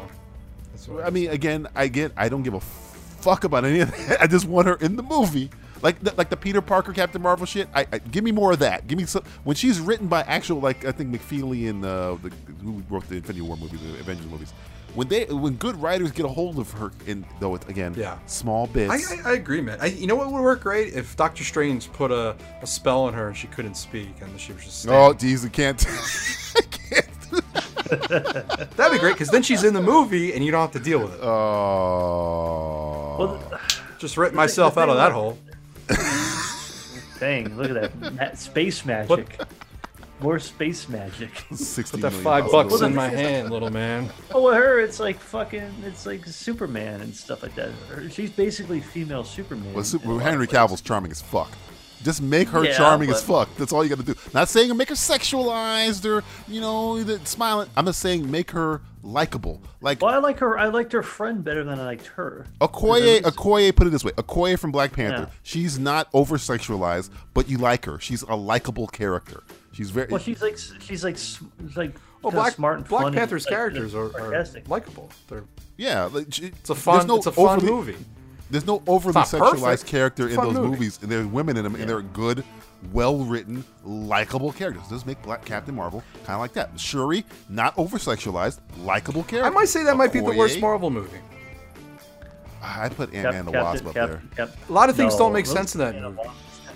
that's what
I mean, again, I get. I don't give a fuck about any of that. I just want her in the movie. Like, the, like the Peter Parker Captain Marvel shit. I, I give me more of that. Give me some when she's written by actual like I think McFeely and uh, the who wrote the Infinity War movies, the Avengers movies. When they when good writers get a hold of her, in though it's again
Yeah.
small bits.
I, I, I agree, man. I, you know what would work great if Doctor Strange put a, a spell on her and she couldn't speak and she was just
oh,
stabbed.
geez, I can't.
that'd be great because then she's in the movie and you don't have to deal with it.
Oh,
just ripped myself out of that hole.
Dang! Look at that, that space magic. More space magic.
Sixty
Put that five bucks in my hand, little man.
Oh, with her, it's like fucking, it's like Superman and stuff like that. Her- She's basically female Superman.
Well, Super- Henry Cavill's charming as fuck. Just make her
Yeah,
charming as
but-
fuck. That's all you got to do. Not saying make her sexualized or you know that smiling. I'm just saying make her likable. Like
well, I like her. I liked her friend better than I liked her.
Okoye, Okoye put it this way: Okoye from Black Panther.
Yeah.
She's not over sexualized, but you like her. She's a likable character. She's very.
Well, she's like, s- she's like, s- like
Well,
kinda
Black,
smart and
Black
funny,
Panther's
like,
characters are, are
sarcastic.
likable. They're
yeah, like, she-
It's a fun-
there's no
it's a fun
overly-
movie.
There's no overly
not
sexualized
perfect,
character
it's
in
a fun
those
movie.
movies, and there are women in them, and they're good, well-written, likable characters. Just make Black Captain Marvel kind of like that. Shuri, not over-sexualized, likable character.
I might say that might be the worst
Okoye,
Marvel movie.
I put
Cap-
Ant-Man and the
Captain-
Wasp up
Cap-
there.
Cap-
A lot of things
No,
don't make
those-
sense in that movie.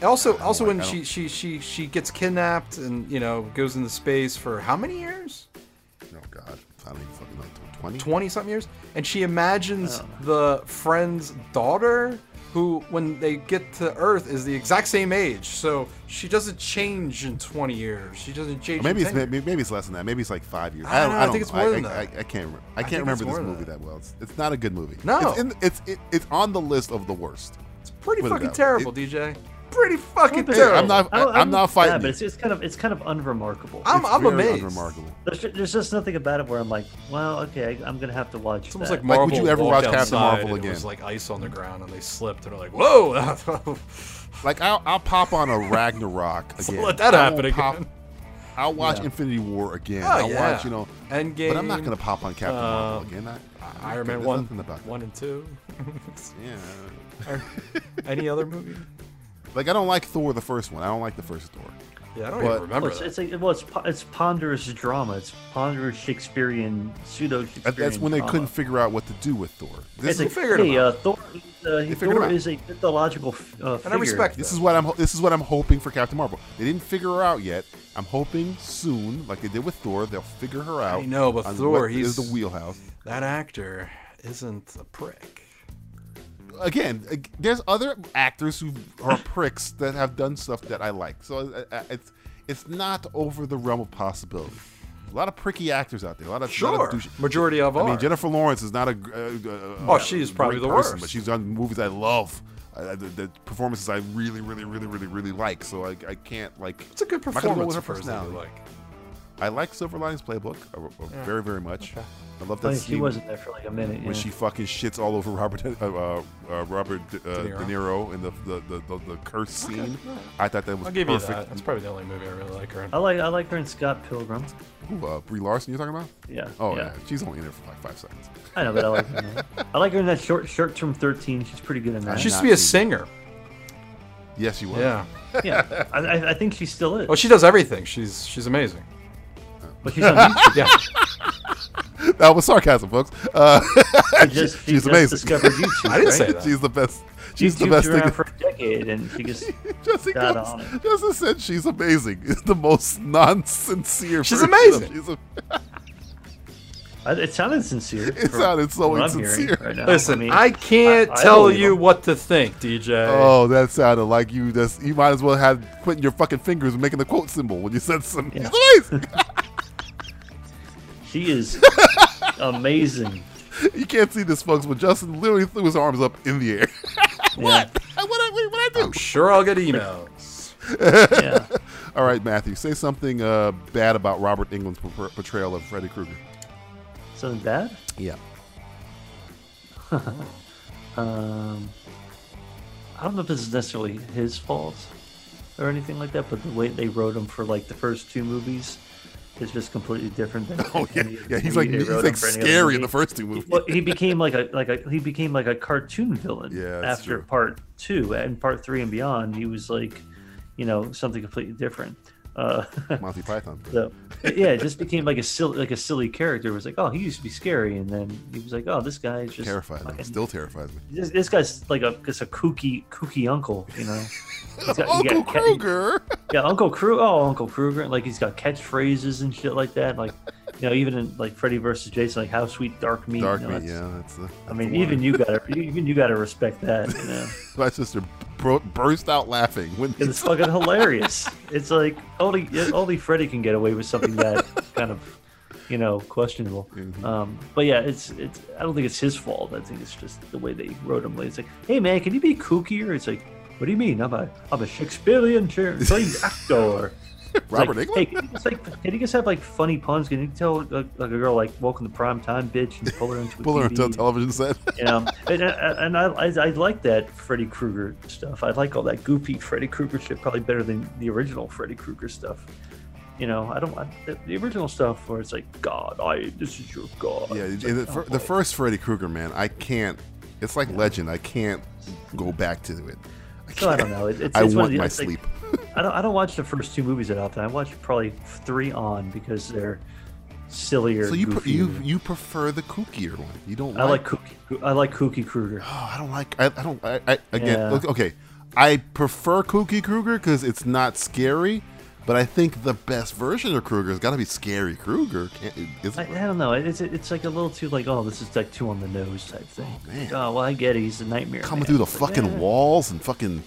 Also, also when
like- I
she, she she she gets kidnapped and you know goes into space for how many years?
Oh God, I don't even fucking know. Twenty. Oh.
20 something years and she imagines the friend's daughter who when they get to earth is the exact same age so she doesn't change in 20 years she doesn't change
Or maybe
in
it's
10
maybe, maybe it's less than that. Maybe it's like five years.
I
I
don't
don't,
know. I
I don't
think it's
know.
more than
I,
that.
I, I can't. Re- I
I
can't
think it's
remember this
more than
movie that well. It's, it's not a good movie.
No.
it's in, it's it, it's on the list of the worst. It's
pretty fucking terrible dj pretty fucking
Well,
terrible
I'm not.
I
I,
don't-
I'm not
Yeah,
fighting.
but
you.
it's, it's kind of it's kind of unremarkable.
I'm-
It's
I'm
very
amazed.
Unremarkable.
There's, ju- there's just nothing about it where I'm like, well, okay, I, I'm gonna have to watch. It's
almost
that.
like Marvel
would you ever
walked
watch Captain
outside
Marvel
and
again?
it was like ice on the ground and they slipped and they're like whoa
Like I'll, I'll pop on a Ragnarok
So
again.
let that
I
happen
won't
again.
I'll watch
Yeah.
Infinity War again.
Oh,
I'll
yeah.
watch you know
Endgame.
But I'm not gonna pop on Captain
um,
Marvel again. I, I,
Iron Man
there's
one,
nothing about
one and two.
yeah.
Or any other movie?
Like I don't like Thor the first one. I don't like the first Thor.
Yeah, I
don't even But-
Well, it's, it's like well, it's po- it's ponderous drama. It's ponderous Shakespearean pseudo Shakespearean.
That's when they couldn't figure out what to do with Thor.
It's
This
like,
is-
hey, uh, Thor Uh,
They figured him
Hedorah
out.
is a mythological f- uh,
and I respect
figure.
this is what I'm ho- this is what I'm hoping for Captain Marvel. They didn't figure her out yet. I'm hoping soon, like they did with Thor, they'll figure her out.
I know, but
on
Thor,
what is
he's
the wheelhouse
That actor isn't a prick.
again. ag- There's other actors who are pricks that have done stuff that I like. So uh, uh, it's it's not over the realm of possibility. A lot of pricky actors out there. A lot of a lot
Sure.
of douche-
Majority of
I mean,
are.
Jennifer Lawrence is not a. gr- Uh,
Oh, she is probably
great
the
person,
worst.
But she's done movies I love. Uh, the, the performances I really, really, really, really, really like. So I, I can't like.
It's a good
I'm not gonna go with
performance of hers that you
personality. I like Silver Linings Playbook uh, uh,
Yeah.
very, very much. I love
Funny,
that.
she wasn't there for, like, a minute,
when
yeah.
she fucking shits all over Robert uh, uh, uh, Robert uh, De,
De
Niro.
Niro.
in the the the, the, the curse
Okay,
scene.
yeah.
I thought that was
I'll give you
perfect.
that. That's probably the only movie I really like her in.
I like I like her in Scott Pilgrim.
Who, uh, Brie Larson? You're talking about?
Yeah.
Oh
yeah.
yeah. She's only in it for like five seconds.
I know, but I like her. in that. I like her in that short short term thirteen. She's pretty good in that.
She used to be a singer.
Yes, you was.
Yeah.
yeah, I- I, I think she still is.
Oh, she does everything. She's she's amazing.
But she's on YouTube.
that was sarcasm, folks. Uh,
She just- she
she's
just
amazing.
discovered YouTube,
I didn't say
right?
that. She's the best. She's the best
around
thing.
for a decade, and she just
Jessica
got on it.
Justin said she's amazing. It's the most non-sincere.
She's
version of
amazing.
She's a,
I, it sounded sincere.
It
from
sounded so
what I'm hearing
insincere.
right now.
Listen,
mean,
I can't
I- I
tell
believe
you
him.
what to think, DJ.
oh, that sounded like you. That's you might as well have quitting your fucking fingers and making the quote symbol when you said something. She's amazing.
She is amazing.
you can't see this, folks, but Justin literally threw his arms up in the air.
what?
What, what, what I do?
Oh,
I'm sure I'll get emails.
Yeah.
All right, Matthew, say something uh, bad about Robert England's por- portrayal of Freddy Krueger.
Something bad?
Yeah.
um, I don't know if this is necessarily his fault or anything like that, but the way they wrote him for like the first two movies is just completely different than. Oh yeah,
yeah, he's like- he's like scary in the first two movies.
Well, he became like a like a he became like a cartoon villain. Yeah,
that's
after
true.
part two and part three and beyond, he was like, you know, something completely different. Uh,
Monty Python.
So, yeah, it just became like a silly like a silly character. It was like, oh, he used to be scary, and then he was like, oh, this guy is just
Terrified me.
fucking-
Still terrifies me.
This, this guy's like a just a kooky kooky uncle, you know. He's got- he
Uncle
got ca-
Krueger.
yeah, Uncle Kruger. Oh, Uncle Kruger. Like he's got catchphrases and shit like that. Like, you know, even in like Freddy versus Jason, like how sweet dark meat.
Dark
you know,
meat.
that's-
Yeah, that's. The,
I mean, even you gotta even you gotta respect that. You know,
my sister bro- burst out laughing when
it's fucking hilarious. It's like only only Freddy can get away with something that kind of you know questionable.
Mm-hmm.
Um, but yeah, it's it's. I don't think it's his fault. I think it's just the way they wrote him. Like, It's like, hey man, can you be kookier? It's like, what do you mean? I'm a I'm a Shakespearean chair- playing actor. It's
Robert
like,
Englund?
Hey, can you, just like, can you just have like funny puns? Can you tell like, like a girl like welcome to prime time, bitch, and pull her into a
pull her
TV
into a television set.
you know, and, uh, and I, I, I like that Freddy Krueger stuff. I like all that goopy Freddy Krueger shit probably better than the original Freddy Krueger stuff. You know, I don't want the, the original stuff where it's like, God, I this is your God. oh,
Yeah, the, fir- the first Freddy Krueger, man, I can't. It's like legend. I can't go back to it. I
So I don't
can't.
know. It, it's,
I
it's one
want
of the-
my
it's like-
sleep.
I don't. I don't watch the first two movies that often. I watch probably three on because they're sillier.
So you pre-
goofier.
you you prefer the kookier one? You don't.
I like kooky. I like Kooky Krueger.
Oh, I don't like. I, I don't. I, I again.
Yeah.
look, Okay, I prefer Kooky Kruger because it's not scary, but I think the best version of Kruger has got to be Scary Kruger. Can't, is
I, I don't know. It's it's like a little too like oh this is like too on the nose type thing. Oh,
man.
well I get it. He's a nightmare.
coming
man.
through the
It's like,
fucking
eh.
walls and fucking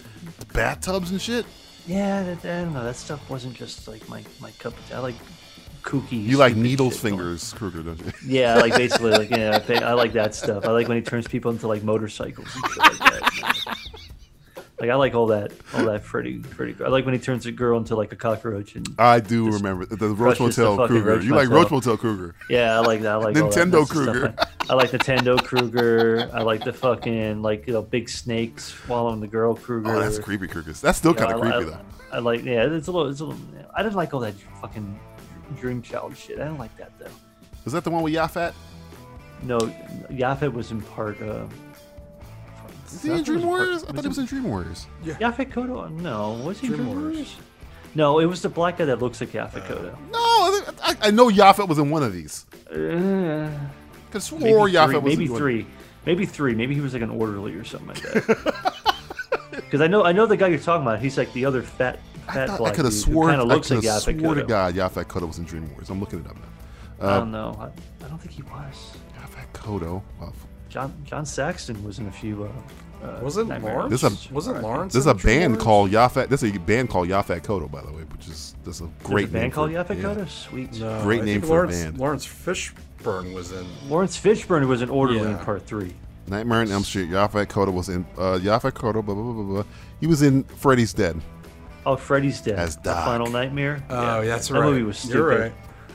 bathtubs and shit.
Yeah, that, I don't know. That stuff wasn't just like my my cup of tea. I like kooky.
You like
stupid
needles
shit.
fingers, Kruger, don't you?
Yeah, like basically like yeah, I think- I like that stuff. I like when he turns people into like motorcycles. And shit like, that. like I like all that all that Freddy Freddy. I like when he turns a girl into like a cockroach and.
I do remember the Roach
crushes the
Motel
fucking
Kruger.
Roach
you like
Motel.
Roach Motel Kruger.
Yeah, I like that. I like all that.
Nintendo
That's the stuff
Kruger.
I, I like Nintendo Kruger. I like the fucking like you know big snake swallowing the girl Kruger.
Oh, that's creepy, Kruger. That's still
You know,
kinda
I-
creepy,
I, though. I like yeah. It's a little. It's a little. I didn't like all that fucking dream child shit. I didn't like that though.
Was that the one with Yafet?
No, Yafet was in part. Uh,
Is he in Dream Warriors? I thought he was in Dream Warriors.
Yeah. Yafet Kodo? No, was he in
Dream
Dream Warriors? No, it was the black guy that looks like Yafet Kodo.
Uh, No, I, I I know Yafet was in one of these.
Uh,
Could swore Yafet was
maybe
in one.
three. Maybe three. Maybe he was like an orderly or something like that. Because I know I know the guy you're talking about. He's like the other fat fat
I
black
could have
dude who
sworn.
kinda
I
looks
could have
like Yaphet
swore to
Kotto.
God, Yaphet Kotto was in Dream Wars. I'm looking it up now.
I
Uh,
don't know. I, I don't think he was.
Kodo. Wow.
John John Saxton was in a few. Uh, uh,
Wasn't
Nightmare on Elm
There's
Street.
a There's
in
a
Dream
band
Wars?
called Yaphet. There's a band called Yaphet Kodo, by the way, which is that's a
There's
great
a band
name
called
for-
Yaphet
yeah.
Kotto? Sweet.
great
I
name
think
for
Lawrence,
a band.
Lawrence Fishburne was in.
Lawrence Fishburne was an orderly in
Yeah.
part three.
Nightmare on Elm Street. Yaphet Kotto was in. Uh, Yaphet Kotto. Blah, blah, blah, blah, blah. He was in Freddy's Dead.
Oh, Freddy's Dead.
As
The
Doc.
Final Nightmare.
Oh, that's
That
right.
movie was stupid.
You're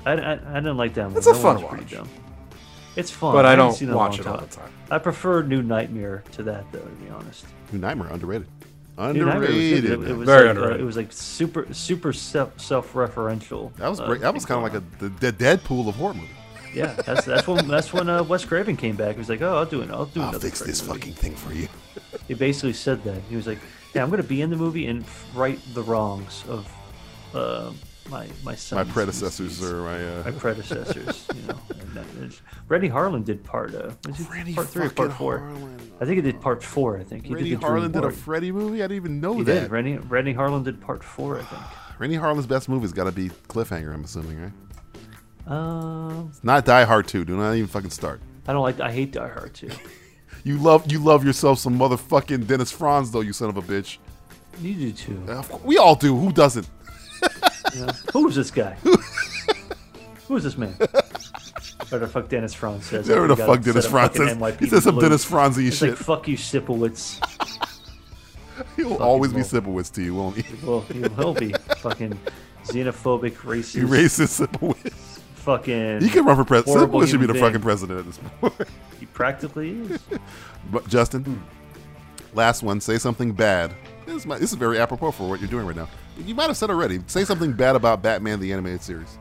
I, I, I didn't like that one.
It's a
That
fun
one was pretty
watch.
dumb. It's fun,
But I
haven't
don't
seen in a
watch
long
it all the time.
I prefer New Nightmare to that, though. To be honest,
New Nightmare underrated.
New Nightmare was good.
Underrated.
It, it was
Very
like, uh,
underrated.
it was like super super self uh, self referential.
That was great. That was kind of like a the, the Deadpool of horror movie.
yeah. That's that's when that's when uh, Wes Craven came back. He was like, oh, I'll do it. I'll do. I'll fix this fucking
thing for you.
He basically said that. He was like, yeah, I'm going to be in the movie and right the wrongs of uh, my my
My
son's
predecessors or my uh,
my predecessors. you know, and that- and Randy Harlan did part uh, was it part three or part four? I think he did part four. I think he
Randy
did the
Harlan
Dream
did a
Warrior.
Freddy movie. I didn't even know
He
that.
did. Randy Randy Harlan did part four. I think.
Randy Harlan's best movie's got to be Cliffhanger. I'm assuming, right?
Um,
It's not Die Hard 2. Do not even fucking start.
I don't like. I hate Die Hard too.
You love you love yourself some motherfucking Dennis Franz though. You son of a bitch.
You do too.
we all do. Who doesn't?
Yeah. Who's this guy? Who's this man? Whatever the fuck Dennis Franz says.
Whatever the
We gotta
fuck Dennis
set a
Franz
fucking
says.
NYPD
He says some
blue.
Dennis Franz-y
It's
shit.
Like, fuck you, Sipowitz.
He'll
Fucking
always be
will.
Sipowitz to you, won't he?
Well, he will be fucking xenophobic, racist.
You racist Sipowitz.
Fucking.
He can run for president.
horrible
Sipowitz should be
human
the
being.
fucking president at this point.
He practically is.
But
Hmm.
Justin, last one. Say something bad. This is, my, this is very apropos for what you're doing right now. You might have said already. Say something bad about Batman the animated series.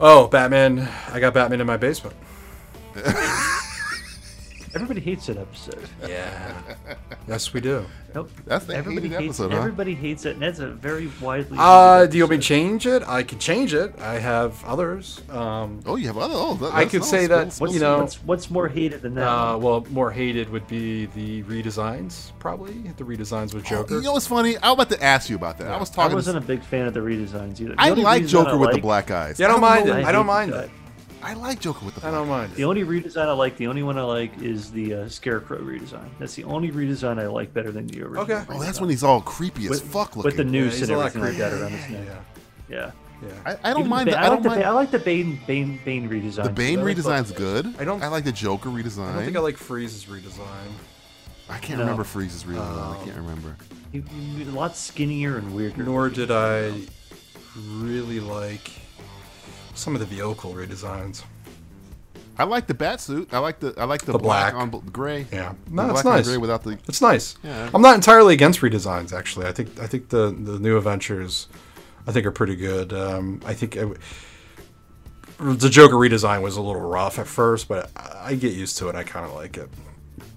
Oh, Batman! I got Batman in my basement.
Everybody hates that episode.
Yeah. yes, we do.
Nope.
That's the
everybody
hated
hates,
episode, huh?
Everybody hates it, and that's a very widely.
Uh, do you want me to change it? I could change it. I have others. Um,
oh, you have other. Oh, let-
I
let us
could
know.
say
Spill-
that
spill
you
some-
know
let's-
what's more hated than that?
Uh, well, more hated would be the redesigns, probably the redesigns with Joker.
Oh, You know what's funny? I was about to ask you about that. I was talking.
I wasn't a big fan of the redesigns either. The
I
only
like
redesign
Joker with the
like-
black eyes.
Yeah, I don't mind it. I don't
hate
mind
that.
it.
I like Joker with the.
I don't mind it.
The only redesign I like, the only one I like, is the uh, Scarecrow redesign. That's the only redesign I like better than the original.
Okay.
Oh, that's when he's all creepy as
with,
fuck
With the
looking. Yeah,
noose and
he's a lot
everything like that
creepier.
around his neck. Yeah.
Yeah.
I, I don't mind.
The,
The,
Ba-
I don't
like the,
mind.
Ba- I like the Bane Bane Bane redesign.
The Bane
too. I like both
redesign's
of those.
good. I don't. I like the Joker redesign.
I don't think I like Freeze's redesign.
I can't
No.
remember Freeze's redesign.
Um,
I can't remember.
He, he was a lot skinnier and weirder.
Nor did I really like some of the vehicle redesigns.
I like the bat suit. I like the I like the,
The
black,
black.
on bl- gray.
Yeah,
The
no, it's
black on
nice.
Gray without the.
it's nice.
Yeah.
I'm not entirely against redesigns. Actually, I think I think the the new adventures, I think are pretty good. Um, I think I w the Joker redesign was a little rough at first, but I, I get used to it. I kind of like it.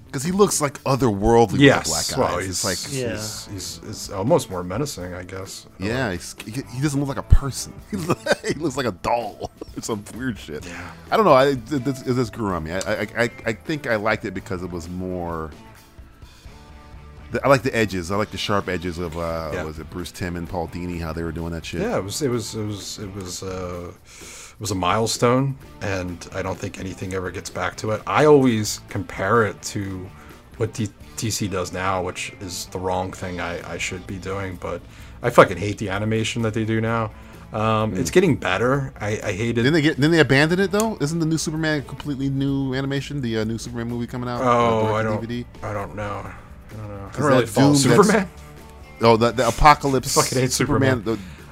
Because he looks like otherworldly
yes,
with the black eyes.
well,
it's
he's
like
he's, he's, he's almost more menacing, I guess.
yeah, he's, he he doesn't look like a person. He looks like a doll or some weird shit. I don't know. I th- this, this grew on me. I, I I I think I liked it because it was more. the- I like the edges. I like the sharp edges of uh,
Yeah.
was it Bruce Tim and Paul Dini how they were doing that shit.
Yeah, it was it was it was it was uh, it was a milestone, and I don't think anything ever gets back to it. I always compare it to what D- DC does now, which is the wrong thing I, I should be doing. But I fucking hate the animation that they do now. Um,
Mm.
It's getting better. I, I hated.
Then they get then they abandon it though. Isn't the new Superman a completely new animation? The uh, new Superman movie coming out?
oh,
uh,
I
direct to
don't.
DVD?
I don't know. I don't know. I
Is
don't really
that
follow
Doom that's-
Superman.
Oh, the, the apocalypse.
I fucking hate Superman.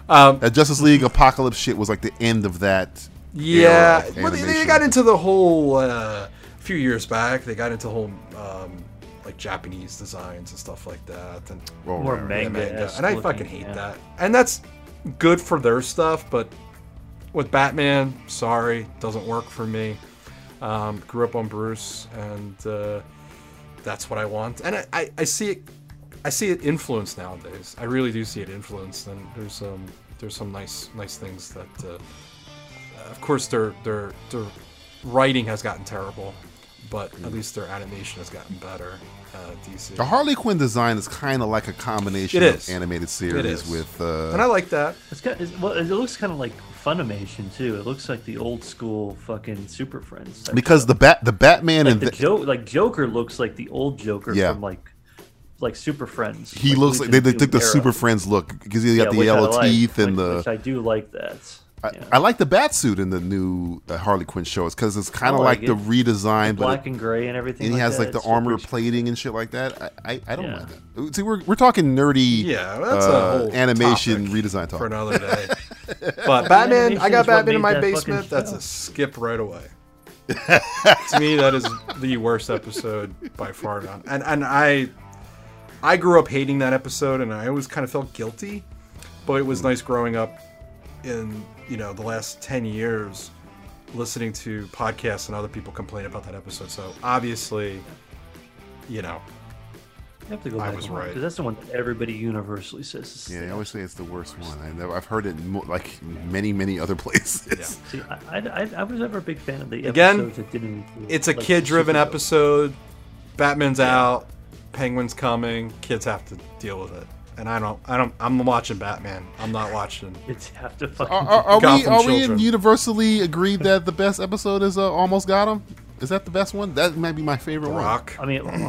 Um,
the, that Justice League apocalypse shit was like the end of that. era
Yeah,
of
well, they, they
animation.
got into the whole uh, a few years back. They got into the whole um, like Japanese designs and stuff like that, and
Well,
More
Yeah,
manga,
And I fucking
looking,
hate
yeah.
that. And that's good for their stuff, but with Batman, sorry, doesn't work for me. Um, grew up on Bruce, and uh, that's what I want. And I, I, I see it, I see it influenced nowadays. I really do see it influenced, and there's um, there's some nice nice things that, uh, of course, their their their writing has gotten terrible, but at least their animation has gotten better. Uh, DC.
The Harley Quinn design is kind of like a combination
It
of
is.
animated
It
series
is.
with. Uh,
and I like that.
It's got, it's, well, it looks kind of like Funimation too. It looks like the old school fucking Super Friends. type
because the bat, the Batman,
like
and
the,
the,
Joker, like Joker looks like the old Joker
Yeah.
from like like Super Friends.
he looks like they, they
Legion
took the
era.
Super Friends look because he got
Yeah,
the
which I
yellow
like,
teeth and
which-
the.
which I do like that.
I, I like the bat suit in the new uh, Harley Quinn show. It's because it's kind
I
of
like
like, the
it.
redesign,
The
but
black
it-
and gray and everything
And he
like
has
that.
like the
It's super
armor plating and shit like that. I I, I don't
Yeah.
like that. See, we're, we're talking nerdy.
Yeah, that's a
uh,
whole
animation redesign talk
for another day. But Batman, I
Animation
got
is what
Batman in
made
my
that
basement.
fucking
That's
show.
a skip right away. to me, that is the worst episode by far. Done. And and I, I grew up hating that episode, and I always kind of felt guilty. But it was nice growing up in you know the last ten years, listening to podcasts and other people complain about that episode. So obviously, you know,
You have to go
I
back
was
and watch,
right.
'cause that's the one that everybody universally says. Is
Yeah, they always say it's the worst one. I never, I've heard it mo- like many, many other places.
See, I, I, I- I was never a big fan of the
again,
episodes that didn't. include,
it's a
like,
kid-driven
superhero.
episode. Batman's out, Penguin's coming. Kids have to deal with it, and I don't. I don't. I'm watching Batman. I'm not watching.
Kids have to fucking.
Are, are, are we
Gotham
are
children.
we universally agreed that the best episode is uh, Almost Got Him? Is that the best one? That might be my favorite
Rock.
I mean, I don't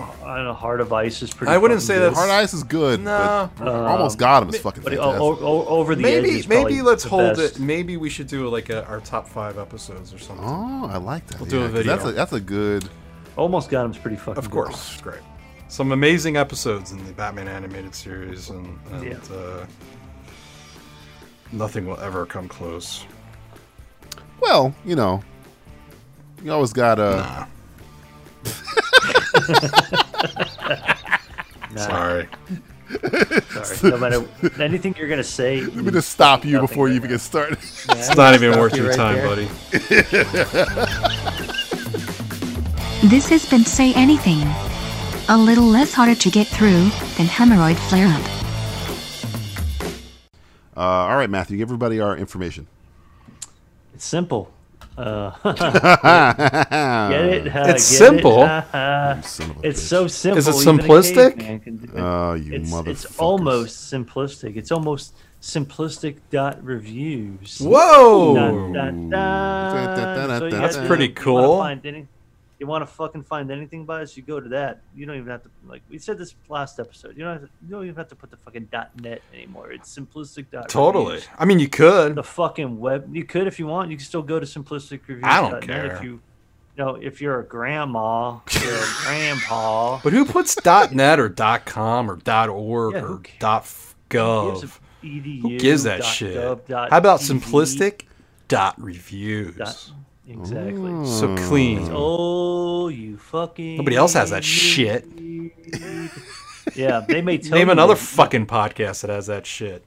know. Heart of Ice is pretty.
I wouldn't
fucking
say
good. Um,
that's
Hard Ice is good,
No.
but Almost Got Him is fucking
But uh,
fantastic.
o- o- over the edge
maybe
is probably
maybe let's
the
hold
best.
it. Maybe we should do like a, our top five episodes or something.
Oh, I like that.
We'll do a
Yeah, 'cause
video.
That's a, that's a good.
Almost got him's pretty fucking.
Of course, it's great. Some amazing episodes in the Batman animated series, and, and uh, nothing will ever come close.
Well, you know, you always got a.
Nah.
Sorry.
Sorry. No matter anything you're gonna say.
Let me just stop you before you even get started.
It's not even worth your time, buddy.
This has been Say Anything. A little less harder to get through than hemorrhoid flare up.
Uh, all right, Matthew, give everybody our information.
It's simple. Uh, get it? Uh,
It's
get
simple?
It? Uh,
You son of a
it's
bitch.
so simple.
Is it
even a
simplistic?
caveman can do it.
Oh, you
it's,
motherfuckers.
It's almost simplistic. It's almost simplistic dot reviews.
Whoa!
Dun, dun, dun. So you
That's
gotta-
pretty
you wanna
cool.
find any- you want to fucking find anything by us? You go to that. You don't even have to like we said this last episode. You don't have to, you don't even have to put the fucking dot net anymore. It's simplistic dot.
Totally.
reviews.
I mean, you could.
The fucking web. You could if you want. You can still go to simplistic reviews.
I don't care.
If you, you know, if you're a grandma, you're a grandpa.
But who puts .net or .com or .org
Yeah, who
or .gov?
gives a EDU,
Who gives that
E dot
shit?
gov, dot E
How about
TV?
simplistic dot reviews?
Dot- exactly.
Mm.
So
Hmm.
clean.
It's, oh, you fucking.
Nobody else has that shit.
Yeah, they may tell
Name
you
another
that.
fucking podcast that has that shit.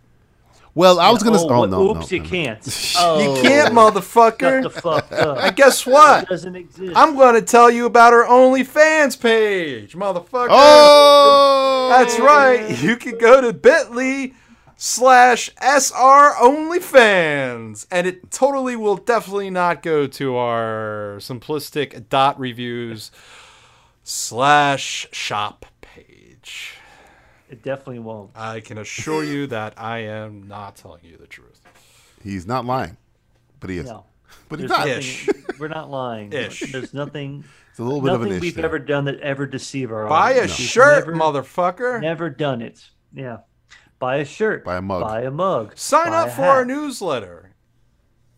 Well, I was gonna. s-
oh,
Oh,
what-
no,
oops,
no,
you
no.
can't.
You can't, motherfucker.
Shut Oh. the fuck up.
And guess what?
It doesn't exist.
I'm going to tell you about our OnlyFans page, motherfucker.
Oh!
That's right. You can go to bit.ly slash SR OnlyFans, and it totally will definitely not go to our simplistic dot reviews slash shop page.
It definitely won't.
I can assure you that I am not telling you the truth.
He's not lying, but he is.
No.
But he's
There's
not.
nothing- We're not lying.
Ish.
There's nothing.
It's a little bit of an
nothing
ish
we've
there.
ever done that ever deceive our
Buy a
audience. We've
shirt,
never-
motherfucker.
Never done it. Yeah. Buy a shirt. Buy
a mug.
Buy a mug.
Sign
Buy
up
a
for our
hat.
newsletter.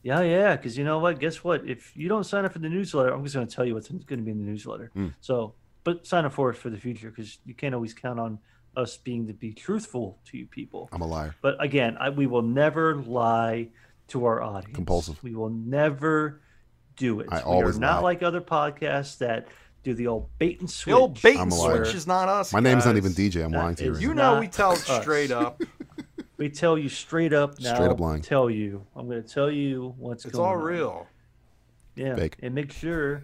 Yeah, yeah. Because you know what? Guess what? If you don't sign up for the newsletter, I'm just going to tell you what's going to be in the newsletter.
Hmm.
Mm.
So, but sign up for it for the future because you can't always count on us being to be truthful to you people.
I'm a liar.
But again, I, we will never lie to our audience.
Compulsive.
We will never do it.
I always
we are not
lie.
like other podcasts that do the old bait and switch.
The old bait
I'm
and
a liar.
switch is not us.
My name's not
guys.
even DJ. I'm lying to you.
is
Right
You
now.
know,
not
we tell
us.
straight up.
We tell you straight up now.
Straight up lying.
Tell you. I'm going to tell you what's
It's
going
all
on.
real.
Yeah,
Fake.
and make sure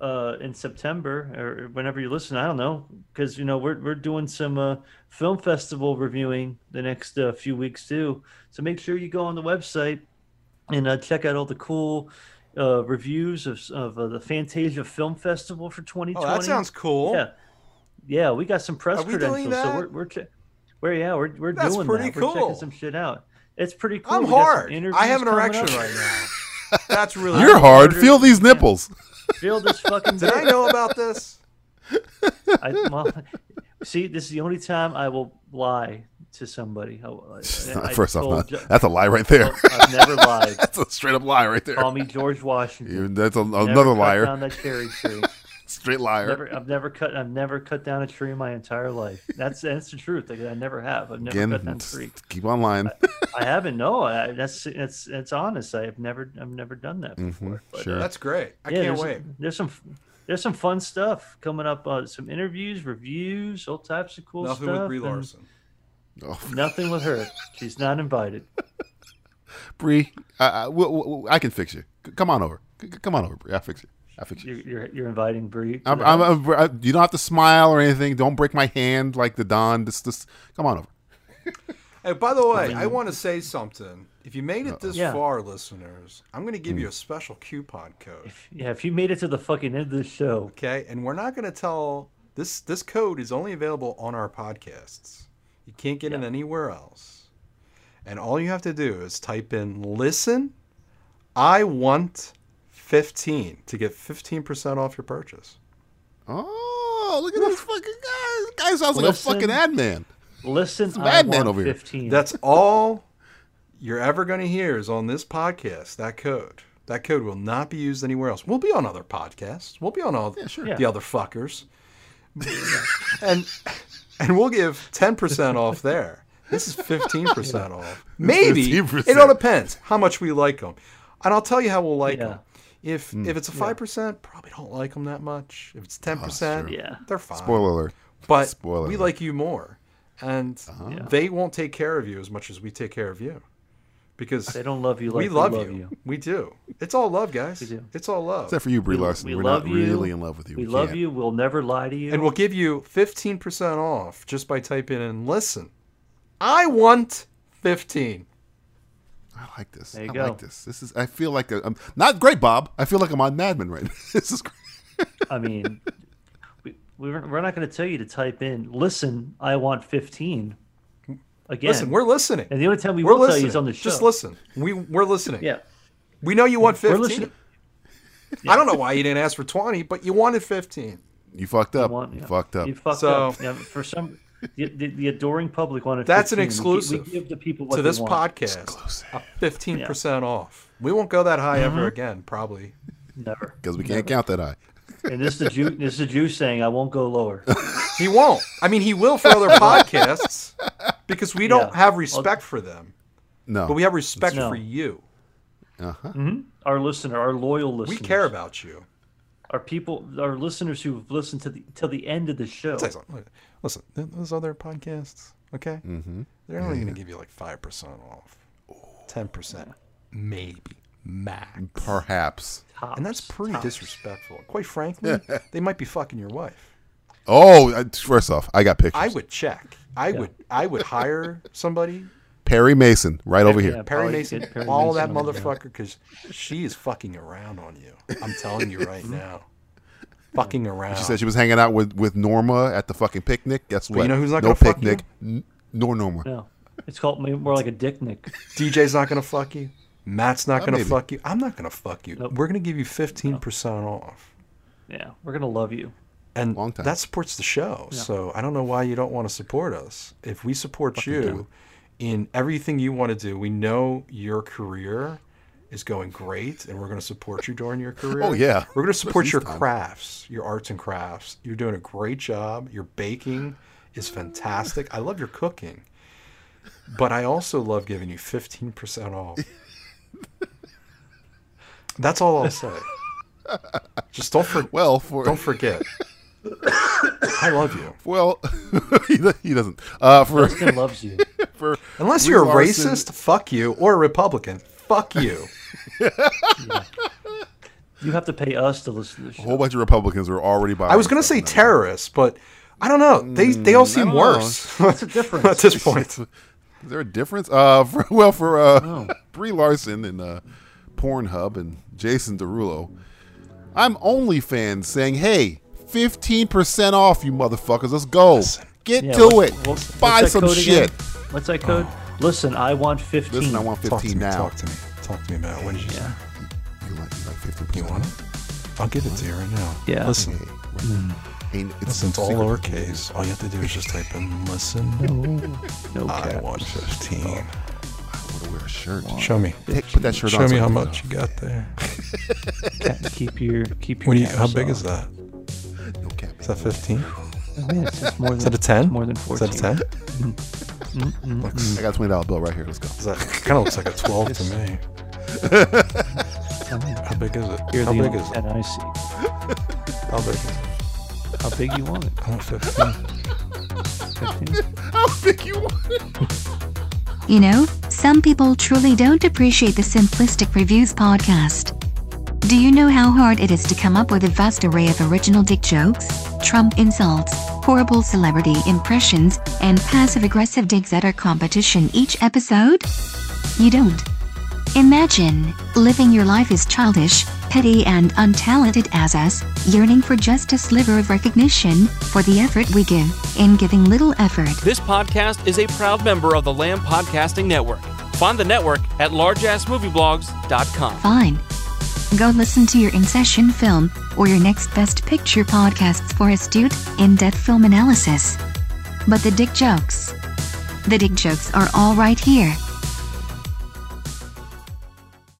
uh, in September or whenever you listen, I don't know, because you know we're we're doing some uh, film festival reviewing the next uh, few weeks too. So make sure you go on the website and uh, check out all the cool uh, reviews of, of uh, the Fantasia Film Festival for 2020.
Oh, sounds cool.
Yeah, yeah, we got some press
Are we doing
credentials, so
that?
we're we're, che- we're yeah we're we're
That's
doing
pretty
that. We're checking
cool.
some shit out. It's pretty cool.
I'm
We got some
hard. I
interviews
have an
coming
erection
up.
right now. That's really
You're hard. Feel these nipples.
Feel this fucking.
Did I
dick.
know about this?
I, well, see, this is the only time I will lie to somebody. I, I, I
First off,
told
not-
Ju-
that's a lie right there.
I've never lied.
That's a straight up lie right there.
Call me George Washington.
You- that's a-
Never
another
cut
liar.
Down that cherry tree.
Straight liar.
Never, I've never cut. I've never cut down a tree in my entire life. That's that's the truth. Like, I never have. I've never cut down
Again,
a tree.
keep on lying.
I haven't. No, I, that's that's that's honest. I've never I've never done that.
Mhm,
But,
sure.
uh,
That's great. I can't
there's-
wait.
there's some there's some fun stuff coming up. Uh, some interviews, reviews, all types of cool
Nothing
stuff.
with Brie
and
Larson.
Nothing with her. She's not invited.
Bree, I, I, we'll- we'll- I can fix you. C- Come on over. C- Come on over, Bree. I'll fix you. I'll fix you.
You're you're, you're inviting Brie. to
I'm,
the
I'm,
house.
I'm- I- you don't have to smile or anything. Don't break my hand like the Don. Just, just come on over.
Hey, by the way, I
Mhm.
want to say something. If you made it this
Yeah.
far, listeners, I'm going to give you a special coupon code.
yeah, if you made it to the fucking end of the show,
Okay, and we're not going to tell this. This code is only available on our podcasts. You can't get it anywhere else. And all you have to do is type in "listen." I want fifteen to get fifteen percent off your purchase.
Oh, look at this fucking guy. This guy sounds like
Listen.
a fucking ad man.
Listen,
I madman want over here. 15.
That's all you're ever going to hear is on this podcast. That code. That code will not be used anywhere else. We'll be on other podcasts. We'll be on all
Yeah.
the other fuckers, and and we'll give ten percent off there. This is fifteen percent off. Maybe it
15%.
all depends how much we like them, and I'll tell you how we'll like them. If if it's a
Hmm. Yeah.
five percent, probably don't like them that much. If it's ten percent,
Yeah.
they're fine.
Spoiler alert.
But
Spoiler alert.
we
Uh-huh.
like you more, and
Yeah.
they won't take care of you as much as we take care of you, because
They don't love you
we
like we
love,
love
you.
you.
We do. It's all love, guys. It's all love.
Except for you, Brie Larson.
we
We're
love
not
you.
really in love with you.
We, love you. We'll never lie to you.
And we'll give you 15% off just by typing in listen. I want 15.
I like this.
There you
I
go.
like this. This is. I feel like a, I'm not great, Bob. I feel like I'm on Mad Men right now. This is.
I mean, we, we're, we're not going to tell you to type in, listen, I want 15. Again,
Mm. Listen, we're listening.
And the only time we
We're
will tell you is
listening.
on the show.
Just listen. We we're listening.
Yeah.
We know you want
We're
15.
listening.
I don't know why you didn't ask for 20, but you wanted 15.
You fucked up.
Want-
you
yeah.
fucked up.
You fucked
So-
up. Yeah, for some, the, the, the adoring public wanted
That's
15.
an
We gi-
exclusive
We, give the people what
to
they
this
want.
podcast. A 15% off. We won't go that high ever
Mhm.
again, probably.
Never.
Because we can't count that high.
And this is the Jew, this is the Jew saying, I won't go lower.
He won't. I mean, he will for other podcasts because we don't
Yeah.
have respect for them.
No.
But we have respect
No.
for you.
Uh-huh.
Mhm. Our listener, our loyal
We
listeners.
care about you.
Our people, our listeners who've listened to the till the end of the show.
Tell you something. Listen, th- those other podcasts, okay?
Mm-hmm.
They're only going to give you like 5% off, 10%, maybe, max.
Perhaps.
And that's pretty disrespectful. Quite frankly, they might be fucking your wife.
Oh, I- first off, I got pictures.
I would check. I would I would hire somebody,
Perry Mason, right over here.
Perry
probably
Mason,
get Perry
all that
Mason on there.
motherfucker, because she is fucking around on you. I'm telling you right now. Fucking around.
She said she was hanging out with, with Norma at the fucking picnic. Guess
But
what?
you know who's not
no
gonna fuck
picnic, n- nor Norma.
No, it's called more like a dick nick.
DJ's not gonna fuck you. Matt's not
Uh,
gonna
maybe.
fuck you. I'm not gonna fuck you. We're gonna give you 15% off,
Yeah, we're gonna love you.
and
time.
that supports the show.
Yeah.
So I don't know why you don't want to support us. If we support you in everything you want to do, we know your career is going great, and we're gonna support you during your career.
Oh, yeah.
we're gonna support
Christmas
your
time.
crafts, your arts and crafts. You're doing a great job. Your baking is fantastic. I love your cooking. But I also love giving you 15% off. That's all I'll say. Just don't forget.
Well, for
don't forget. I love you.
Well, he, do- he doesn't. Uh, for
Dustin
loves you.
For
Unless
Brie
you're a
Larson-
racist, fuck you, or a Republican, fuck you.
You have to pay us to listen to the
a
show.
whole bunch of Republicans were already buying.
I was gonna say terrorists, but I don't know. They they all
Mm, I
seem
don't
worse.
know.
What's the difference? At this point.
Is there a difference? Uh, for, well, for uh, Brie Larson and uh, Pornhub and Jason Derulo. I'm OnlyFans saying, hey, 15% off, you motherfuckers. Let's go. Get
Yeah,
to
what's-
it.
what's- what's
Buy
that
some
code again?
shit. Oh.
What's that code? Listen, I want 15.
Listen, I want 15 now.
to me. Talk to me, Matt. What did you yeah.
You like, you like 15%?
You want it? I'll give it to you right now.
Yeah.
Listen.
Mm.
Listen, it's all
secret.
lowercase. All you have to do is just type in listen.
no
I want 15.
I want to wear a shirt.
Show me.
Take, put that shirt
Show
on.
me
so I
how
can-
much you got there.
keep your keep your.
What do you,
caps
how big
on.
is that?
No cap.
Is that 15?
Oh, man, it's, it's more than
Is that a 10?
More than Mm-hmm.
Is
14.
that a 10?
Looks,
I got a $20 bill right here. Let's go.
that kind of looks like a 12 to me. How big is it?
You're
how
the
big
only
is it?
10 I see.
How big is it?
How big you want it?
I want 15.
15?
How big you want it?
You know, some people truly don't appreciate the Simplistic Reviews podcast. Do you know how hard it is to come up with a vast array of original dick jokes, Trump insults, horrible celebrity impressions, and passive aggressive digs at our competition each episode? You don't. Imagine living your life as childish, petty, and untalented as us, yearning for just a sliver of recognition for the effort we give in giving little effort.
This podcast is a proud member of the Lamb Podcasting Network. Find the network at largeassmovieblogs.com.
Fine. Go listen to your in session film or your next best picture podcasts for astute, in depth film analysis. But the dick jokes. The dick jokes are all right here.